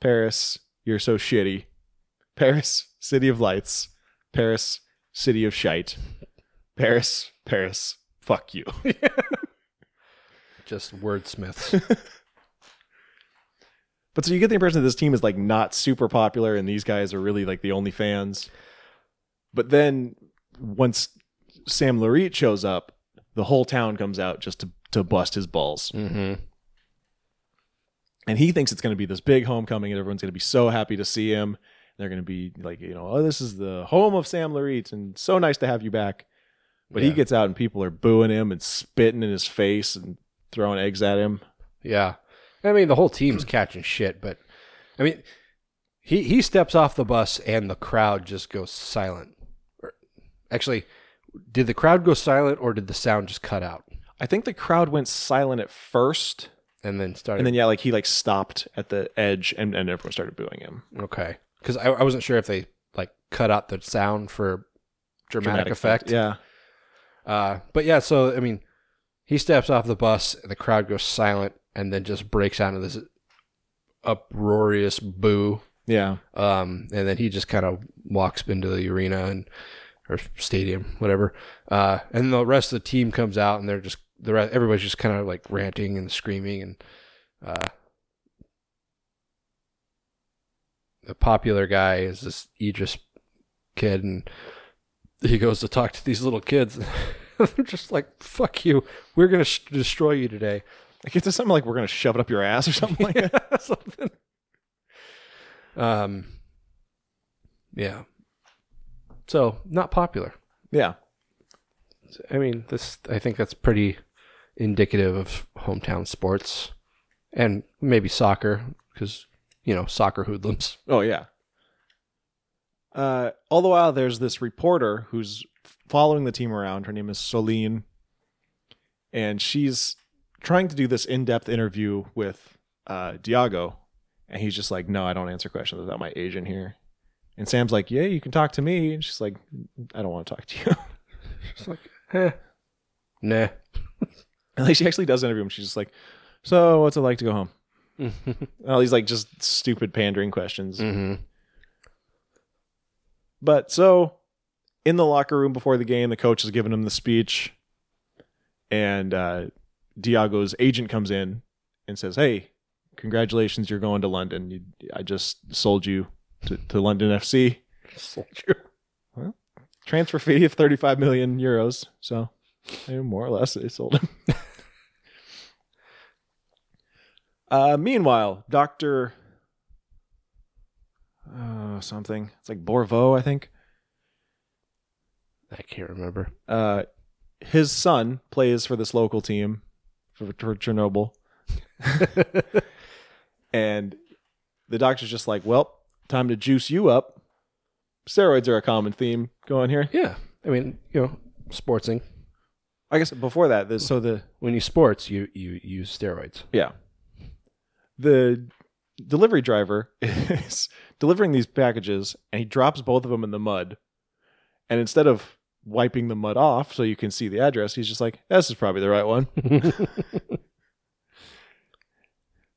Speaker 3: Paris, you're so shitty, Paris, city of lights, Paris, city of shite, Paris, Paris, fuck you. <laughs>
Speaker 2: Just <laughs> wordsmiths.
Speaker 3: But so you get the impression that this team is like not super popular and these guys are really like the only fans. But then once Sam Lurie shows up, the whole town comes out just to, to bust his balls.
Speaker 2: Mm-hmm.
Speaker 3: And he thinks it's going to be this big homecoming and everyone's going to be so happy to see him. They're going to be like, you know, oh, this is the home of Sam Lurie and so nice to have you back. But he
Speaker 2: Yeah.
Speaker 3: gets out and people are booing him and spitting in his face and throwing eggs at him.
Speaker 2: Yeah. I mean, the whole team's catching shit, but I mean, he, he steps off the bus and the crowd just goes silent. Or- Actually, did the crowd go silent or did the sound just cut out
Speaker 3: I think the crowd went silent at first.
Speaker 2: and then started?
Speaker 3: And then yeah, like he like stopped at the edge and, and everyone started booing him.
Speaker 2: Okay. Because I, I wasn't sure if they like cut out the sound for dramatic,
Speaker 3: Dramatic
Speaker 2: effect.
Speaker 3: effect, yeah.
Speaker 2: Uh, but yeah, so I mean, he steps off the bus, the crowd goes silent, and then just breaks out into this uproarious boo.
Speaker 3: Yeah.
Speaker 2: Um, and then he just kind of walks into the arena and or stadium, whatever. Uh, and the rest of the team comes out, and they're just the rest, everybody's just kind of like ranting and screaming, and uh, the popular guy is this Idris kid, and he goes to talk to these little kids. <laughs> They're just like, "Fuck you! We're gonna sh- destroy you today."
Speaker 3: Like it's just something like we're gonna shove it up your ass or something like
Speaker 2: <laughs>
Speaker 3: that.
Speaker 2: something. Um, yeah. So not popular.
Speaker 3: Yeah.
Speaker 2: I mean, this. I think that's pretty indicative of hometown sports, and maybe soccer, because you know soccer hoodlums.
Speaker 3: Oh yeah. Uh, all the while, there's this reporter who's following the team around. Her name is Soline, and she's trying to do this in-depth interview with uh, Diago, and he's just like, "No, I don't answer questions without my agent here." And Sam's like, "Yeah, you can talk to me," and she's like, "I don't want to talk to you."
Speaker 2: She's like, eh, nah.
Speaker 3: And like she actually does interview him. She's just like, "So, what's it like to go home?" and all these like just stupid pandering questions.
Speaker 2: Mm-hmm.
Speaker 3: But so in the locker room before the game, the coach is giving him the speech, and uh, Diago's agent comes in and says, "Hey, congratulations, you're going to London. You, I just sold you to, to London FC.
Speaker 2: Sold you.
Speaker 3: Well, transfer fee of 35 million euros. So eh, more or less, they sold him." <laughs> Uh, meanwhile, Doctor uh, something. It's like Borvo, I think.
Speaker 2: I can't remember.
Speaker 3: Uh, his son plays for this local team for, for Chernobyl, <laughs> and the doctor's just like, "Well, time to juice you up." Steroids are a common theme going here.
Speaker 2: Yeah, I mean, you know, sportsing.
Speaker 3: I guess before that, the, so the
Speaker 2: When you sports, you you use steroids.
Speaker 3: Yeah. The delivery driver <laughs> is delivering these packages and he drops both of them in the mud. And instead of wiping the mud off so you can see the address, he's just like, this is probably the right one.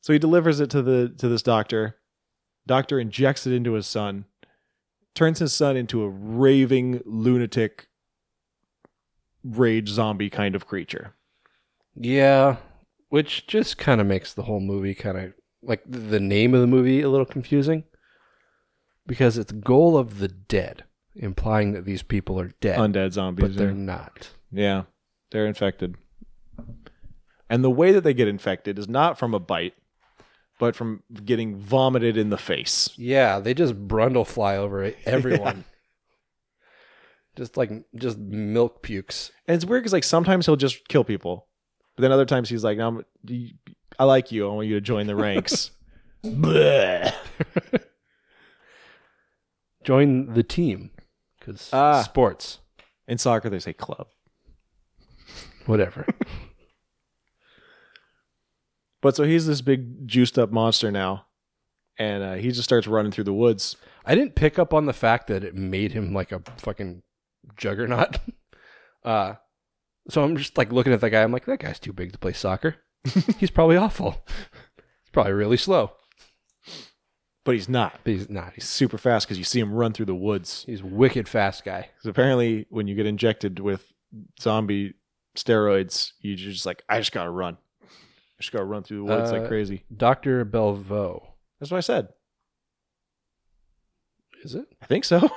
Speaker 3: so he delivers it to the to this doctor. Doctor injects it into his son, turns his son into a raving lunatic rage zombie kind of creature.
Speaker 2: Yeah, which just kind of makes the whole movie kind of like th- the name of the movie a little confusing because it's Goal of the Dead, implying that these people are dead,
Speaker 3: Undead zombies.
Speaker 2: but they're
Speaker 3: yeah.
Speaker 2: not.
Speaker 3: Yeah, they're infected. And the way that they get infected is not from a bite, but from getting vomited in the face.
Speaker 2: Yeah, they just brundle fly over
Speaker 3: <laughs>
Speaker 2: e- everyone. Just like just milk pukes.
Speaker 3: And it's weird because like sometimes he'll just kill people, but then other times he's like, "No, I'm, I like you. I want
Speaker 2: <laughs>
Speaker 3: you to join the ranks." Bleh.
Speaker 2: Join the team because
Speaker 3: Ah.
Speaker 2: sports,
Speaker 3: In soccer, they say club.
Speaker 2: whatever.
Speaker 3: But so he's this big juiced up monster now, and uh, he just starts running through the woods.
Speaker 2: I didn't pick up on the fact that it made him like a fucking juggernaut. <laughs> Uh, so I'm just like looking at that guy. I'm like, that guy's too big to play soccer. he's probably awful. <laughs> He's probably really slow.
Speaker 3: But he's not.
Speaker 2: But he's not.
Speaker 3: He's
Speaker 2: He's
Speaker 3: super fast because you see him run through the woods.
Speaker 2: he's a wicked fast guy.
Speaker 3: 'Cause apparently, when you get injected with zombie steroids, you just like, I just gotta run. I just gotta run through the woods
Speaker 2: Uh,
Speaker 3: like crazy.
Speaker 2: Doctor Belvaux.
Speaker 3: That's what I said.
Speaker 2: Is it
Speaker 3: I think so.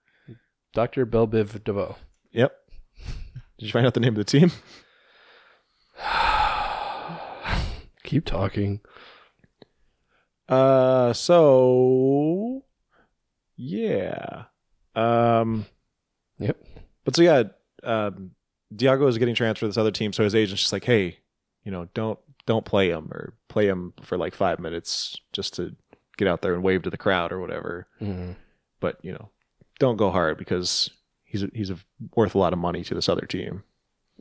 Speaker 3: <laughs>
Speaker 2: Doctor Belbiv DeVoe?
Speaker 3: yep. Did you find out the name of the team?
Speaker 2: <sighs> Keep talking.
Speaker 3: Uh, so yeah. Um,
Speaker 2: Yep.
Speaker 3: But so yeah, um, Diago is getting transferred to this other team, so his agent's just like, hey, you know, don't don't play him or play him for like five minutes just to get out there and wave to the crowd or whatever.
Speaker 2: Mhm.
Speaker 3: But you know, don't go hard because he's he's worth a lot of money to this other team.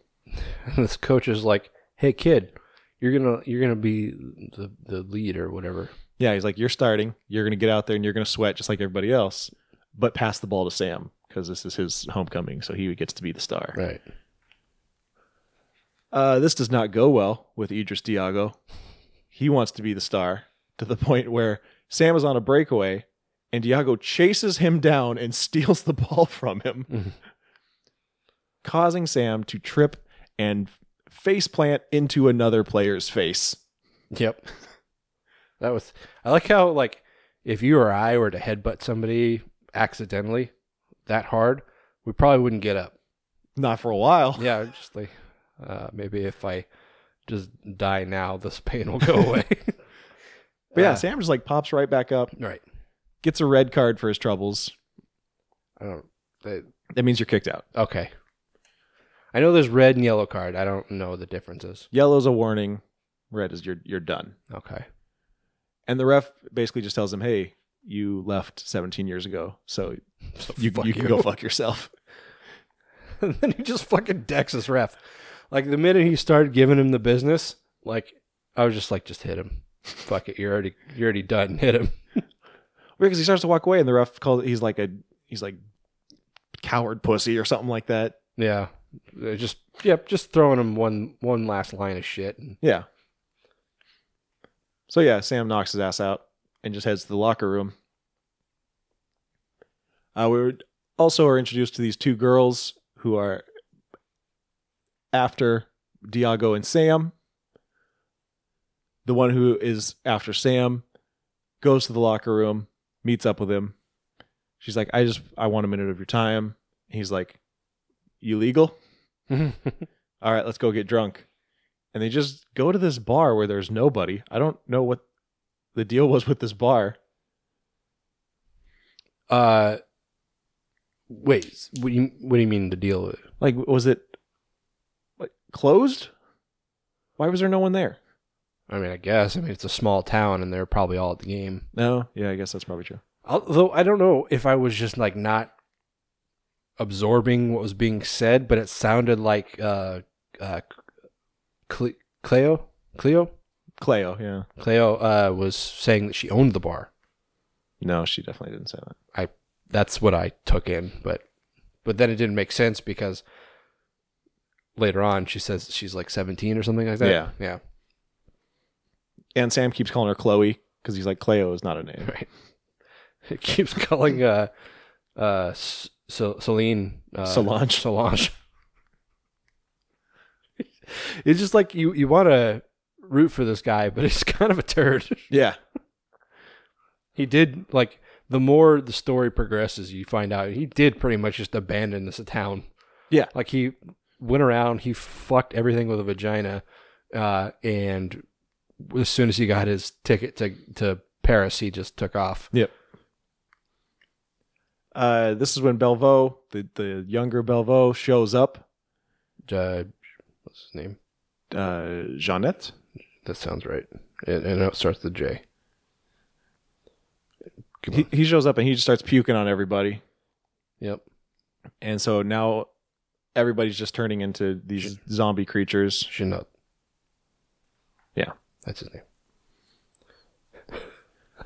Speaker 2: <laughs> this coach is like, "Hey kid, you're gonna you're gonna be the the lead or whatever."
Speaker 3: Yeah, he's like, you're starting, you're gonna get out there and you're gonna sweat just like everybody else, but pass the ball to Sam because this is his homecoming, so he gets to be the star.
Speaker 2: Right.
Speaker 3: Uh, this does not go well with Idris Diago. He wants to be the star to the <laughs> point where Sam is on a breakaway and Diago chases him down and <laughs> steals the ball from him,
Speaker 2: Mm-hmm.
Speaker 3: <laughs> causing Sam to trip and faceplant into another player's face.
Speaker 2: Yep. That was. I like how like if you or I were to headbutt somebody accidentally that hard, we probably wouldn't get
Speaker 3: <laughs>
Speaker 2: up.
Speaker 3: Not for a while.
Speaker 2: Yeah, just like uh, maybe if I just die now, this <laughs> pain
Speaker 3: <laughs>
Speaker 2: will go away.
Speaker 3: But yeah,
Speaker 2: Uh,
Speaker 3: Sam just like pops right back up,
Speaker 2: right.
Speaker 3: gets a red card for his troubles.
Speaker 2: I don't. They,
Speaker 3: That means you're kicked out.
Speaker 2: okay. I know there's red and yellow card. I don't know the differences.
Speaker 3: Yellow's a warning, red is you're you're done.
Speaker 2: Okay.
Speaker 3: And the ref basically just tells him, "Hey, you left 17 years ago, so
Speaker 2: So
Speaker 3: you,
Speaker 2: fuck
Speaker 3: you can go fuck yourself." <laughs>
Speaker 2: <laughs> and then he just fucking decks his ref. Like the minute he started giving him the business, like I was just like, just hit him. Fuck it, you're already you're already done. <laughs> Hit him.
Speaker 3: Because he starts to walk away, and the ref calls. He's like a he's like coward pussy or something like that.
Speaker 2: Yeah, Uh, just yep, just throwing him one one last line of shit. And
Speaker 3: Yeah. So yeah, Sam knocks his ass out and just heads to the locker room. Uh, we were- also are introduced to these two girls who are after Diago and Sam. The one who is after Sam goes to the locker room, meets up with him. She's like, "I just I want a minute of your time." He's like, "You legal?" all right, let's go get drunk. And they just go to this bar where there's nobody. I don't know what the deal was with this bar.
Speaker 2: uh, wait, what do you what do you mean the deal? with-
Speaker 3: Like, was it like closed? Why was there no one there?
Speaker 2: I mean, I guess I mean it's a small town and they're probably all at the game.
Speaker 3: No. Yeah, I guess that's probably true.
Speaker 2: Although I don't know if I was just like not absorbing what was being said, but it sounded like uh, uh, Cle- Cleo, Cleo,
Speaker 3: Cleo, yeah.
Speaker 2: Cleo uh, was saying that she owned the bar.
Speaker 3: No, she definitely didn't say that.
Speaker 2: That's what I took in, but but then it didn't make sense because later on she says she's like seventeen or something like that.
Speaker 3: Yeah.
Speaker 2: yeah,
Speaker 3: And Sam keeps calling her Chloe because he's like, Cleo is not a name.
Speaker 2: right. <laughs> It keeps calling uh uh S- Cel- Celine uh,
Speaker 3: Solange.
Speaker 2: Solange. <laughs> it's just like you you want to root for this guy, but he's <laughs> kind of a turd.
Speaker 3: <laughs> Yeah.
Speaker 2: he did like the more the story progresses, you find out he did pretty much just abandon this town.
Speaker 3: Yeah.
Speaker 2: like he went around, he fucked everything with a vagina, uh, and as soon as he got his ticket to to Paris, he just took off.
Speaker 3: Uh, this is when Belvo, the, the younger Belvo, shows up.
Speaker 2: Uh, what's his name?
Speaker 3: Uh, Jeanette?
Speaker 2: That sounds right. And, and it starts with J.
Speaker 3: He, he shows up and he just starts puking on everybody.
Speaker 2: Yep.
Speaker 3: And so now everybody's just turning into these zombie creatures.
Speaker 2: Shinnok.
Speaker 3: Yeah.
Speaker 2: That's his name. <laughs>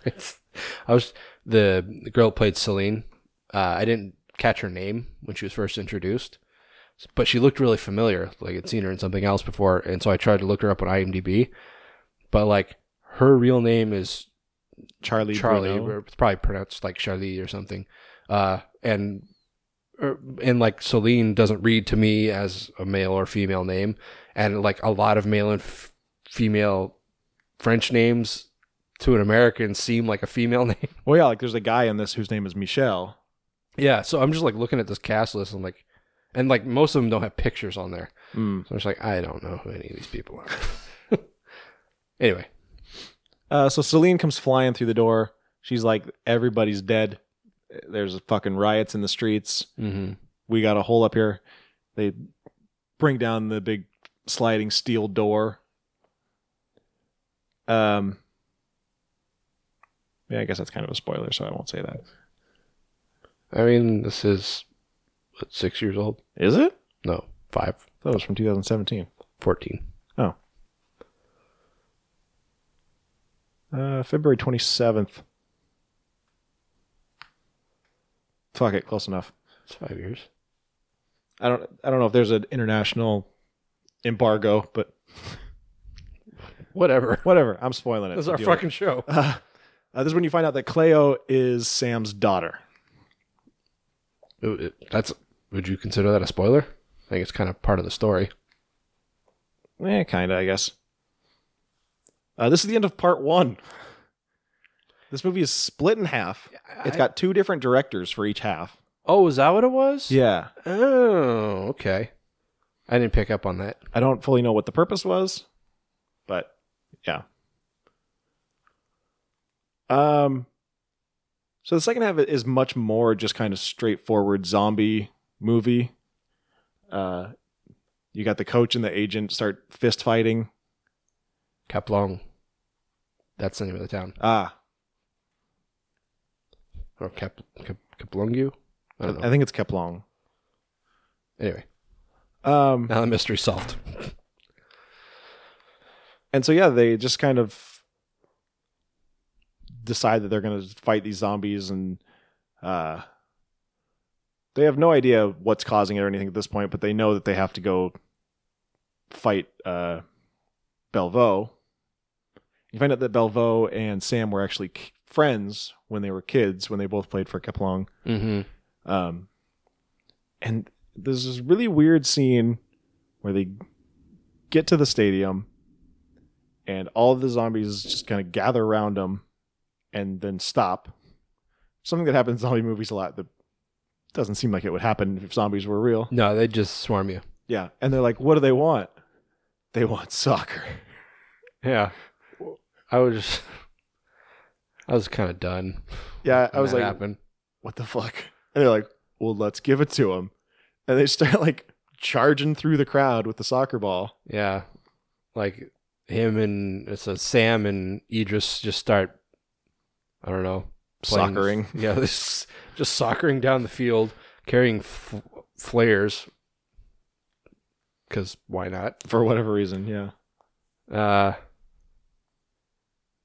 Speaker 2: It's- I was the, the girl who played Celine. Uh, I didn't catch her name when she was first introduced, but she looked really familiar. Like I'd seen her in something else before, and so I tried to look her up on IMDb. But like her real name is
Speaker 3: Charlie.
Speaker 2: Charlie.
Speaker 3: Bruno.
Speaker 2: or It's probably pronounced like Charlie or something. Uh, and or- and like Celine doesn't read to me as a male or female name, and like a lot of male and f- female French names to an American seem like a female <laughs> name.
Speaker 3: Well, yeah, like there's a guy in this whose name is Michel.
Speaker 2: Yeah, so I'm just like looking at this cast list. I'm like, and like most of them don't have pictures on there.
Speaker 3: Mm.
Speaker 2: So I'm just like, I don't know who any of these people are. <laughs> anyway,
Speaker 3: Uh, so Celine comes flying through the door. She's like, everybody's dead. There's fucking riots in the streets.
Speaker 2: Mhm.
Speaker 3: We got a hole up here. They bring down the big sliding steel door. Um. Yeah, I guess that's kind of a spoiler, so I won't say that.
Speaker 2: I mean, this is what, six years old.
Speaker 3: Is it?
Speaker 2: No, five,
Speaker 3: That was from 2017.
Speaker 2: 14.
Speaker 3: Oh. Uh, February 27th. Fuck it, close enough.
Speaker 2: It's five years.
Speaker 3: I don't I don't know if there's an international embargo, but
Speaker 2: <laughs> Whatever.
Speaker 3: whatever. I'm spoiling it.
Speaker 2: This is our
Speaker 3: Deal with
Speaker 2: fucking
Speaker 3: it.
Speaker 2: show.
Speaker 3: Uh, uh, this is when you find out that Cleo is Sam's daughter.
Speaker 2: It- it- That's. Would you consider that a spoiler? I think it's kind of part of the story.
Speaker 3: Eh, kinda, I guess. Uh, this is the end of part one. This movie is split in half. It's got two different directors for each half.
Speaker 2: Oh, is that what it was?
Speaker 3: Yeah.
Speaker 2: Oh, okay. I didn't pick up on that.
Speaker 3: I don't fully know what the purpose was, but yeah. Um so the second half is much more just kind of straightforward zombie movie. Uh you got the coach and the agent start fist fighting.
Speaker 2: Kaplong. That's the name of the town.
Speaker 3: Ah,
Speaker 2: Or Cap, Cap, Kaplongu? I
Speaker 3: I,
Speaker 2: don't know.
Speaker 3: I think it's kept long.
Speaker 2: anyway,
Speaker 3: Um
Speaker 2: now the mystery solved.
Speaker 3: And so yeah, they just kind of decide that they're going to fight these zombies and uh they have no idea what's causing it or anything at this point, but they know that they have to go fight uh Belvo. You find out that Belvo and Sam were actually k- friends when they were kids when they both played for Keplong.
Speaker 2: Mm-hmm.
Speaker 3: Um, and there's this really weird scene where they get to the stadium and all the zombies just kind of gather around them and then stop. Something that happens in zombie movies a lot that doesn't seem like it would happen if zombies were real.
Speaker 2: No, they just swarm you.
Speaker 3: Yeah. And they're like, what do they want? They
Speaker 2: <laughs>
Speaker 3: want soccer.
Speaker 2: Yeah. I was just. I was kind of done.
Speaker 3: Yeah. I
Speaker 2: when
Speaker 3: was
Speaker 2: that
Speaker 3: like,
Speaker 2: happened.
Speaker 3: what the fuck? And they're like, well, let's give it to them. And they start <laughs> like charging through the crowd with the soccer ball.
Speaker 2: Yeah. Like him and it's a Sam and Idris just start I don't know, playing-
Speaker 3: Soccering.
Speaker 2: <laughs> Yeah, this just soccering down the field carrying f- flares cuz why not?
Speaker 3: for whatever reason. Yeah.
Speaker 2: Uh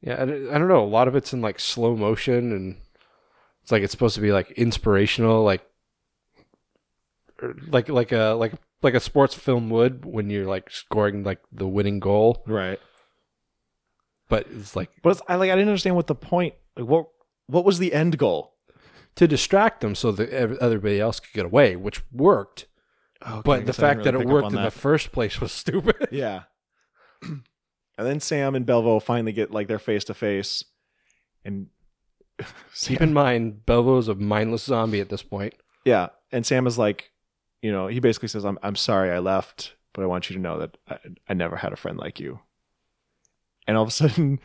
Speaker 2: Yeah, I don't I don't know, a lot of it's in like slow motion and it's like it's supposed to be like inspirational like or like like a like like a sports film would when you're like scoring like the winning goal.
Speaker 3: Right.
Speaker 2: but it's like
Speaker 3: But it's, I like I didn't understand what the point. Like what what was the end goal?
Speaker 2: to distract them so that ev- everybody else could get away, which worked.
Speaker 3: Oh, Okay, I
Speaker 2: but the
Speaker 3: guess I
Speaker 2: fact that
Speaker 3: didn't really
Speaker 2: it
Speaker 3: pick up
Speaker 2: worked
Speaker 3: on
Speaker 2: in the
Speaker 3: that.
Speaker 2: first place was <laughs>
Speaker 3: <laughs>
Speaker 2: stupid.
Speaker 3: yeah. <clears throat> and then Sam and Belvo finally get like they're face to face, and <laughs>
Speaker 2: Keep in mind, Belvo's a mindless zombie at this point.
Speaker 3: yeah, and Sam is like, you know, he basically says, "I'm I'm sorry I left, but I want you to know that I, I never had a friend like you." And all of a <laughs> sudden,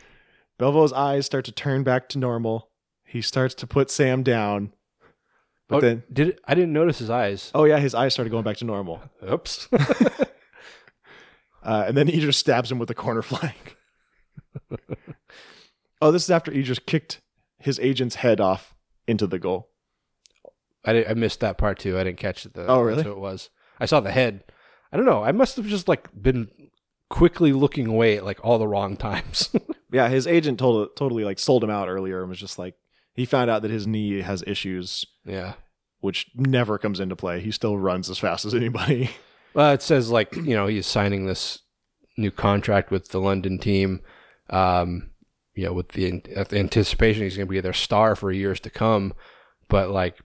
Speaker 3: Belvo's eyes start to turn back to normal. He starts to put Sam down, but
Speaker 2: oh,
Speaker 3: then
Speaker 2: did it, I didn't notice his eyes.
Speaker 3: oh yeah, his eyes started going back to normal.
Speaker 2: Oops.
Speaker 3: Uh, and then Idris <laughs> stabs him with a corner flank. oh, this is after Idris kicked his agent's head off into the goal.
Speaker 2: <laughs> I, di- I missed that part too. I didn't catch it. The,
Speaker 3: Oh, really?
Speaker 2: that's what it was. I saw the head. I don't know. I must have just like been quickly looking away at like all the wrong <laughs> times.
Speaker 3: Yeah, his agent told, totally like sold him out earlier and was just like he found out that his knee has issues.
Speaker 2: Yeah.
Speaker 3: Which never comes into play. He still runs as fast as anybody. <laughs>
Speaker 2: Well, it says like <clears throat> you know he's signing this new contract with the London team. Um, you know, with the, at the anticipation he's going to be their star for years to come, but like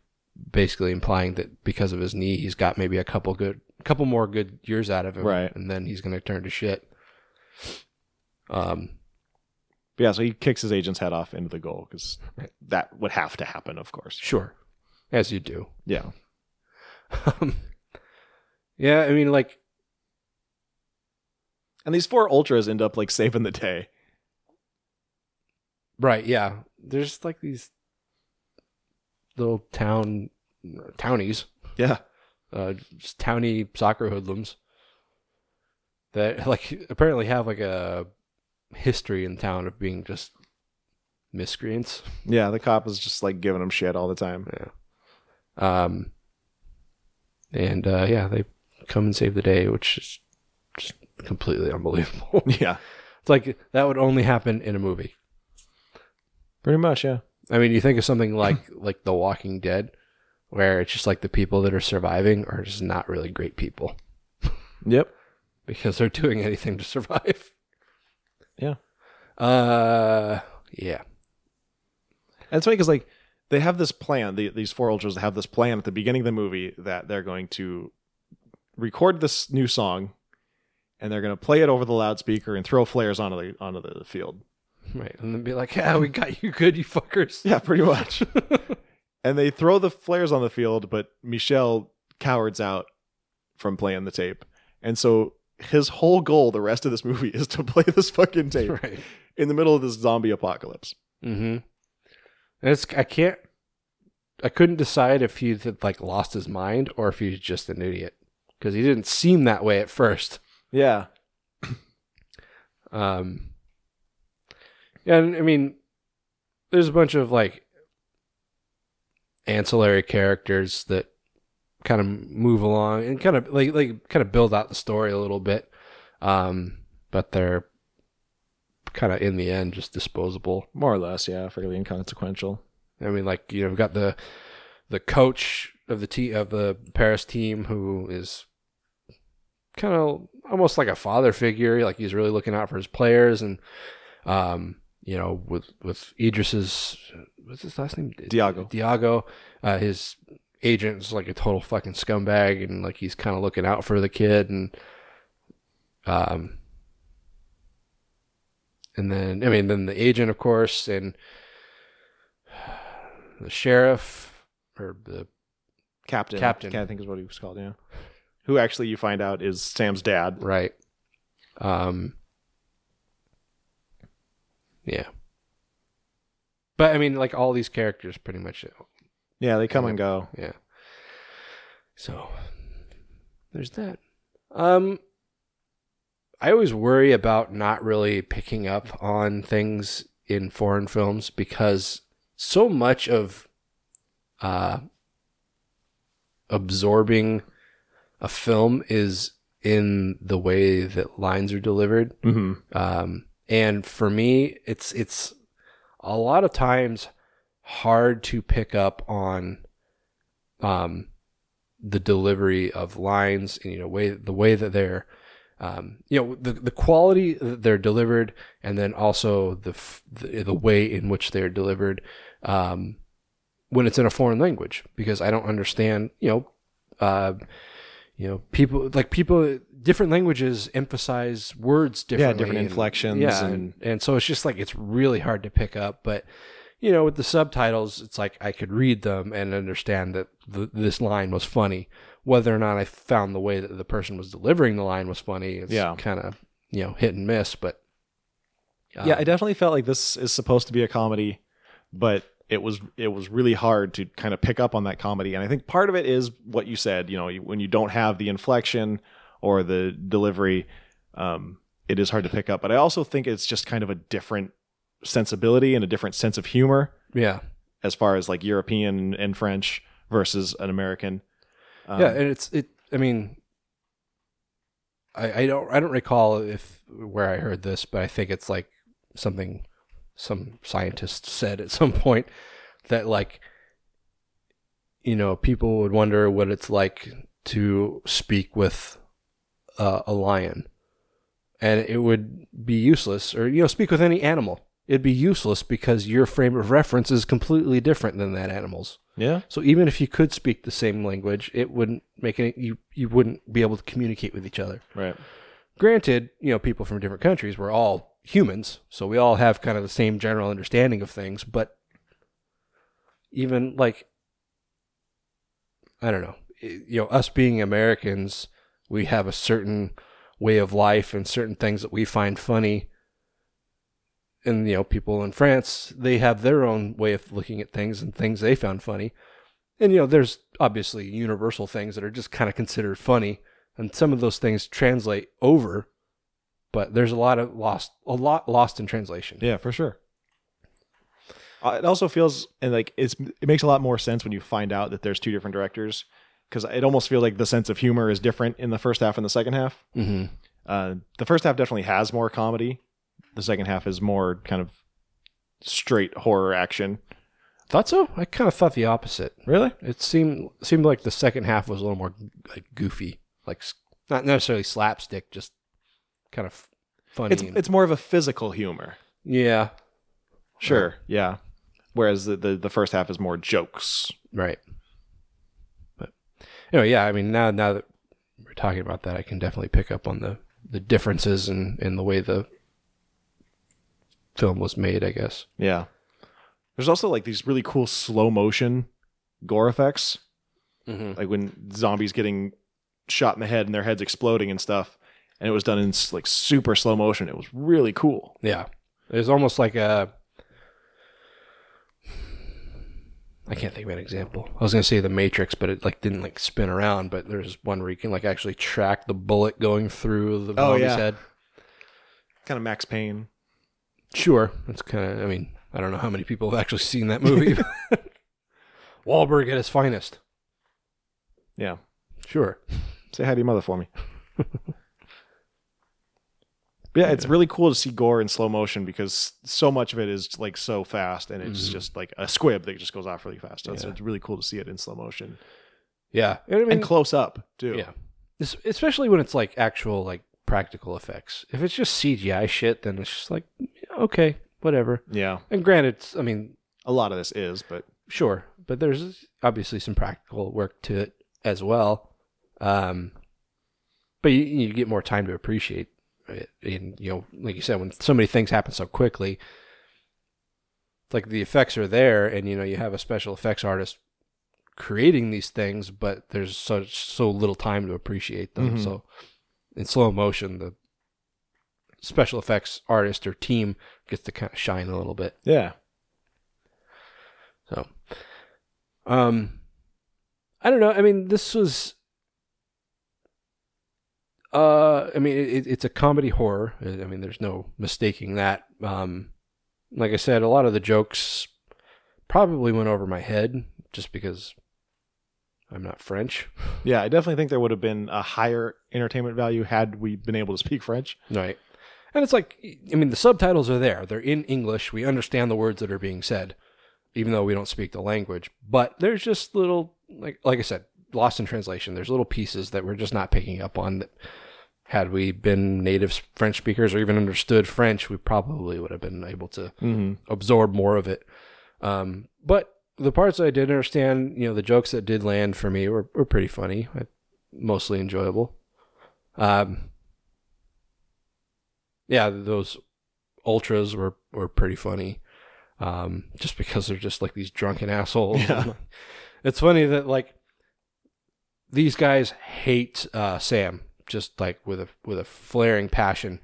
Speaker 2: basically implying that because of his knee, he's got maybe a couple good, couple more good years out of him,
Speaker 3: Right.
Speaker 2: And then he's going to turn to shit. Um,
Speaker 3: But yeah, so he kicks his agent's head off into the goal because that would have to happen, of course.
Speaker 2: sure, as you do. <laughs>
Speaker 3: Yeah.
Speaker 2: Yeah, I mean, like
Speaker 3: And these four ultras end up like saving the day.
Speaker 2: Right, yeah. There's like these little town townies.
Speaker 3: Yeah.
Speaker 2: Uh just towny soccer hoodlums that <laughs> like apparently have like a history in town of being just miscreants.
Speaker 3: Yeah, the cop is just like giving him shit all the <laughs> time.
Speaker 2: Yeah. Um and uh yeah, they come and save the day, which is just completely unbelievable. <laughs>
Speaker 3: Yeah.
Speaker 2: It's like that would only happen in a movie.
Speaker 3: Pretty much, yeah.
Speaker 2: I mean, you think of something like like The Walking Dead, where it's just like the people that are surviving are just not really great people
Speaker 3: Yep.
Speaker 2: because they're doing anything to survive.
Speaker 3: Yeah.
Speaker 2: Uh, yeah,
Speaker 3: And it's funny because like they have this plan. The, these four ultras have this plan at the beginning of the movie that they're going to record this new song, and they're going to play it over the loudspeaker and throw flares onto the onto the field.
Speaker 2: right. And then be like, "Yeah, we got you good, you fuckers."
Speaker 3: <laughs>
Speaker 2: <laughs>
Speaker 3: <laughs> Yeah, pretty much. and they throw the flares on the field, but Michel cowards out from playing the tape, and so his whole goal the rest of this movie is to play this fucking tape
Speaker 2: Right.
Speaker 3: in the middle of this zombie apocalypse.
Speaker 2: Mm-hmm. And it's I can't, I couldn't decide if he had like lost his mind or if he's just an idiot because he didn't seem that way at first.
Speaker 3: Yeah,
Speaker 2: Um, yeah, and I mean, there's a bunch of like ancillary characters that kind of move along and kind of like like kind of build out the story a little bit, um, but they're kind of in the end just disposable.
Speaker 3: more or less. Yeah, fairly inconsequential.
Speaker 2: I mean, like you know, we've got the the coach of the te- of the Paris team who is kind of almost like a father figure. Like he's really looking out for his players, and um, you know, with with Idris's what's his last name,
Speaker 3: Diago.
Speaker 2: Diago, uh, his agent is like a total fucking scumbag, and like he's kind of looking out for the kid, and um, and then I mean, then the agent, of course, and the sheriff or the
Speaker 3: captain.
Speaker 2: Captain.
Speaker 3: I think is what he was called. Yeah, who actually you find out is Sam's dad.
Speaker 2: right. Um, yeah, but I mean, like all these characters, pretty much.
Speaker 3: Yeah, they come and go.
Speaker 2: Yeah. So there's that. Um, I always worry about not really picking up on things in foreign films because so much of uh, absorbing a film is in the way that lines are delivered.
Speaker 3: Mm-hmm.
Speaker 2: Um, and for me, it's it's a lot of times hard to pick up on um, the delivery of lines and you know way the way that they're um, you know the the quality that they're delivered and then also the f- the, the way in which they're delivered um, when it's in a foreign language because I don't understand you know uh, you know people like people different languages emphasize words differently
Speaker 3: different
Speaker 2: and-
Speaker 3: inflections
Speaker 2: yeah
Speaker 3: and-
Speaker 2: and so it's just like it's really hard to pick up but you know, with the subtitles, it's like I could read them and understand that th- this line was funny. Whether or not I found the way that the person was delivering the line was funny, it's
Speaker 3: Yeah.
Speaker 2: kind of you know hit and miss. But
Speaker 3: yeah, I definitely felt like this is supposed to be a comedy, but it was it was really hard to kind of pick up on that comedy. And I think part of it is what you said. You know, you- when you don't have the inflection or the delivery, um, it is hard to pick up. But I also think it's just kind of a different sensibility and a different sense of humor
Speaker 2: Yeah.
Speaker 3: As far as like European and French versus an American. Um,
Speaker 2: yeah, and it's it. I mean, I, I don't I don't recall if where I heard this, but I think it's like something some scientist said at <laughs> some point that like you know people would wonder what it's like to speak with uh, a lion, and it would be useless, or you know speak with any animal. It'd be useless because your frame of reference is completely different than that animal's.
Speaker 3: Yeah.
Speaker 2: So even if you could speak the same language, it wouldn't make any you you wouldn't be able to communicate with each other.
Speaker 3: Right.
Speaker 2: Granted, you know, people from different countries, we're all humans, so we all have kind of the same general understanding of things, but even like I don't know, it- you know, us being Americans, we have a certain way of life and certain things that we find funny. And you know, people in France, they have their own way of looking at things and things they found funny. And you know, there's obviously universal things that are just kind of considered funny, and some of those things translate over, but there's a lot of lost a lot lost in translation.
Speaker 3: Yeah, for sure. Uh, It also feels and like it's it makes a lot more sense when you find out that there's two different directors because it almost feels like the sense of humor is different in the first half and the second half.
Speaker 2: Mhm.
Speaker 3: Uh, the first half definitely has more comedy. The second half is more kind of straight horror action.
Speaker 2: Thought so? I kind of thought the opposite.
Speaker 3: Really?
Speaker 2: It seemed seemed like the second half was a little more like goofy, like s- not necessarily slapstick, just kind of funny.
Speaker 3: It's
Speaker 2: and-
Speaker 3: it's more of a physical humor.
Speaker 2: yeah,
Speaker 3: Sure. Yeah. Whereas the, the the first half is more jokes.
Speaker 2: right. But anyway, yeah. I mean, now now that we're talking about that, I can definitely pick up on the the differences in in the way the film was made. I guess.
Speaker 3: Yeah. There's also like these really cool slow motion gore effects. Like when zombies getting shot in the head and their heads exploding and stuff. And it was done in s- like super slow motion. It was really cool.
Speaker 2: Yeah. There's almost like a. I can't think of an example. I was gonna say the Matrix, but it like didn't like spin around. But there's one where you can like actually track the bullet going through the
Speaker 3: Oh,
Speaker 2: zombie's
Speaker 3: yeah.
Speaker 2: head.
Speaker 3: Kind of Max Payne.
Speaker 2: Sure, that's kind of. I mean, I don't know how many people have actually seen that
Speaker 3: <laughs>
Speaker 2: movie. <laughs> Wahlberg at his finest.
Speaker 3: Yeah.
Speaker 2: Sure.
Speaker 3: Say hi to your mother for me. <laughs> But yeah, it's really cool to see gore in slow motion because so much of it is like so fast and it's
Speaker 2: Mhm.
Speaker 3: just like a squib that just goes off really fast. So
Speaker 2: Yeah.
Speaker 3: it's really cool to see it in slow motion.
Speaker 2: Yeah, and, I mean,
Speaker 3: and close up too.
Speaker 2: Yeah. Es- Especially when it's like actual like practical effects. If it's just CGI shit, then it's just like okay, whatever.
Speaker 3: Yeah.
Speaker 2: And granted, it's- I mean,
Speaker 3: A lot of this is, but
Speaker 2: sure, but there's obviously some practical work to it as well. Um, but you, you get more time to appreciate it, and you know, like you said, when so many things happen so quickly, it's like the effects are there, and you know, you have a special effects artist creating these things, but there's such so little time to appreciate them.
Speaker 3: Mhm.
Speaker 2: So, in slow motion, the special effects artist or team gets to kind of shine a little bit.
Speaker 3: yeah.
Speaker 2: So, um, I don't know. I mean, this was, uh, I mean, it, it's a comedy horror. I I mean, there's no mistaking that. Um, like I said, a lot of the jokes probably went over my head just because I'm not French.
Speaker 3: Yeah, I definitely think there would have been a higher entertainment value had we been able to speak French.
Speaker 2: Right. And it's like, I mean, the subtitles are there. They're in English. We understand the words that are being said, even though we don't speak the language. But there's just little, like, like I said, lost in translation. There's little pieces that we're just not picking up on. That had we been native s- French speakers or even understood French, we probably would have been able to
Speaker 3: Mhm.
Speaker 2: absorb more of it. Um, but the parts I did understand, you know, the jokes that did land for me were, were pretty funny, I- mostly enjoyable. Um, yeah, those ultras were were pretty funny. Um, just because they're just like these drunken assholes.
Speaker 3: Yeah.
Speaker 2: <laughs> It's funny that like these guys hate uh, Sam just like with a with a flaring passion.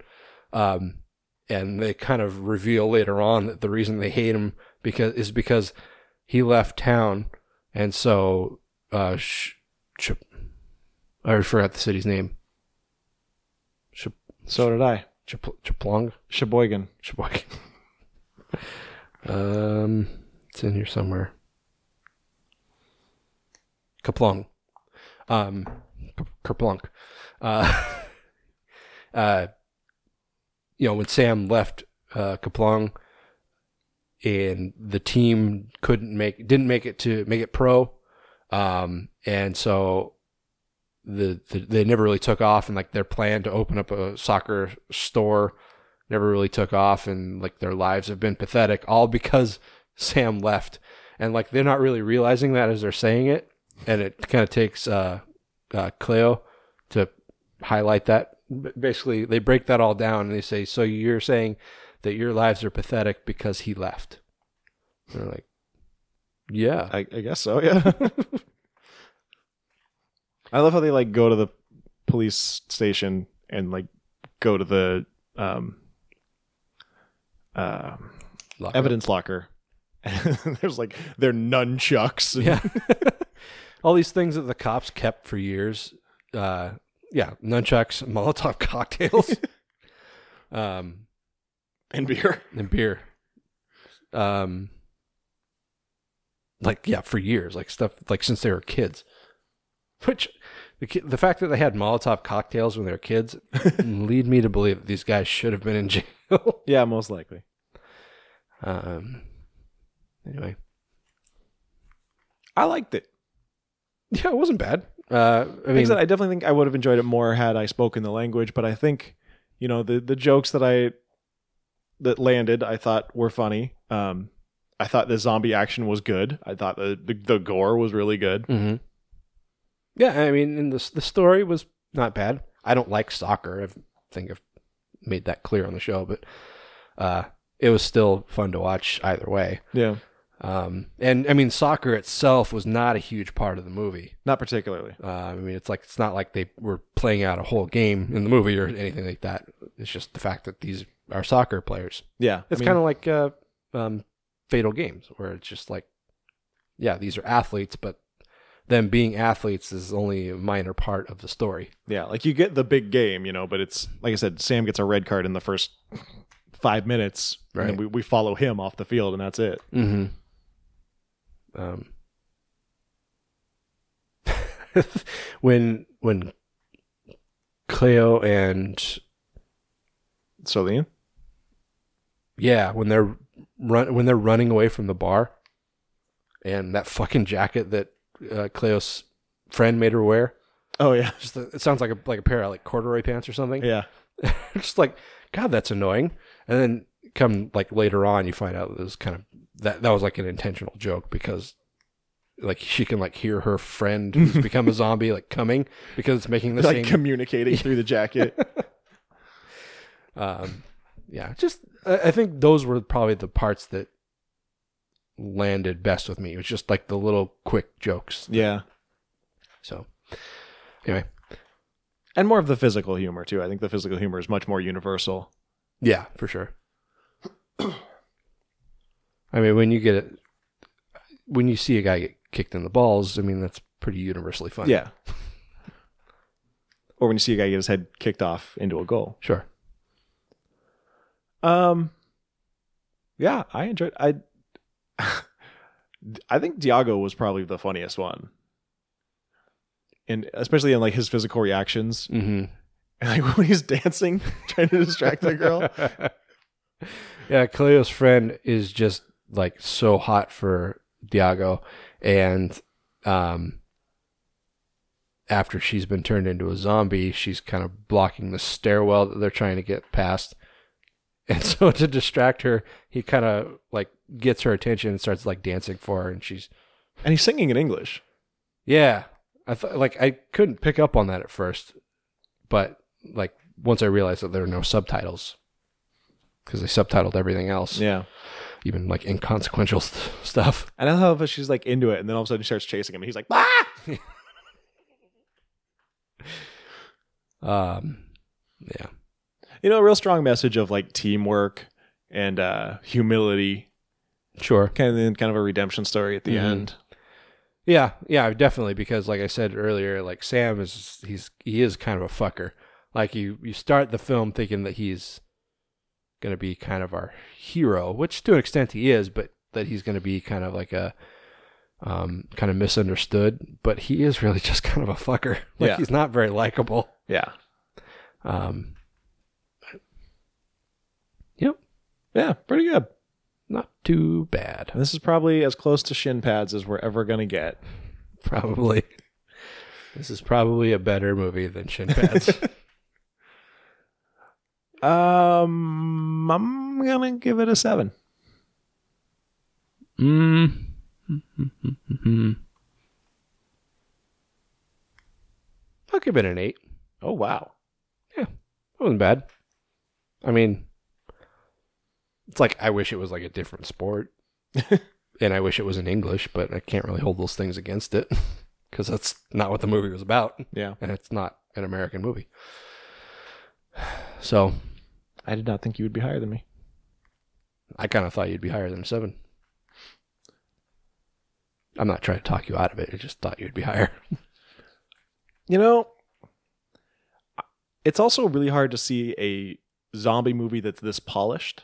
Speaker 2: Um, and they kind of reveal later on that the reason they hate him because is because he left town, and so uh, sh- sh- I already forgot the city's name. Sh-
Speaker 3: So did I.
Speaker 2: Chap- Chaplong?
Speaker 3: Sheboygan.
Speaker 2: Sheboygan. um, It's in here somewhere. Kaplong. Um, K- Kerplunk. Uh, <laughs> uh, you know, when Sam left uh, Kaplong and the team couldn't make, didn't make it to make it pro. Um, and so the, the, they never really took off and like their plan to open up a soccer store never really took off and like their lives have been pathetic all because <laughs> Sam left. And like they're not really realizing that as they're saying it. And it kind of takes uh, uh, Cleo to highlight that. B- Basically, they break that all down and they say, So you're saying that your lives are pathetic because he left. And they're like, Yeah.
Speaker 3: I, I guess so, yeah. <laughs> I love how they like go to the police station and like go to the um uh,
Speaker 2: Locker.
Speaker 3: evidence locker. <laughs> There's like their nunchucks. And
Speaker 2: Yeah. <laughs> All these things that the cops kept for years. Uh, yeah, nunchucks, <laughs> Molotov
Speaker 3: <laughs>
Speaker 2: cocktails, um,
Speaker 3: and beer.
Speaker 2: and beer. Um, like yeah, for years, like stuff like since they were kids. Which the ki- the fact that they had Molotov cocktails when they were
Speaker 3: <laughs>
Speaker 2: kids lead me to believe that these guys should have been in <laughs> jail.
Speaker 3: Yeah, most likely.
Speaker 2: Um, anyway,
Speaker 3: I liked it.
Speaker 2: yeah, it wasn't bad. Uh, I mean,
Speaker 3: Like I, said, I definitely think I would have enjoyed it more had I spoken the language, but I think, you know, the the jokes that I that landed, I thought were funny. Um, I thought the zombie action was good. I thought the the, the gore was really good.
Speaker 2: Mm-hmm. Yeah, I mean, and the the story was not bad. I don't like soccer. I think I've made that clear on the show, but uh, it was still fun to watch either way.
Speaker 3: Yeah,
Speaker 2: Um, and I mean, soccer itself was not a huge part of the movie.
Speaker 3: not particularly.
Speaker 2: Uh, I mean, it's like it's not like they were playing out a whole game in the movie or anything like that. It's just the fact that these are soccer players.
Speaker 3: Yeah,
Speaker 2: It's kind of like uh, um, Fatal Games, where it's just like, yeah, these are athletes, but them being athletes is only a minor part of the story.
Speaker 3: yeah, like you get the big game, you know, but it's like I said, Sam gets a red card in the first five minutes, and
Speaker 2: Right.
Speaker 3: then we we follow him off the field, and that's it.
Speaker 2: Mm-hmm. Um, <laughs> when when Cleo and
Speaker 3: So Liam,
Speaker 2: yeah, when they're run when they're running away from the bar, and that fucking jacket that uh, Cleo's friend made her wear.
Speaker 3: oh yeah, <laughs>
Speaker 2: Just the, it sounds like a like a pair of like corduroy pants or something.
Speaker 3: yeah,
Speaker 2: just like god that's annoying and then come like later on you find out that it was kind of that that was like an intentional joke because like she can like hear her friend who's become a zombie like coming because it's making the
Speaker 3: like
Speaker 2: same <laughs>
Speaker 3: communicating through the jacket.
Speaker 2: um yeah just I, I think those were probably the parts that landed best with me it was just like the little quick jokes
Speaker 3: yeah,
Speaker 2: so anyway
Speaker 3: and more of the physical humor too. I think the physical humor is much more universal.
Speaker 2: Yeah, for sure. <clears throat> I mean, when you get it, when you see a guy get kicked in the balls, I mean, that's pretty universally funny.
Speaker 3: Yeah. or when you see a guy get his head kicked off into a goal.
Speaker 2: Sure.
Speaker 3: Um Yeah, I enjoyed I <laughs> I think Diago was probably the funniest one. And especially in like his physical reactions. <laughs>
Speaker 2: Mm-hmm.
Speaker 3: And like when he's dancing, <laughs> trying to distract the girl.
Speaker 2: Yeah, Cleo's friend is just like so hot for Diago. And um, after she's been turned into a zombie, she's kind of blocking the stairwell that they're trying to get past. <laughs> And so to distract her, he kind of like gets her attention and starts like dancing for her. And she's,
Speaker 3: And he's singing in English.
Speaker 2: yeah, I thought like I couldn't pick up on that at first. But like once I realized that there are no subtitles because they subtitled everything else
Speaker 3: Yeah.
Speaker 2: even like inconsequential <laughs> st- stuff.
Speaker 3: And I love how she's like into it and then all of a sudden she starts chasing him and he's like, ah!
Speaker 2: Um, yeah,
Speaker 3: You know, a real strong message of like teamwork and uh humility.
Speaker 2: sure.
Speaker 3: Kind of kind of a redemption story at the
Speaker 2: Mhm.
Speaker 3: end.
Speaker 2: Yeah, yeah, definitely. Because like I said earlier, like Sam is he's he is kind of a fucker. Like you you start the film thinking that he's gonna be kind of our hero, which to an extent he is, but that he's going to be kind of like a um, kind of misunderstood, but he is really <laughs> just kind of a fucker. Like
Speaker 3: Yeah.
Speaker 2: he's not very likable.
Speaker 3: Yeah.
Speaker 2: Um,
Speaker 3: Yeah, pretty good.
Speaker 2: Not too bad. <laughs>
Speaker 3: This is probably as close to shin pads as we're ever going to get.
Speaker 2: probably. This is probably a better movie than Shin Pads.
Speaker 3: Um, I'm going to give it a seven.
Speaker 2: mm. I'll give it an eight.
Speaker 3: Oh, wow.
Speaker 2: It wasn't bad. I mean, it's like I wish it was like a different sport, and I wish it was in English, but I can't really hold those things against it <laughs> because that's not what the movie was about,
Speaker 3: Yeah.
Speaker 2: and it's not an American movie. So
Speaker 3: I did not think you would be higher than me.
Speaker 2: I kind of thought you'd be higher than a seven. I'm not trying to talk you out of it. I just thought you'd be higher.
Speaker 3: You know, it's also really hard to see a zombie movie that's this polished.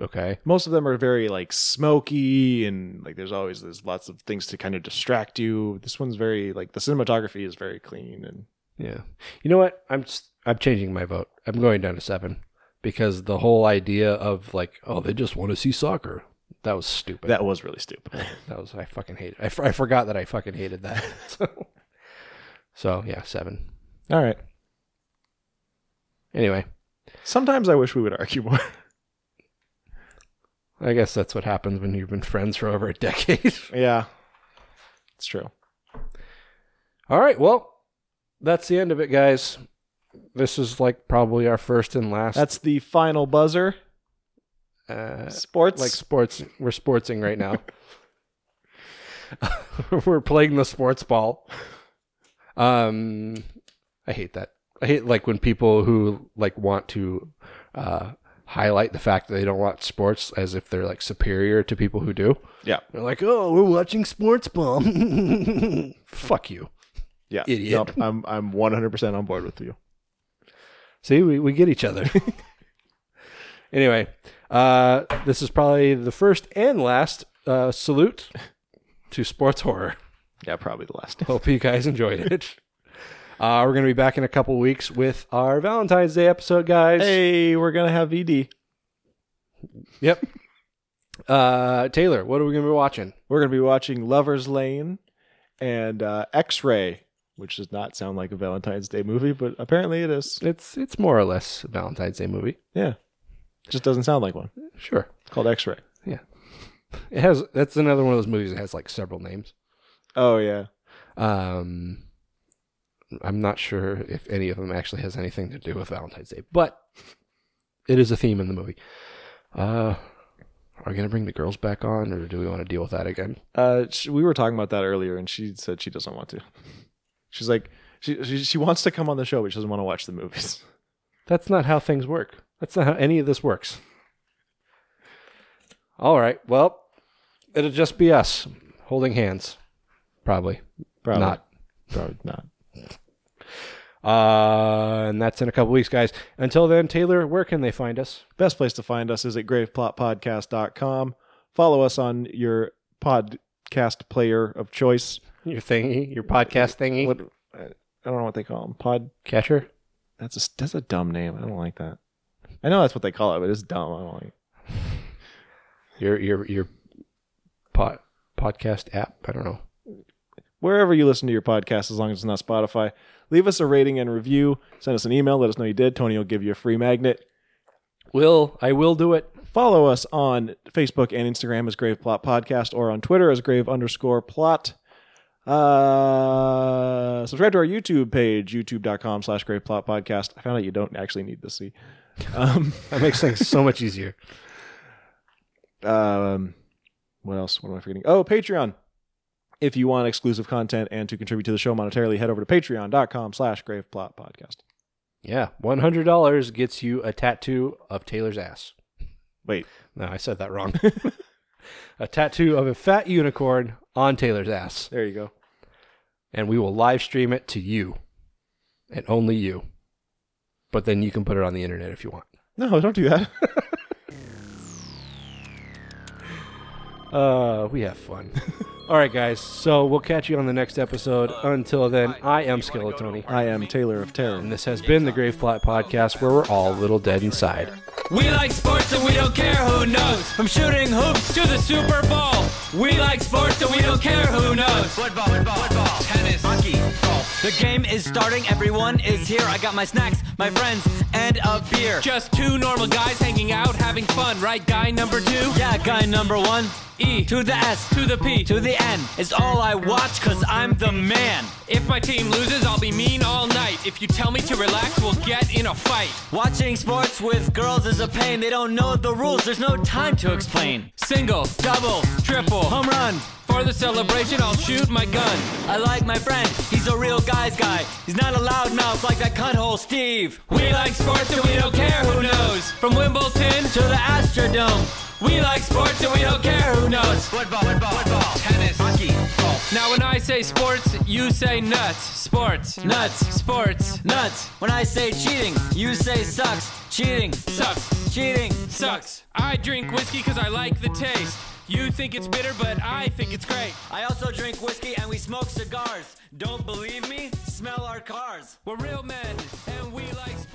Speaker 2: Okay.
Speaker 3: Most of them are very like smoky and like there's always there's lots of things to kind of distract you. This one's very like the cinematography is very clean and
Speaker 2: Yeah. You know what? I'm s I'm changing my vote. I'm going down to seven because the whole idea of like, oh, they just want to see soccer. That was stupid.
Speaker 3: that was really stupid. <laughs>
Speaker 2: That was I fucking hated. I, f- I forgot that I fucking hated that. <laughs> so, so yeah, seven.
Speaker 3: All right.
Speaker 2: Anyway,
Speaker 3: Sometimes I wish we would argue more. <laughs>
Speaker 2: I guess that's what happens when you've been friends for over a decade. <laughs>
Speaker 3: yeah. It's true.
Speaker 2: All right. Well, that's the end of it, guys. This is like probably our first and last.
Speaker 3: That's the final buzzer.
Speaker 2: uh,
Speaker 3: Sports.
Speaker 2: like sports. We're sportsing right now. <laughs> we're playing the sports ball. Um, I hate that. I hate like when people who like want to uh, highlight the fact that they don't watch sports as if they're like superior to people who do.
Speaker 3: yeah.
Speaker 2: They're like, "Oh, we're watching sports ball." <laughs> Fuck you.
Speaker 3: Yeah.
Speaker 2: Idiot.
Speaker 3: Nope, I'm I'm 100% on board with you.
Speaker 2: See, we, we get each other. <laughs> anyway, uh, this is probably the first and last uh, salute to sports horror.
Speaker 3: Yeah, probably the last.
Speaker 2: Hope you guys enjoyed <laughs> it. Uh, we're going to be back in a couple weeks with our Valentine's Day episode, guys.
Speaker 3: Hey, we're going to have E ED.
Speaker 2: Yep. Uh, Taylor, what are we going to be watching?
Speaker 3: We're going to be watching Lover's Lane and uh, X Ray, which does not sound like a Valentine's Day movie, but apparently it is.
Speaker 2: It's it's more or less a Valentine's Day movie.
Speaker 3: Yeah. Just doesn't sound like one.
Speaker 2: Sure.
Speaker 3: It's called X Ray.
Speaker 2: It has that's another one of those movies that has like several names.
Speaker 3: Oh, yeah.
Speaker 2: Um, I'm not sure if any of them actually has anything to do with Valentine's Day, but it is a theme in the movie. Uh, are we gonna bring the girls back on, or do we want to deal with that again?
Speaker 3: Uh, sh we were talking about that earlier, and she said she doesn't want to. <laughs> She's like, she, she, she wants to come on the show, but she doesn't want to watch the movies. <laughs>
Speaker 2: That's not how things work. That's not how any of this works. All right, well, it'll just be us holding hands, probably,
Speaker 3: Probably
Speaker 2: not.
Speaker 3: Probably not.
Speaker 2: Uh, and that's in a couple weeks, guys. Until then, Taylor, where can they find us?
Speaker 3: Best place to find us is at graveplotpodcast.com. Follow us on your podcast player of choice.
Speaker 2: Your thingy, your podcast thingy,
Speaker 3: What, I I don't know what they call them. Pod
Speaker 2: catcher.
Speaker 3: That's a that's a dumb name. I don't like that. I know that's what they call it, but it's dumb. I don't like. It.
Speaker 2: your your your pod, podcast app. I don't know.
Speaker 3: Wherever you listen to your podcast, as long as it's not Spotify, leave us a rating and review. Send us an email. Let us know you did. Tony will give you a free magnet.
Speaker 2: Will I will do it.
Speaker 3: Follow us on Facebook and Instagram as Grave Plot Podcast or on Twitter as Grave underscore Plot. Uh, subscribe to our YouTube page, youtube.com slash Grave Plot Podcast. I found out you don't actually need to see. Um, <laughs>
Speaker 2: That makes things <laughs> so much easier.
Speaker 3: um what else what am i forgetting oh patreon if you want exclusive content and to contribute to the show monetarily head over to patreon.com slash graveplot podcast
Speaker 2: Yeah, one hundred dollars gets you a tattoo of Taylor's ass.
Speaker 3: wait
Speaker 2: No, I said that wrong. <laughs> a tattoo of a fat unicorn on Taylor's ass,
Speaker 3: there you go
Speaker 2: and we will live stream it to you, and only you. But then you can put it on the internet if you want.
Speaker 3: no don't do that
Speaker 2: Uh, we have <laughs> fun. All right, guys. So we'll catch you on the next episode. Until then, I am Skeletoni.
Speaker 3: I <laughs> am Taylor of Terror.
Speaker 2: And this has been the Grave Plot Podcast, where we're all a little dead inside.
Speaker 14: We like sports and we don't care who knows. From shooting hoops to the Super Bowl. We like sports and we don't care who knows. Football, football, football, tennis, hockey, golf. The game is starting, everyone is here. I got my snacks, my friends, and a beer.
Speaker 15: Just two normal guys hanging out, having fun, right, guy number two?
Speaker 14: Yeah, guy number one. E to the S
Speaker 15: to the P
Speaker 14: to the N is all I watch cause I'm the man.
Speaker 15: If my team loses, I'll be mean all night. If you tell me to relax, we'll get in a fight.
Speaker 14: Watching sports with girls is a pain. They don't know the rules, there's no time to explain.
Speaker 15: Single, double, triple,
Speaker 14: home run.
Speaker 15: For the celebration, I'll shoot my gun.
Speaker 14: I like my friend, he's a real guy's guy. He's not a loudmouth like that cunthole Steve.
Speaker 15: We like sports and we don't care who knows. From Wimbledon
Speaker 14: to the Astrodome.
Speaker 15: We like sports and we don't care who knows.
Speaker 14: Football, football, football, tennis, hockey, golf.
Speaker 15: Now when I say sports, you say nuts. Sports,
Speaker 14: nuts,
Speaker 15: sports,
Speaker 14: nuts. When I say cheating, you say sucks. Cheating,
Speaker 15: sucks.
Speaker 14: Cheating,
Speaker 15: sucks. I drink whiskey cause I like the taste. You think it's bitter, but I think it's great.
Speaker 14: I also drink whiskey and we smoke cigars. Don't believe me? Smell our cars.
Speaker 15: We're real men and we like